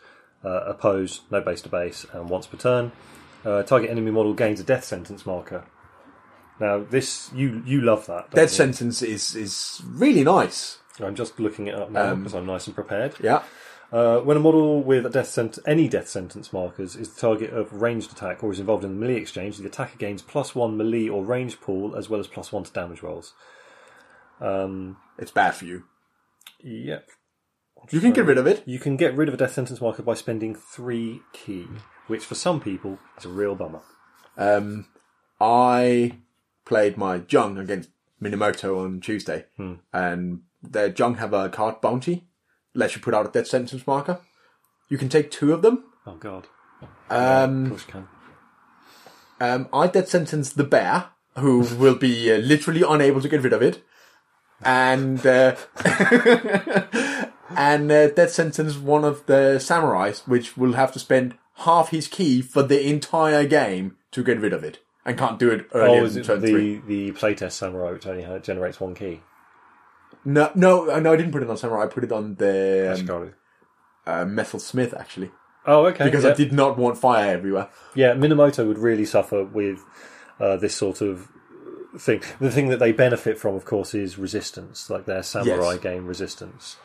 Speaker 2: Uh, oppose, no base to base, and once per turn. Uh, target enemy model gains a death sentence marker. Now this you you love that. don't
Speaker 3: That
Speaker 2: you?
Speaker 3: sentence is is really nice.
Speaker 2: I'm just looking it up now because I'm nice and prepared.
Speaker 3: Yeah.
Speaker 2: Uh, when a model with a death sent- any death sentence markers is the target of ranged attack or is involved in the melee exchange, the attacker gains plus one melee or range pool as well as plus one to damage rolls.
Speaker 3: It's bad for you.
Speaker 2: Yep.
Speaker 3: You can get rid of it.
Speaker 2: You can get rid of a death sentence marker by spending three key, which for some people is a real bummer.
Speaker 3: Um, I played my Jung against Minamoto on Tuesday, and their junk have a card bounty, lets you put out a death sentence marker. You can take two of them.
Speaker 2: Oh God.
Speaker 3: Um,
Speaker 2: Push can.
Speaker 3: um, I death sentence the bear, who will be uh, literally unable to get rid of it, and uh, and uh, death sentence one of the samurais, which will have to spend half his key for the entire game to get rid of it, and can't do it earlier
Speaker 2: Oh, is
Speaker 3: than
Speaker 2: it
Speaker 3: turn three.
Speaker 2: the the playtest samurai which only ha- generates one key?
Speaker 3: No, no, uh, no, I didn't put it on samurai. I put it on the
Speaker 2: Ashikaru.
Speaker 3: um, uh, metal smith actually,
Speaker 2: Oh, okay.
Speaker 3: because
Speaker 2: yeah.
Speaker 3: I did not want fire everywhere.
Speaker 2: Yeah, Minamoto would really suffer with uh, this sort of thing. The thing that they benefit from, of course, is resistance, like their samurai
Speaker 3: Yes.
Speaker 2: game resistance.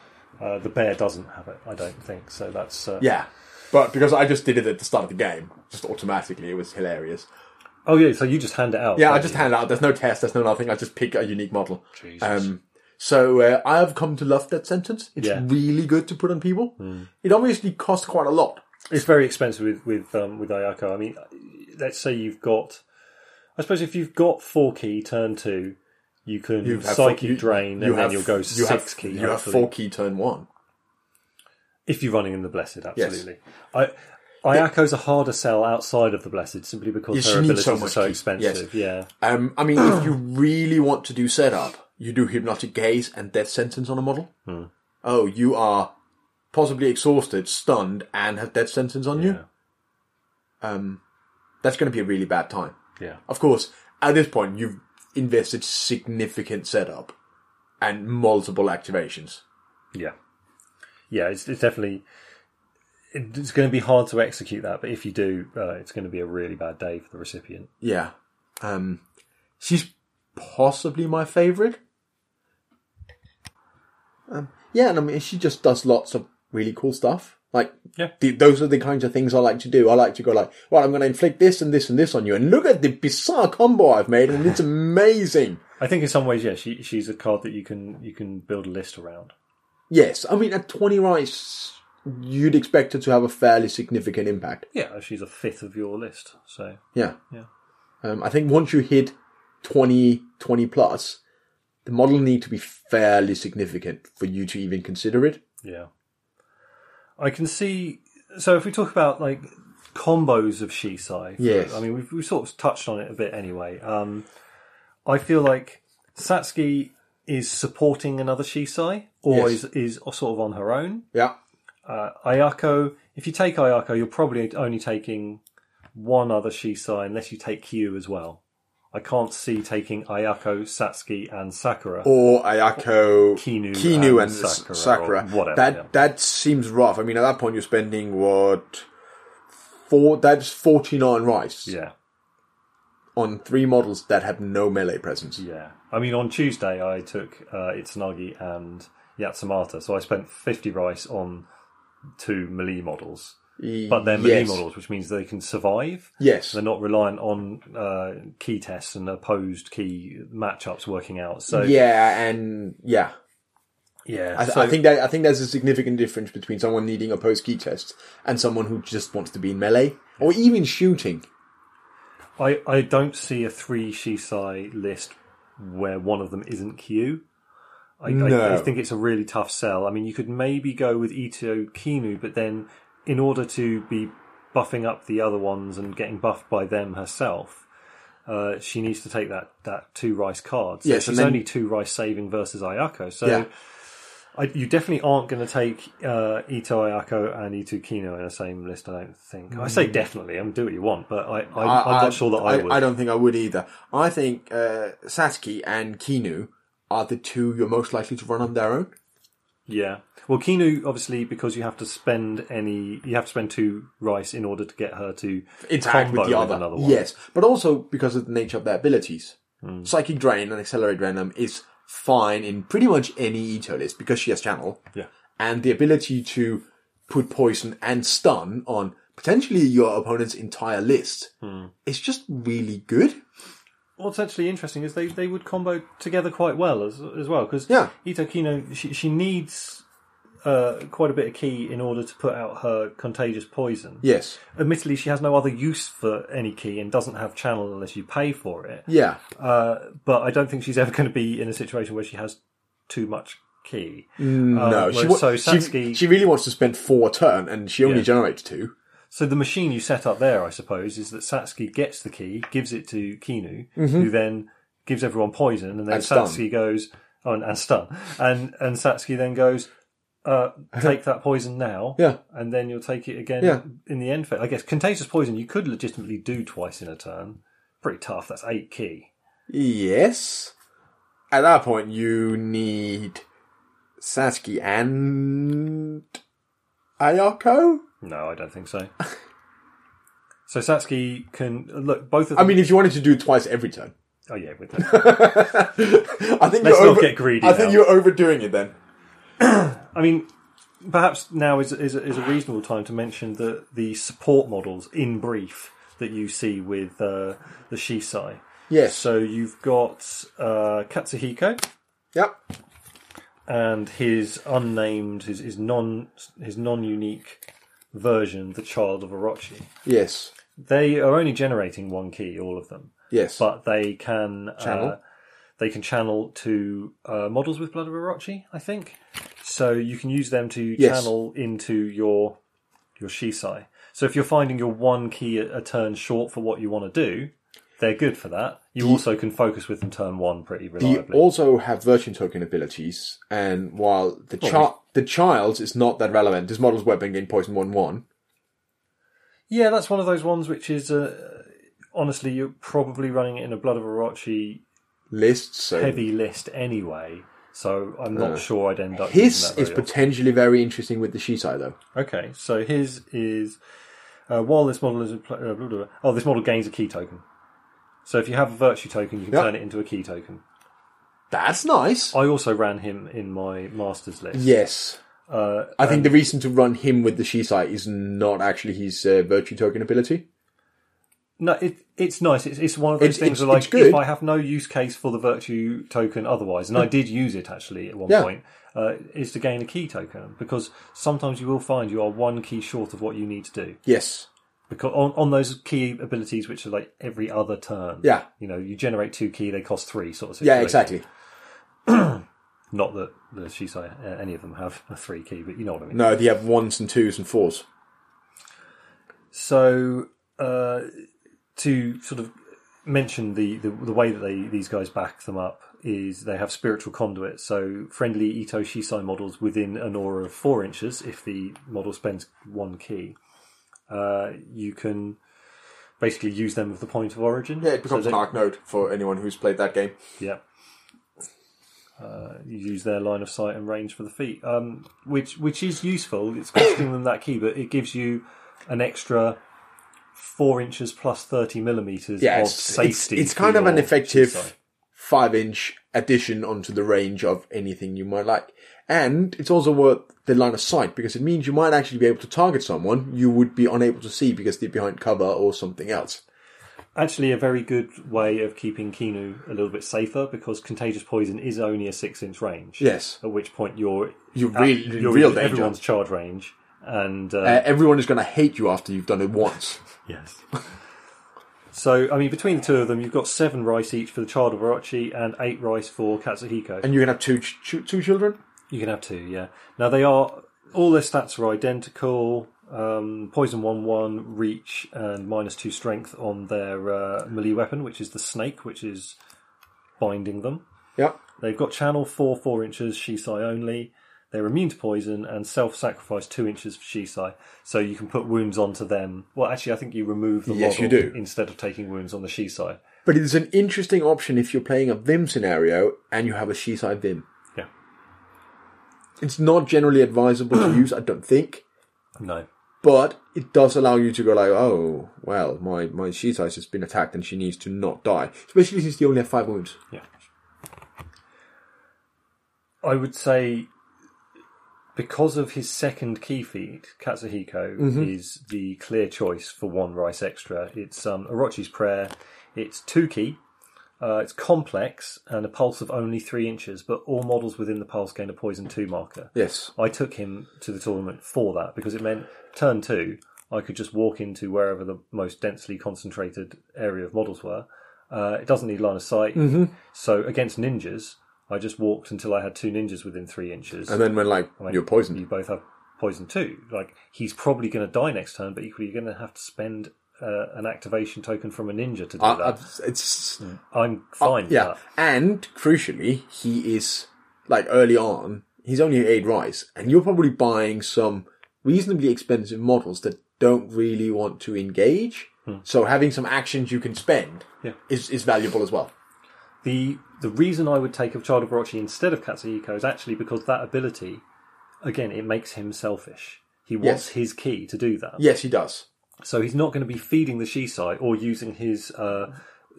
Speaker 2: Uh, the bear doesn't have it, I don't think. So that's uh,
Speaker 3: Yeah, but because I just did it at the start of the game, just automatically, it was hilarious.
Speaker 2: Oh yeah, so you just hand it out.
Speaker 3: Yeah,
Speaker 2: don't
Speaker 3: I just
Speaker 2: you?
Speaker 3: hand out. There's no test. There's no nothing. I just pick a unique model.
Speaker 2: Jesus.
Speaker 3: Um, so uh, I have come to love that sentence. It's
Speaker 2: Yeah. Hmm.
Speaker 3: really good to put on people. It obviously costs quite a lot.
Speaker 2: It's very expensive with with um, with Ayako. I mean, let's say you've got, I suppose if you've got four key turn two, you can
Speaker 3: You have
Speaker 2: psychic
Speaker 3: four- you-
Speaker 2: drain, and then you'll go
Speaker 3: you
Speaker 2: six
Speaker 3: have,
Speaker 2: key.
Speaker 3: You have
Speaker 2: hopefully.
Speaker 3: four key turn one.
Speaker 2: If you're running in the Blessed, absolutely. I, Ayako's a harder sell outside of the Blessed simply because
Speaker 3: Yes,
Speaker 2: her
Speaker 3: you need
Speaker 2: abilities
Speaker 3: so
Speaker 2: are
Speaker 3: much
Speaker 2: so
Speaker 3: key.
Speaker 2: expensive. Yeah.
Speaker 3: Um, I mean, if you really want to do setup, you do hypnotic gaze and death sentence on a model.
Speaker 2: Hmm.
Speaker 3: Oh, you are possibly exhausted, stunned, and have death sentence on you. Um, that's going to be a really bad time.
Speaker 2: Yeah.
Speaker 3: Of course, at this point, you've invested significant setup and multiple activations.
Speaker 2: Yeah. Yeah, it's, it's definitely. it- It's going to be hard to execute that, but if you do, uh, it's going to be a really bad day for the recipient.
Speaker 3: Yeah. Um, she's possibly my favorite. Um, yeah, and I mean, she just does lots of really cool stuff. Like,
Speaker 2: Yeah.
Speaker 3: the, those are the kinds of things I like to do. I like to go like, well, I'm going to inflict this and this and this on you, and look at the bizarre combo I've made, and it's amazing.
Speaker 2: I think in some ways, yeah, she she's a card that you can you can build a list around.
Speaker 3: Yes, I mean, at 20 rice, you'd expect her to have a fairly significant impact.
Speaker 2: Yeah, Uh, she's a fifth of your list. So
Speaker 3: Yeah.
Speaker 2: Yeah.
Speaker 3: Um, I think once you hit 20, 20 plus, the model need to be fairly significant for you to even consider it.
Speaker 2: Yeah. I can see. So if we talk about like combos of Shisai,
Speaker 3: Yes.
Speaker 2: I mean we've, we've sort of touched on it a bit anyway. Um, I feel like Satsuki is supporting another Shisai, or
Speaker 3: Yes.
Speaker 2: is is sort of on her own.
Speaker 3: Yeah.
Speaker 2: Uh, Ayako, if you take Ayako, you're probably only taking one other Shisai unless you take Kyu as well. I can't see taking Ayako, Satsuki, and Sakura.
Speaker 3: Or Ayako,
Speaker 2: Kinu
Speaker 3: Kinu and,
Speaker 2: and Sakura
Speaker 3: Sakura.
Speaker 2: or whatever,
Speaker 3: that
Speaker 2: yeah.
Speaker 3: that seems rough. I mean, at that point, you're spending what four? That's forty nine rice
Speaker 2: yeah.
Speaker 3: on three models that have no melee presence.
Speaker 2: Yeah, I mean, on Tuesday I took uh, Itsunagi and Yatsumata, so I spent fifty rice on two melee models, but they're melee
Speaker 3: yes.
Speaker 2: models, which means they can survive.
Speaker 3: Yes.
Speaker 2: They're not reliant on uh, key tests and opposed key matchups working out. So
Speaker 3: Yeah, and yeah.
Speaker 2: yeah,
Speaker 3: I, th-
Speaker 2: so,
Speaker 3: I think that I think there's a significant difference between someone needing a post key test and someone who just wants to be in melee or even shooting.
Speaker 2: I, I don't see a three Shisai list where one of them isn't Q. I, I, I
Speaker 3: No.
Speaker 2: think it's a really tough sell. I mean, you could maybe go with Ito Kinu, but then in order to be buffing up the other ones and getting buffed by them herself, uh, she needs to take that, that two rice card. So
Speaker 3: Yes, and
Speaker 2: she's
Speaker 3: then-
Speaker 2: only two rice saving versus Ayako. So
Speaker 3: Yeah.
Speaker 2: I, you definitely aren't going to take uh, Ito Ayako and Ito Kino in the same list, I don't think. I say definitely, I mean, do what you want, but I, I, I, am not sure that I, would.
Speaker 3: Mm. I, don't think I would either. I think uh, Sasuke and Kinu are the two you're most likely to run on their own.
Speaker 2: Yeah. Well, Kinu, obviously, because you have to spend any, you have to spend two rice in order to get her to
Speaker 3: Interact
Speaker 2: combo
Speaker 3: with the other.
Speaker 2: another one. Hmm.
Speaker 3: Yes, but also because of the nature of their abilities. Psychic Drain and Accelerate Random is fine in pretty much any Ito list because she has Channel.
Speaker 2: Yeah.
Speaker 3: and the ability to put poison and stun on potentially your opponent's entire list
Speaker 2: Hmm.
Speaker 3: is just really good.
Speaker 2: What's actually interesting is they, they would combo together quite well as as well because
Speaker 3: Yeah.
Speaker 2: Ito Kino she she needs uh, quite a bit of key in order to put out her contagious poison.
Speaker 3: Yes.
Speaker 2: Admittedly, she has no other use for any key and doesn't have channel unless you pay for it.
Speaker 3: Yeah.
Speaker 2: Uh, but I don't think she's ever going to be in a situation where she has too much key. Uh,
Speaker 3: Mm, no.
Speaker 2: whereas-
Speaker 3: She, wa-
Speaker 2: so
Speaker 3: she-
Speaker 2: Satsuki.
Speaker 3: she really wants to spend four a turn, and she only
Speaker 2: Yeah.
Speaker 3: generates two.
Speaker 2: So the machine you set up there, I suppose, is that Satsuki gets the key, gives it to Kinu, who then gives everyone poison, and then
Speaker 3: Mm-hmm. And stun.
Speaker 2: Satsuki goes oh, and, and stun, and and Satsuki then goes. Uh, take that poison now,
Speaker 3: Yeah.
Speaker 2: and then you'll take it again
Speaker 3: Yeah.
Speaker 2: in the end. phase. I guess contagious poison you could legitimately do twice in a turn. Pretty tough. That's eight key.
Speaker 3: Yes. At that point, you need Satsuki and Ayako.
Speaker 2: No, I don't think so. so Satsuki can look both of
Speaker 3: I
Speaker 2: them.
Speaker 3: mean, if you wanted to do it twice every turn,
Speaker 2: oh yeah, with that.
Speaker 3: I think
Speaker 2: Let's
Speaker 3: you're
Speaker 2: not
Speaker 3: over-
Speaker 2: get greedy
Speaker 3: I think
Speaker 2: now.
Speaker 3: you're overdoing it then.
Speaker 2: I mean, perhaps now is is is a reasonable time to mention the the support models in brief that you see with uh, the Shisai.
Speaker 3: Yes.
Speaker 2: So you've got uh, Katsuhiko
Speaker 3: Yep.
Speaker 2: and his unnamed, his, his non his non unique version, the Child of Orochi.
Speaker 3: Yes.
Speaker 2: They are only generating one key, all of them.
Speaker 3: Yes.
Speaker 2: but they can Uh,
Speaker 3: Channel.
Speaker 2: they can channel to uh, models with Blood of Orochi, I think. So you can use them to
Speaker 3: Yes.
Speaker 2: channel into your your Shisai. So if you're finding your one key a, a turn short for what you want to do, they're good for that. You also can focus with them turn one pretty
Speaker 3: You
Speaker 2: reliably.
Speaker 3: also have virtue token abilities, and while the child the child is not that relevant, this model's weapon gain poison one one.
Speaker 2: yeah, that's one of those ones which is uh, honestly you're probably running it in a Blood of Orochi
Speaker 3: list. So
Speaker 2: heavy list anyway. So I'm not sure I'd end up using
Speaker 3: Uh, his
Speaker 2: that
Speaker 3: is
Speaker 2: very often.
Speaker 3: potentially very interesting with the Shisai though.
Speaker 2: Okay, so his is uh, while this model is in pla uh, blah, blah, blah. oh this model gains a key token. So if you have a virtue token, you can
Speaker 3: Yep.
Speaker 2: turn it into a key token.
Speaker 3: That's nice.
Speaker 2: I also ran him in my masters list.
Speaker 3: Yes.
Speaker 2: Uh,
Speaker 3: I think the reason to run him with the Shisai is not actually his uh, virtue token ability.
Speaker 2: no, it, it's nice. It's, it's one of those
Speaker 3: It's-
Speaker 2: things
Speaker 3: it's-
Speaker 2: where, like,
Speaker 3: it's good.
Speaker 2: if I have no use case for the virtue token otherwise, and I did use it actually at one
Speaker 3: Yeah.
Speaker 2: point, uh, is to gain a key token because sometimes you will find you are one key short of what you need to do.
Speaker 3: Yes.
Speaker 2: because on, on those key abilities which are like every other turn
Speaker 3: Yeah.
Speaker 2: you know you generate two key they cost three sort of
Speaker 3: Yeah,
Speaker 2: situation.
Speaker 3: exactly.
Speaker 2: not that the shisai uh, any of them have a three key but you know what i mean
Speaker 3: No, they have ones and twos and fours.
Speaker 2: so uh to sort of mention the, the the way that they these guys back them up is they have spiritual conduits so friendly ito shisai models within an aura of four inches if the model spends one key uh you can basically use them with the point of origin So they-
Speaker 3: node for anyone who's played that game.
Speaker 2: Yeah. Uh, you use their line of sight and range for the feet, um, which which is useful. It's costing them that key, but it gives you an extra four inches plus thirty millimeters
Speaker 3: Yeah,
Speaker 2: of
Speaker 3: it's, it's,
Speaker 2: safety.
Speaker 3: it's
Speaker 2: for
Speaker 3: kind of an
Speaker 2: your
Speaker 3: effective
Speaker 2: side.
Speaker 3: five inch addition onto the range of anything you might like. And it's also worth the line of sight because it means you might actually be able to target someone you would be unable to see because they're behind cover or something else.
Speaker 2: Actually, a very good way of keeping Kinu a little bit safer because contagious poison is only a six-inch range.
Speaker 3: Yes.
Speaker 2: At which point you're
Speaker 3: You're
Speaker 2: at-
Speaker 3: really-
Speaker 2: Uh, you're
Speaker 3: in real
Speaker 2: in
Speaker 3: danger.
Speaker 2: everyone's charge range, and uh,
Speaker 3: Uh, everyone is going to hate you after you've done it once.
Speaker 2: Yes. so, I mean, between the two of them, you've got seven rice each for the child of Orochi and eight rice for Katsuhiko.
Speaker 3: and you can have two ch- ch- two children.
Speaker 2: You can have two, yeah. Now, they are, all their stats are identical. Um, poison 1 1, reach, and minus 2 strength on their uh, melee weapon, which is the snake, which is binding them.
Speaker 3: Yeah.
Speaker 2: They've got channel 4 4 inches, Shisai only. They're immune to poison and self sacrifice 2 inches for Shisai. So you can put wounds onto them. Well, actually, I think you remove the
Speaker 3: Yes, you
Speaker 2: model
Speaker 3: do.
Speaker 2: instead of taking wounds on the Shisai.
Speaker 3: But it's an interesting option if you're playing a Vim scenario and you have a Shisai Vim.
Speaker 2: Yeah.
Speaker 3: It's not generally advisable to use, I don't think,
Speaker 2: No.
Speaker 3: but it does allow you to go like, oh, well, my, my Shisai has been attacked and she needs to not die. Especially since you only have five wounds.
Speaker 2: Yeah. I would say because of his second key feat, Katsuhiko is the clear choice for one rice extra. It's um, Orochi's Prayer. It's two key. Uh, it's complex and a pulse of only three inches, but all models within the pulse gain a poison two marker.
Speaker 3: Yes.
Speaker 2: I took him to the tournament for that because it meant turn two, I could just walk into wherever the most densely concentrated area of models were. Uh, it doesn't need line of sight.
Speaker 3: Mm-hmm.
Speaker 2: So against ninjas, I just walked until I had two ninjas within three inches.
Speaker 3: And then when like
Speaker 2: Like,
Speaker 3: you're poisoned,
Speaker 2: You both have poison too. Like he's probably going to die next turn, but equally you're going to have to spend uh, an activation token from a ninja to do
Speaker 3: I,
Speaker 2: that.
Speaker 3: I've- Uh, it's
Speaker 2: i am fine. with
Speaker 3: yeah.
Speaker 2: that.
Speaker 3: And crucially, he is like early on. He's only eight rise, and you're probably buying some reasonably expensive models that don't really want to engage. So having some actions you can spend
Speaker 2: Hmm. Yeah.
Speaker 3: is is valuable as well.
Speaker 2: The the reason I would take a Child of Orochi instead of Katsuhiko is actually because that ability, again, it makes him selfish. He wants
Speaker 3: Yes.
Speaker 2: his key to do that.
Speaker 3: Yes, he does.
Speaker 2: So he's not going to be feeding the Shisai or using his uh,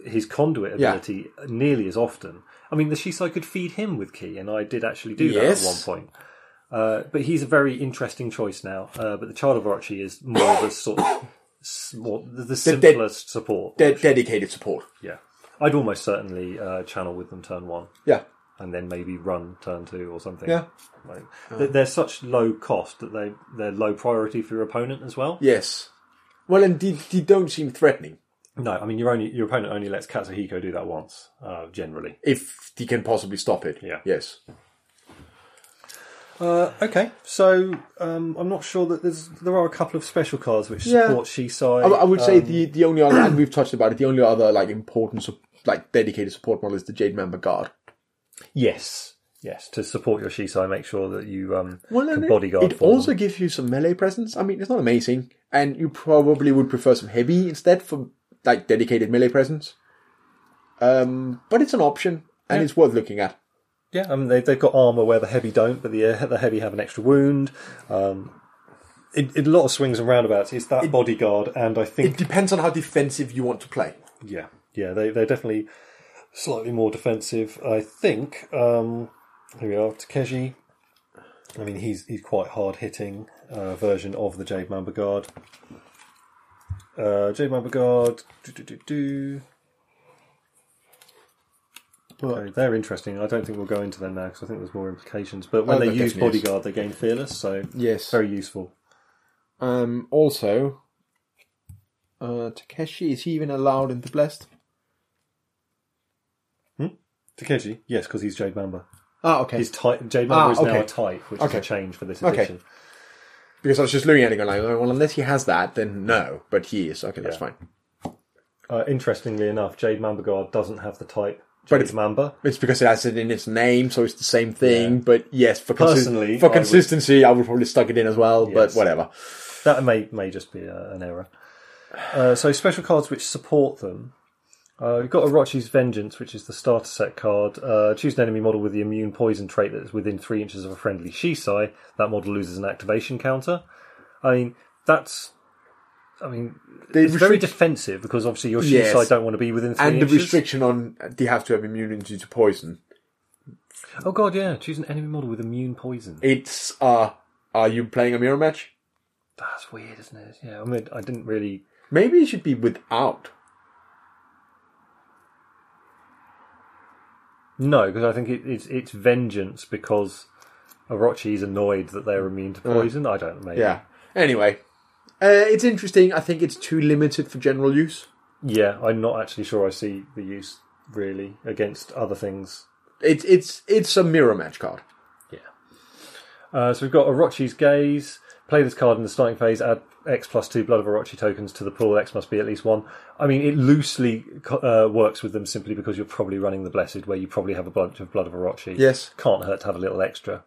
Speaker 2: his conduit
Speaker 3: Yeah.
Speaker 2: ability nearly as often. I mean, the Shisai could feed him with key, and I did actually do that
Speaker 3: Yes.
Speaker 2: at one point. Uh, but he's a very interesting choice now. Uh, but the Child of Orochi is more of a sort of s- more, the, the
Speaker 3: dead-
Speaker 2: simplest support.
Speaker 3: De- dedicated support.
Speaker 2: Yeah, I'd almost certainly uh, channel with them turn one
Speaker 3: Yeah.
Speaker 2: and then maybe run turn two or something.
Speaker 3: Yeah.
Speaker 2: Like, they- they're such low cost that they they're low priority for your opponent as well.
Speaker 3: Yes. Well, and they, they don't seem threatening
Speaker 2: No, I mean your only your opponent only lets Katsuhiko do that once, uh, generally.
Speaker 3: if they can possibly stop it.
Speaker 2: Yeah.
Speaker 3: Yes.
Speaker 2: Uh, okay, so um, I'm not sure that there's there are a couple of special cards which
Speaker 3: Yeah.
Speaker 2: support Shisai.
Speaker 3: I, I would
Speaker 2: Um,
Speaker 3: say the the only other, and we've touched about it. The only other like important, sup- like dedicated support model is the Jade Member Guard.
Speaker 2: yes, yes, to support your Shisai, make sure that you um,
Speaker 3: Well,
Speaker 2: can
Speaker 3: and it-
Speaker 2: bodyguard.
Speaker 3: It
Speaker 2: for them.
Speaker 3: also gives you some melee presence. I mean, it's not amazing, and you probably would prefer some heavy instead for like dedicated melee presence. Um, but it's an option, and it's worth looking at.
Speaker 2: Yeah, I mean they they've got armor where the heavy don't, but the uh, the heavy have an extra wound. Um, it, it a lot of swings and roundabouts. It's that bodyguard, and I think
Speaker 3: It depends on how defensive you want to play.
Speaker 2: yeah, yeah, they they're definitely slightly more defensive. I think. Um, here we are, Takeshi. I mean, he's he's quite hard hitting uh, version of the Jade Mamba Guard. Uh, Jade Mamba Guard. Do, do, do, do. Okay, they're interesting. I don't think we'll go into them now because I think there's more implications. But when
Speaker 3: Oh,
Speaker 2: they
Speaker 3: there
Speaker 2: use
Speaker 3: definitely is.
Speaker 2: bodyguard, they gain fearless, so
Speaker 3: Yes.
Speaker 2: very useful.
Speaker 3: Um, also, uh, Takeshi is he even allowed in the blessed?
Speaker 2: Takeshi, yes, because he's Jade Mamba.
Speaker 3: Ah, okay.
Speaker 2: He's tight. Jade Mamba
Speaker 3: Ah,
Speaker 2: is
Speaker 3: okay.
Speaker 2: now a type, which
Speaker 3: Okay.
Speaker 2: is a change for this
Speaker 3: Okay.
Speaker 2: edition.
Speaker 3: because I was just looking at it, going like, oh, well, unless he has that, then no. But he is okay. That's
Speaker 2: Yeah.
Speaker 3: fine.
Speaker 2: Uh, interestingly enough, Jade Mambaguard doesn't have the type
Speaker 3: But
Speaker 2: Jade
Speaker 3: it's-
Speaker 2: Mamba.
Speaker 3: It's because it has it in its name, so it's the same thing. But yes, for consi-
Speaker 2: Personally,
Speaker 3: for
Speaker 2: I would-
Speaker 3: consistency, I would probably stuck it in as well. But
Speaker 2: Yes.
Speaker 3: whatever.
Speaker 2: That may may just be uh, an error. Uh, so special cards which support them. Uh, we've got Orochi's Vengeance, which is the starter set card. Uh, choose an enemy model with the immune poison trait that is within three inches of a friendly Shisai. That model loses an activation counter. I mean, that's. I mean,
Speaker 3: They
Speaker 2: it's very
Speaker 3: restrict-
Speaker 2: defensive because obviously your Shisai
Speaker 3: Yes.
Speaker 2: don't want to be within three
Speaker 3: and the
Speaker 2: inches.
Speaker 3: restriction on they have to have immunity to poison.
Speaker 2: oh god, yeah. Choose an enemy model with immune poison.
Speaker 3: It's uh, are you playing a mirror match?
Speaker 2: That's weird, isn't it? Yeah, I mean, I didn't really
Speaker 3: Maybe it should be without.
Speaker 2: No, because I think it, it's it's vengeance because Orochi's annoyed that they're immune to poison. I don't know. Maybe.
Speaker 3: Yeah. Anyway, uh, it's interesting. I think it's too limited for general use.
Speaker 2: Yeah, I'm not actually sure I see the use really against other things.
Speaker 3: It's it's it's a mirror match card.
Speaker 2: Yeah. Uh, so we've got Orochi's Gaze. Play this card in the starting phase. Add X plus two Blood of Orochi tokens to the pool. X must be at least one. I mean, it loosely co- uh, works with them simply because you're probably running the Blessed, where you probably have a bunch of Blood of Orochi.
Speaker 3: Yes.
Speaker 2: Can't hurt to have a little extra.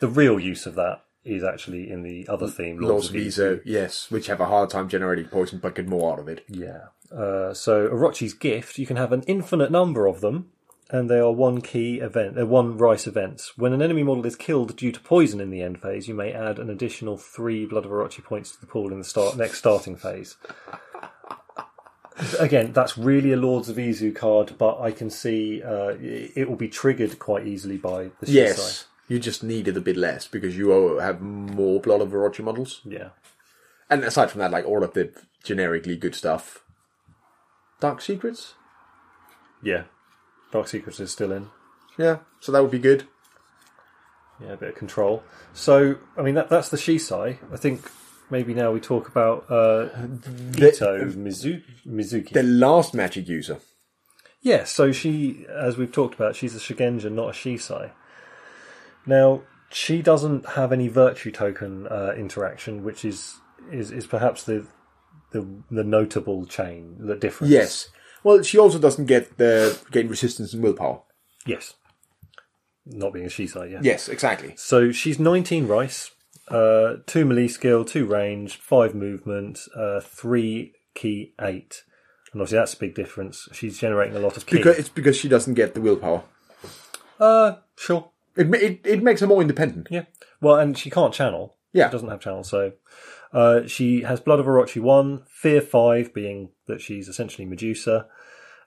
Speaker 2: The real use of that is actually in the other theme,
Speaker 3: Laws
Speaker 2: Lords, of
Speaker 3: of
Speaker 2: Evil.
Speaker 3: Iso, yes, which have a hard time generating poison, but get more out of it.
Speaker 2: Yeah. Uh, so Orochi's gift, you can have an infinite number of them, and they are one key event, uh, one rice events. When an enemy model is killed due to poison in the end phase, you may add an additional three Blood of Orochi points to the pool in the start next starting phase. Again, that's really a Lords of Izu card, but I can see uh, it it will be triggered quite easily by the Shisai.
Speaker 3: Yes, you just need it a bit less because you uh, have more Blood of Orochi models.
Speaker 2: Yeah.
Speaker 3: And aside from that, like all of the generically good stuff. Dark Secrets?
Speaker 2: Yeah. Dark Secrets is still in.
Speaker 3: Yeah, so that would be good.
Speaker 2: Yeah, a bit of control. So, I mean, that that's the Shisai. I think maybe now we talk about uh, Ito Mizu- Mizuki.
Speaker 3: The last magic user.
Speaker 2: Yeah, so she, as we've talked about, she's a Shigenja, not a Shisai. Now, she doesn't have any virtue token uh, interaction, which is, is is perhaps the the the notable chain, the difference.
Speaker 3: Yes. Well, she also doesn't get the gain resistance and willpower.
Speaker 2: Yes. Not being a Shisai, yeah.
Speaker 3: Yes, exactly.
Speaker 2: So she's 19 rice, uh, 2 melee skill, 2 range, 5 movement, uh, 3 key 8. And obviously that's a big difference. She's generating a lot of key.
Speaker 3: Because it's because she doesn't get the willpower.
Speaker 2: uh, sure.
Speaker 3: It ma- it, it makes her more independent.
Speaker 2: Yeah. Well, and she can't channel.
Speaker 3: Yeah.
Speaker 2: She doesn't have channel, so. Uh, she has Blood of Orochi 1, Fear 5, being that she's essentially Medusa,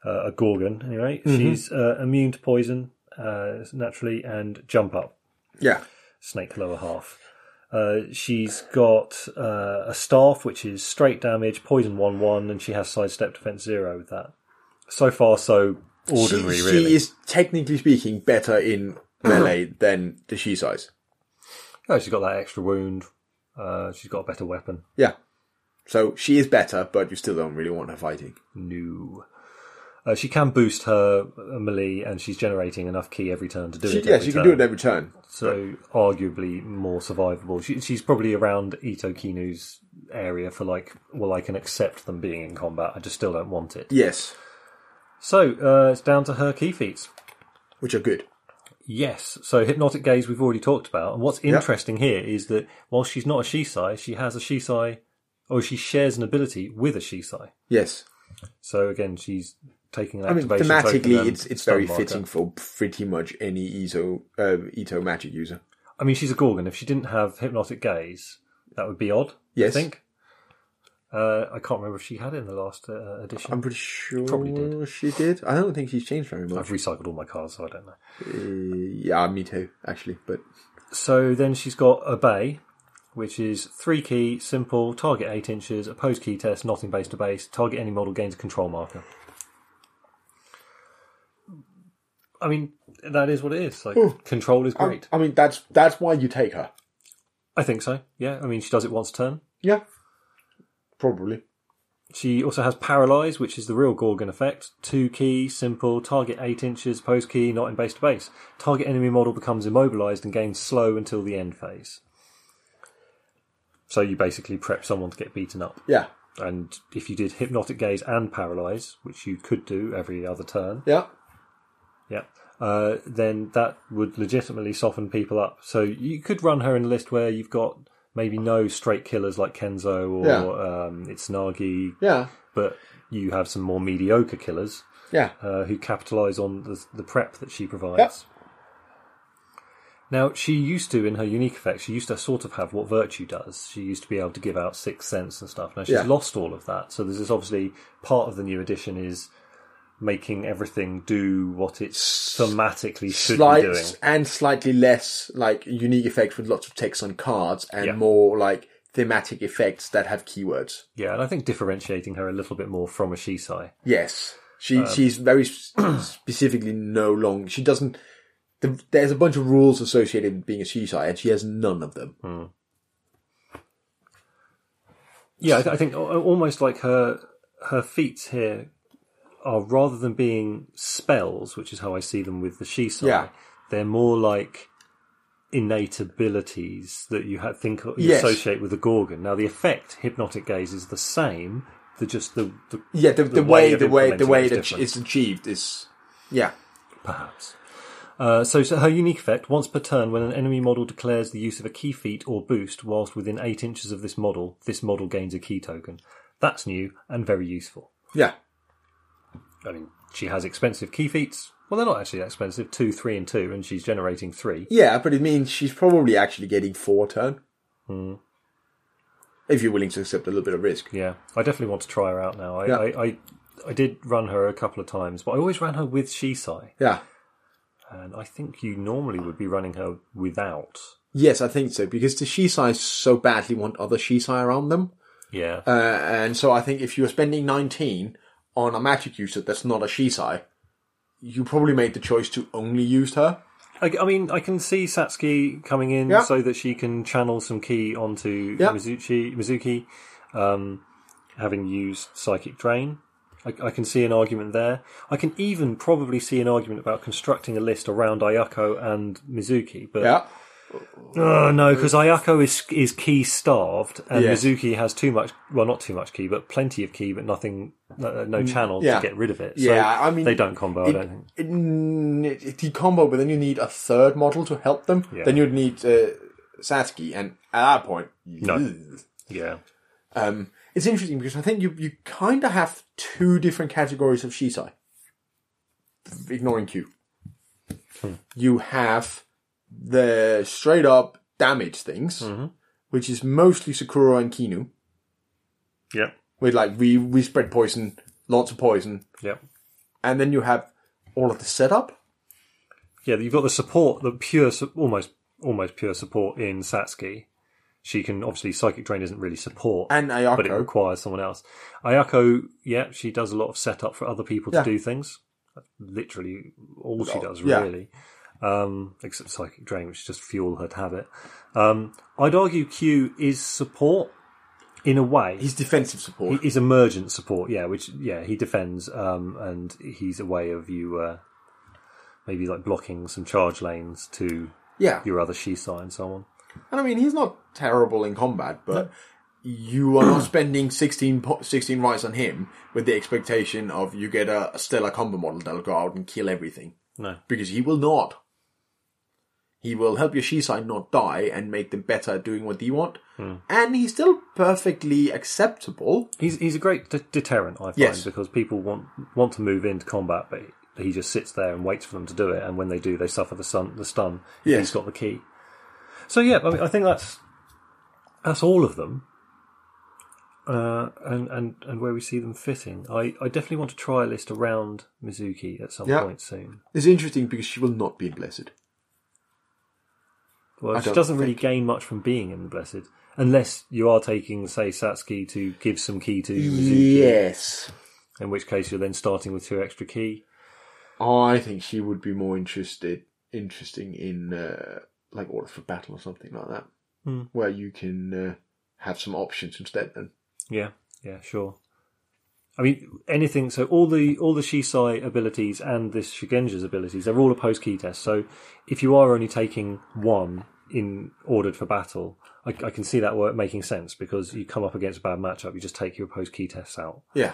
Speaker 2: uh, a Gorgon, anyway. She's uh, immune to poison, uh, naturally, and jump up.
Speaker 3: Yeah.
Speaker 2: snake lower half. Uh, she's got uh, a staff which is straight damage, poison one one, and she has sidestep defense zero with that. So far, so ordinary.
Speaker 3: she,
Speaker 2: really,
Speaker 3: she is technically speaking better in melee than the she size.
Speaker 2: oh, she's got that extra wound. Uh, she's got a better weapon.
Speaker 3: Yeah. So she is better, but you still don't really want her fighting.
Speaker 2: No. Uh, she can boost her uh, melee, and she's generating enough key every turn to do
Speaker 3: She,
Speaker 2: it.
Speaker 3: yeah,
Speaker 2: every
Speaker 3: she
Speaker 2: turn.
Speaker 3: can do it every turn.
Speaker 2: So arguably more survivable. She, she's probably around Ito Kinu's area for like, well, I can accept them being in combat. I just still don't want it.
Speaker 3: Yes,
Speaker 2: So uh, it's down to her key feats.
Speaker 3: which are good.
Speaker 2: Yes. So hypnotic gaze we've already talked about, and what's interesting here is that while she's not a shisai, she has a shisai, or she shares an ability with a shisai.
Speaker 3: Yes,
Speaker 2: So again, she's taking an
Speaker 3: I mean
Speaker 2: activation. token
Speaker 3: thematically,
Speaker 2: and
Speaker 3: it's it's
Speaker 2: stun
Speaker 3: very
Speaker 2: marker.
Speaker 3: fitting for pretty much any Ito uh, Ito magic user.
Speaker 2: I mean, she's a gorgon. If she didn't have hypnotic gaze, that would be odd.
Speaker 3: Yes.
Speaker 2: I think. Uh, I can't remember if she had it in the last uh, edition.
Speaker 3: I'm pretty sure
Speaker 2: Probably did.
Speaker 3: she did. I don't think she's changed very
Speaker 2: I've
Speaker 3: much.
Speaker 2: recycled all my cards, so I don't know.
Speaker 3: Yeah, me too, actually. But
Speaker 2: So then she's got obey, which is three key, simple, target eight inches, opposed key test, nothing base to base, target any model gains a control marker. I mean, that is what it is. Like control is great.
Speaker 3: I mean, that's that's why you take her.
Speaker 2: I think so. Yeah. I mean, she does it once a turn.
Speaker 3: Yeah, probably.
Speaker 2: She also has paralyze, which is the real Gorgon effect. Two key, simple, target eight inches, opposed key, not in base to base. Target enemy model becomes immobilized and gains slow until the end phase. So you basically prep someone to get beaten up.
Speaker 3: Yeah,
Speaker 2: And if you did hypnotic gaze and paralyze, which you could do every other turn,
Speaker 3: yeah,
Speaker 2: yeah, uh, then that would legitimately soften people up. So you could run her in a list where you've got maybe no straight killers like Kenzo or
Speaker 3: Yeah.
Speaker 2: um, Itsunagi,
Speaker 3: yeah,
Speaker 2: but you have some more mediocre killers
Speaker 3: yeah.
Speaker 2: uh, who capitalise on the, the prep that she provides.
Speaker 3: Yep.
Speaker 2: Now, she used to, in her unique effect, she used to sort of have what virtue does. She used to be able to give out sixth sense and stuff. Now, she's
Speaker 3: Yeah.
Speaker 2: lost all of that. So, this is obviously part of the new edition is making everything do what it thematically should be doing.
Speaker 3: Slight and slightly less like unique effects with lots of text on cards, and
Speaker 2: Yeah.
Speaker 3: more like thematic effects that have keywords.
Speaker 2: Yeah, and I think differentiating her a little bit more from a Shisai.
Speaker 3: Yes, she
Speaker 2: Um,
Speaker 3: she's very sp- specifically no long. She doesn't. The, there's a bunch of rules associated with being a seaside, and she has none of them.
Speaker 2: Hmm. Yeah, I, th- I think al- almost like her her feats here are rather than being spells, which is how I see them with the Shisai,
Speaker 3: Yeah.
Speaker 2: they're more like innate abilities that you ha- think you
Speaker 3: Yes.
Speaker 2: associate with the Gorgon. Now, the effect hypnotic gaze is the same. The just the, the
Speaker 3: Yeah, the, the,
Speaker 2: The way
Speaker 3: way,
Speaker 2: of
Speaker 3: the way the
Speaker 2: implementing
Speaker 3: way
Speaker 2: is
Speaker 3: that
Speaker 2: different.
Speaker 3: it's achieved is yeah
Speaker 2: perhaps. Uh, so, so her unique effect once per turn when an enemy model declares the use of a key feat or boost whilst within eight inches of this model, this model gains a key token. That's new and very useful.
Speaker 3: yeah
Speaker 2: I mean, she has expensive key feats. Well, they're not actually that expensive. Two, three, and two, and she's generating three.
Speaker 3: yeah. But it means she's probably actually getting four turn.
Speaker 2: Hmm.
Speaker 3: If you're willing to accept a little bit of risk,
Speaker 2: Yeah, I definitely want to try her out now. I,
Speaker 3: Yeah.
Speaker 2: I, I, I did run her a couple of times, but I always ran her with Shisai,
Speaker 3: yeah.
Speaker 2: and I think you normally would be running her without.
Speaker 3: Yes, I think so because the Shisai so badly want other Shisai around them,
Speaker 2: Yeah,
Speaker 3: uh, and so I think if you're spending nineteen on a magic user that's not a Shisai, you probably made the choice to only use her.
Speaker 2: I, I mean, I can see Satsuki coming in
Speaker 3: Yeah.
Speaker 2: so that she can channel some ki onto
Speaker 3: Yeah.
Speaker 2: Mizuki, Mizuki um, having used Psychic Drain. I, I can see an argument there. I can even probably see an argument about constructing a list around Ayako and Mizuki, but
Speaker 3: Yeah.
Speaker 2: Oh, no, because Ayako is is key starved, and
Speaker 3: Yes.
Speaker 2: Mizuki has too much. Well, not too much key, but plenty of key, but nothing, no, no channel
Speaker 3: Mm, yeah.
Speaker 2: to get rid of it.
Speaker 3: Yeah,
Speaker 2: so
Speaker 3: I mean,
Speaker 2: they don't combo.
Speaker 3: it,
Speaker 2: I don't think.
Speaker 3: It, it, it, he combo, but then you need a third model to help them.
Speaker 2: Yeah.
Speaker 3: Then you'd need uh, Satsuki, and at that point, ugh.
Speaker 2: Yeah,
Speaker 3: Um, it's interesting because I think you you kind of have two different categories of shisai. Ignoring Q,
Speaker 2: Hmm.
Speaker 3: you have the straight up damage things,
Speaker 2: Mm-hmm.
Speaker 3: which is mostly Sakura and Kinu,
Speaker 2: yeah,
Speaker 3: with like we we spread poison, lots of poison,
Speaker 2: yeah,
Speaker 3: and then you have all of the setup.
Speaker 2: yeah. You've got the support, the pure, su- almost almost pure support in Satsuki. She can obviously psychic drain isn't really support,
Speaker 3: And Ayako.
Speaker 2: but it requires someone else. Ayako, yeah, she does a lot of setup for other people
Speaker 3: Yeah.
Speaker 2: to do things. Literally all she does,
Speaker 3: yeah.
Speaker 2: really. um, except psychic drain, which is just fuel her to have it. Um, I'd argue Q is support in a way.
Speaker 3: He's defensive support.
Speaker 2: He- he's emergent support, yeah. Which yeah, he defends, um, and he's a way of you uh, maybe like blocking some charge lanes to
Speaker 3: yeah,
Speaker 2: your other Shisai and so on.
Speaker 3: and I mean he's not terrible in combat, but. You are not spending 16, po- 16 rights on him with the expectation of you get a, a stellar combo model that'll go out and kill everything.
Speaker 2: No,
Speaker 3: because he will not. He will help your Shisai not die and make them better at doing what they want. And he's still perfectly acceptable.
Speaker 2: he's he's a great de- deterrent, I find,
Speaker 3: Yes.
Speaker 2: because people want want to move into combat, but he just sits there and waits for them to do it, and when they do, they suffer the stun. The stun. if
Speaker 3: Yes.
Speaker 2: He's got the key. So yeah, I, mean, I think that's that's all of them, uh, and and and where we see them fitting. I I definitely want to try a list around Mizuki at some
Speaker 3: Yeah.
Speaker 2: point soon.
Speaker 3: It's interesting because she will not be in Blessed.
Speaker 2: Well,
Speaker 3: I
Speaker 2: she
Speaker 3: don't
Speaker 2: doesn't really gain much from being in the Blessed, unless you are taking, say, Satsuki to give some key to Mizuki.
Speaker 3: Yes.
Speaker 2: In which case, you're then starting with two extra key.
Speaker 3: Oh, I think she would be more interested, interesting in uh, like Order for Battle or something like that,
Speaker 2: Hmm.
Speaker 3: where you can uh, have some options instead. Then
Speaker 2: Yeah, yeah, sure. I mean, anything. So all the all the Shisai abilities and this Shigenja's abilities, they're all a post key test. So if you are only taking one in ordered for battle, I, I can see that work making sense because you come up against a bad matchup, you just take your post key tests out.
Speaker 3: yeah,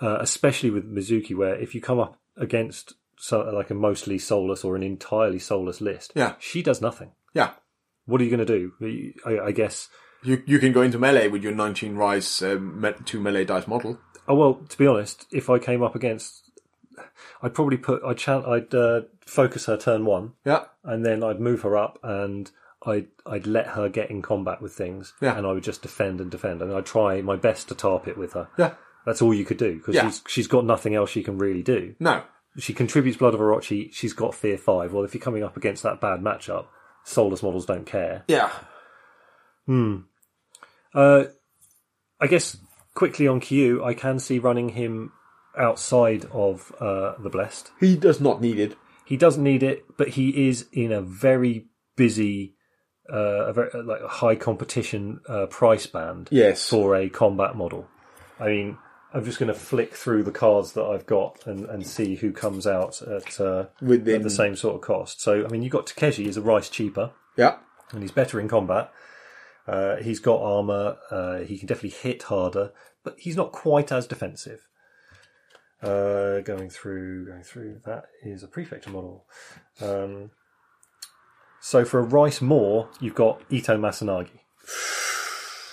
Speaker 2: Uh, especially with Mizuki, where if you come up against so, like a mostly soulless or an entirely soulless list,
Speaker 3: Yeah.
Speaker 2: she does nothing.
Speaker 3: yeah.
Speaker 2: What are you going to do? I, I guess
Speaker 3: You you can go into melee with your 19 rise um, me- two melee dice model.
Speaker 2: Oh well, to be honest, if I came up against, I'd probably put I would chan I'd uh, focus her turn one,
Speaker 3: Yeah,
Speaker 2: and then I'd move her up, and I'd I'd let her get in combat with things,
Speaker 3: Yeah.
Speaker 2: and I would just defend and defend, and I'd try my best to tarp it with her.
Speaker 3: yeah.
Speaker 2: That's all you could do because
Speaker 3: Yeah.
Speaker 2: she's she's got nothing else she can really do.
Speaker 3: No,
Speaker 2: She contributes blood of Orochi. She's got fear five. Well, if you're coming up against that bad matchup, soulless models don't care.
Speaker 3: yeah.
Speaker 2: Uh, I guess quickly on Q, I can see running him outside of uh, the blessed.
Speaker 3: He does not need it.
Speaker 2: he doesn't need it, but he is in a very busy, uh, a very uh, like a high competition uh, price band
Speaker 3: Yes.
Speaker 2: for a combat model. I mean, I'm just going to flick through the cards that I've got and, and see who comes out at, uh,
Speaker 3: Within-
Speaker 2: at the same sort of cost. So, I mean, you've got Takeshi is a rice cheaper,
Speaker 3: Yeah.
Speaker 2: and he's better in combat. Uh, he's got armor. Uh, he can definitely hit harder, but he's not quite as defensive. Uh, going through, going through. That is a prefecture model. Um, so for a rice more, you've got Ito Masanagi,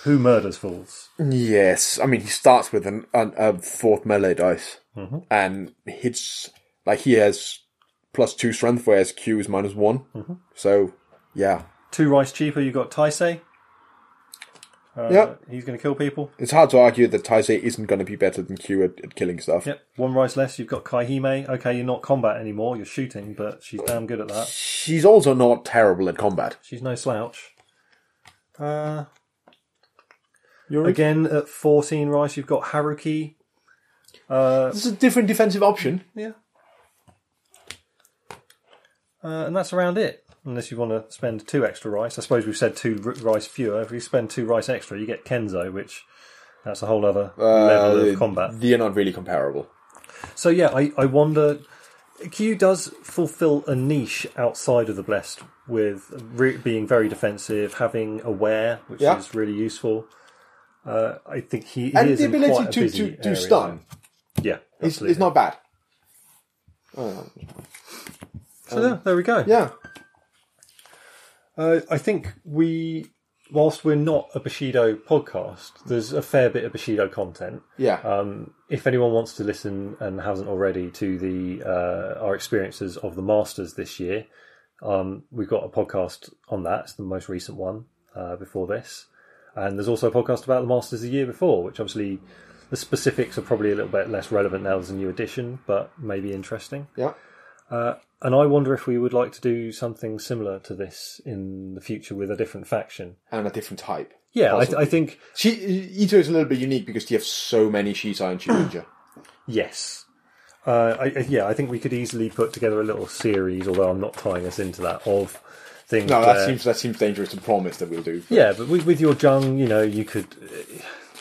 Speaker 2: who murders fools.
Speaker 3: Yes, I mean he starts with an, an a fourth melee dice
Speaker 2: Mhm.
Speaker 3: and hits like he has plus two strength, whereas Q is minus one. So yeah,
Speaker 2: Two rice cheaper. You've got Taisei. Uh,
Speaker 3: Yep.
Speaker 2: He's going to kill people.
Speaker 3: it's hard to argue that Taisei isn't going to be better than Q at, at killing stuff.
Speaker 2: Yep. One rice less. You've got Kaihime. Okay, you're not combat anymore. You're shooting, but she's damn good at that.
Speaker 3: She's also not terrible at combat.
Speaker 2: She's no slouch. Uh,
Speaker 3: You're
Speaker 2: again, at 14 rice, you've got Haruki. Uh,
Speaker 3: This is a different defensive option.
Speaker 2: yeah. Uh, and that's around it. Unless you want to spend two extra rice. I suppose we've said two r- rice fewer. If you spend two rice extra, you get Kenzo, which that's a whole other
Speaker 3: Uh,
Speaker 2: level of combat.
Speaker 3: They're not really comparable.
Speaker 2: So yeah, I, I wonder. Q does fulfil a niche outside of the blessed with re- being very defensive, having aware, which
Speaker 3: Yeah.
Speaker 2: is really useful. Uh, I think he, he
Speaker 3: And
Speaker 2: is
Speaker 3: the
Speaker 2: in quite
Speaker 3: ability
Speaker 2: a
Speaker 3: to,
Speaker 2: busy
Speaker 3: to, to
Speaker 2: area.
Speaker 3: stun
Speaker 2: Yeah,
Speaker 3: is,
Speaker 2: absolutely.
Speaker 3: is not bad.
Speaker 2: So yeah, there we go.
Speaker 3: Yeah.
Speaker 2: Uh, I think we, whilst we're not a Bushido podcast, there's a fair bit of Bushido content.
Speaker 3: Yeah.
Speaker 2: Um, if anyone wants to listen and hasn't already to the uh, our experiences of the Masters this year, um, we've got a podcast on that. It's the most recent one uh, before this, and there's also a podcast about the Masters the year before, which obviously the specifics are probably a little bit less relevant now. There's a new edition, but maybe interesting.
Speaker 3: yeah.
Speaker 2: And I wonder if we would like to do something similar to this in the future with a different faction.
Speaker 3: And a different type.
Speaker 2: Yeah, I, th- I think
Speaker 3: She, Ito is a little bit unique because you have so many Shitai and Shuja.
Speaker 2: yes. Uh, I, I- yeah, I think we could easily put together a little series, although I'm not tying us into that of things.
Speaker 3: No,
Speaker 2: where-
Speaker 3: that seems that seems dangerous to promise that we'll do.
Speaker 2: yeah, but with, with your jung, you know, you could.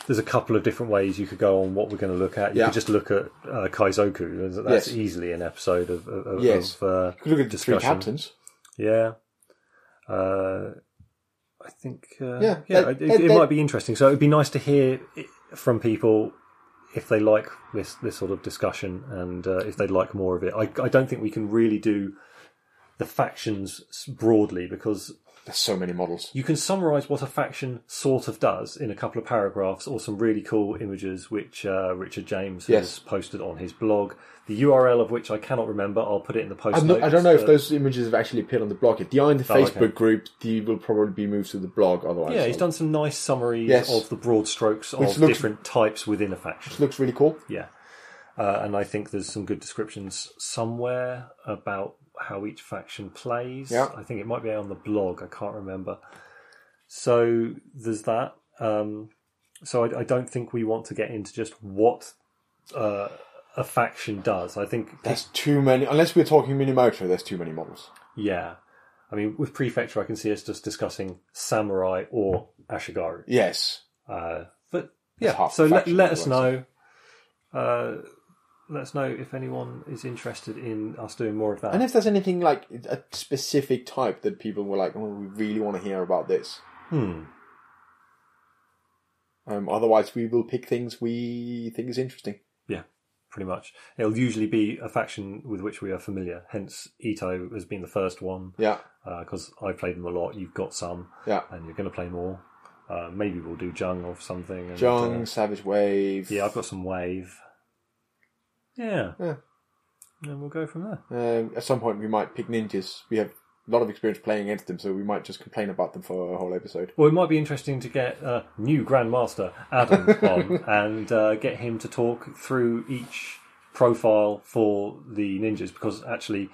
Speaker 2: There's a couple of different ways you could go on what we're going to look at. You
Speaker 3: Yeah.
Speaker 2: could just look at uh, Kaizoku. That's
Speaker 3: Yes.
Speaker 2: easily an episode of, of, of-
Speaker 3: Yes.
Speaker 2: of, uh,
Speaker 3: You could look at the three
Speaker 2: discussion.
Speaker 3: captains.
Speaker 2: Yeah. Uh, I think. Uh, yeah.
Speaker 3: Yeah,
Speaker 2: it,
Speaker 3: that-
Speaker 2: it,
Speaker 3: that-
Speaker 2: it
Speaker 3: that-
Speaker 2: might be interesting. So it'd be nice to hear i- from people if they like this this sort of discussion and uh, if they'd like more of it. I, I don't think we can really do the factions s- broadly because
Speaker 3: There's so many models.
Speaker 2: you can summarize what a faction sort of does in a couple of paragraphs or some really cool images which uh, Richard James has
Speaker 3: Yes.
Speaker 2: posted on his blog. The URL of which I cannot remember. I'll put it in the post.
Speaker 3: I'm not,
Speaker 2: notes,
Speaker 3: I don't know if
Speaker 2: but-
Speaker 3: those images have actually appeared on the blog yet. They are in the
Speaker 2: Oh, okay.
Speaker 3: Facebook group. They will probably be moved to the blog otherwise.
Speaker 2: Yeah, he's
Speaker 3: so-
Speaker 2: done some nice summaries
Speaker 3: Yes.
Speaker 2: of the broad strokes
Speaker 3: Which
Speaker 2: of
Speaker 3: looks-
Speaker 2: different types within a faction.
Speaker 3: Looks really cool.
Speaker 2: Yeah. Uh, and I think there's some good descriptions somewhere about how each faction plays.
Speaker 3: Yeah.
Speaker 2: I think it might be on the blog, I can't remember. So there's that. Um, so I, I don't think we want to get into just what uh, a faction does. I think,
Speaker 3: There's too many. Unless we're talking Minimoto, there's too many models.
Speaker 2: yeah. I mean, with Prefecture, I can see us just discussing Samurai or Ashigaru.
Speaker 3: Yes.
Speaker 2: Uh, but yeah,
Speaker 3: half
Speaker 2: so let,
Speaker 3: faction
Speaker 2: let us know.
Speaker 3: otherwise.
Speaker 2: Uh, let us know if anyone is interested in us doing more of that.
Speaker 3: And if there's anything like a specific type that people were like, oh, we really want to hear about this.
Speaker 2: hmm.
Speaker 3: Um, otherwise, we will pick things we think is interesting.
Speaker 2: Yeah, pretty much. It'll usually be a faction with which we are familiar. Hence, Ito has been the first one
Speaker 3: Yeah.
Speaker 2: because I played them a lot. You've got some,
Speaker 3: Yeah.
Speaker 2: and you're going to play more. Uh, maybe we'll do Jung or something. And,
Speaker 3: Jung,
Speaker 2: uh,
Speaker 3: Savage Wave.
Speaker 2: yeah, I've got some Wave. Yeah.
Speaker 3: Yeah.
Speaker 2: And we'll go from there.
Speaker 3: Um, at some point, we might pick ninjas. We have a lot of experience playing against them, so we might just complain about them for a whole episode.
Speaker 2: Well, it might be interesting to get uh, new Grandmaster Adam on and uh, get him to talk through each profile for the ninjas because actually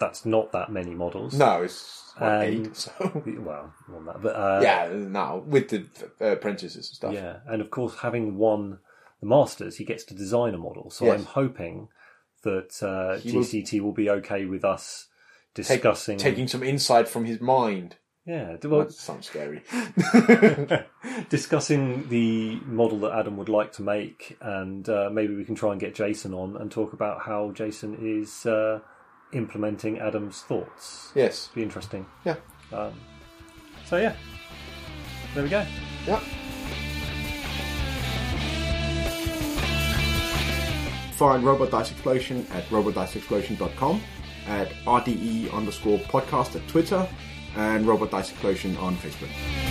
Speaker 2: that's not that many models.
Speaker 3: No, it's what,
Speaker 2: Um,
Speaker 3: eight. So
Speaker 2: Well, on that, but uh,
Speaker 3: yeah, now with the uh, apprentices and stuff.
Speaker 2: yeah, and of course having won the Masters, he gets to design a model. So
Speaker 3: Yes.
Speaker 2: I'm hoping that uh,
Speaker 3: He will-
Speaker 2: GCT will... be okay with us
Speaker 3: Take-
Speaker 2: discussing.
Speaker 3: taking some insight from his mind.
Speaker 2: Yeah, d- well,
Speaker 3: That sounds scary.
Speaker 2: discussing the model that Adam would like to make, and uh, maybe we can try and get Jason on and talk about how Jason is uh, implementing Adam's thoughts.
Speaker 3: yes.
Speaker 2: Be interesting.
Speaker 3: Yeah.
Speaker 2: Um, so yeah, there we go.
Speaker 3: Yeah. Find Robot Dice Explosion at robotdiceexplosion.com, E at RDE underscore podcast at Twitter, and Robot Dice Explosion on Facebook.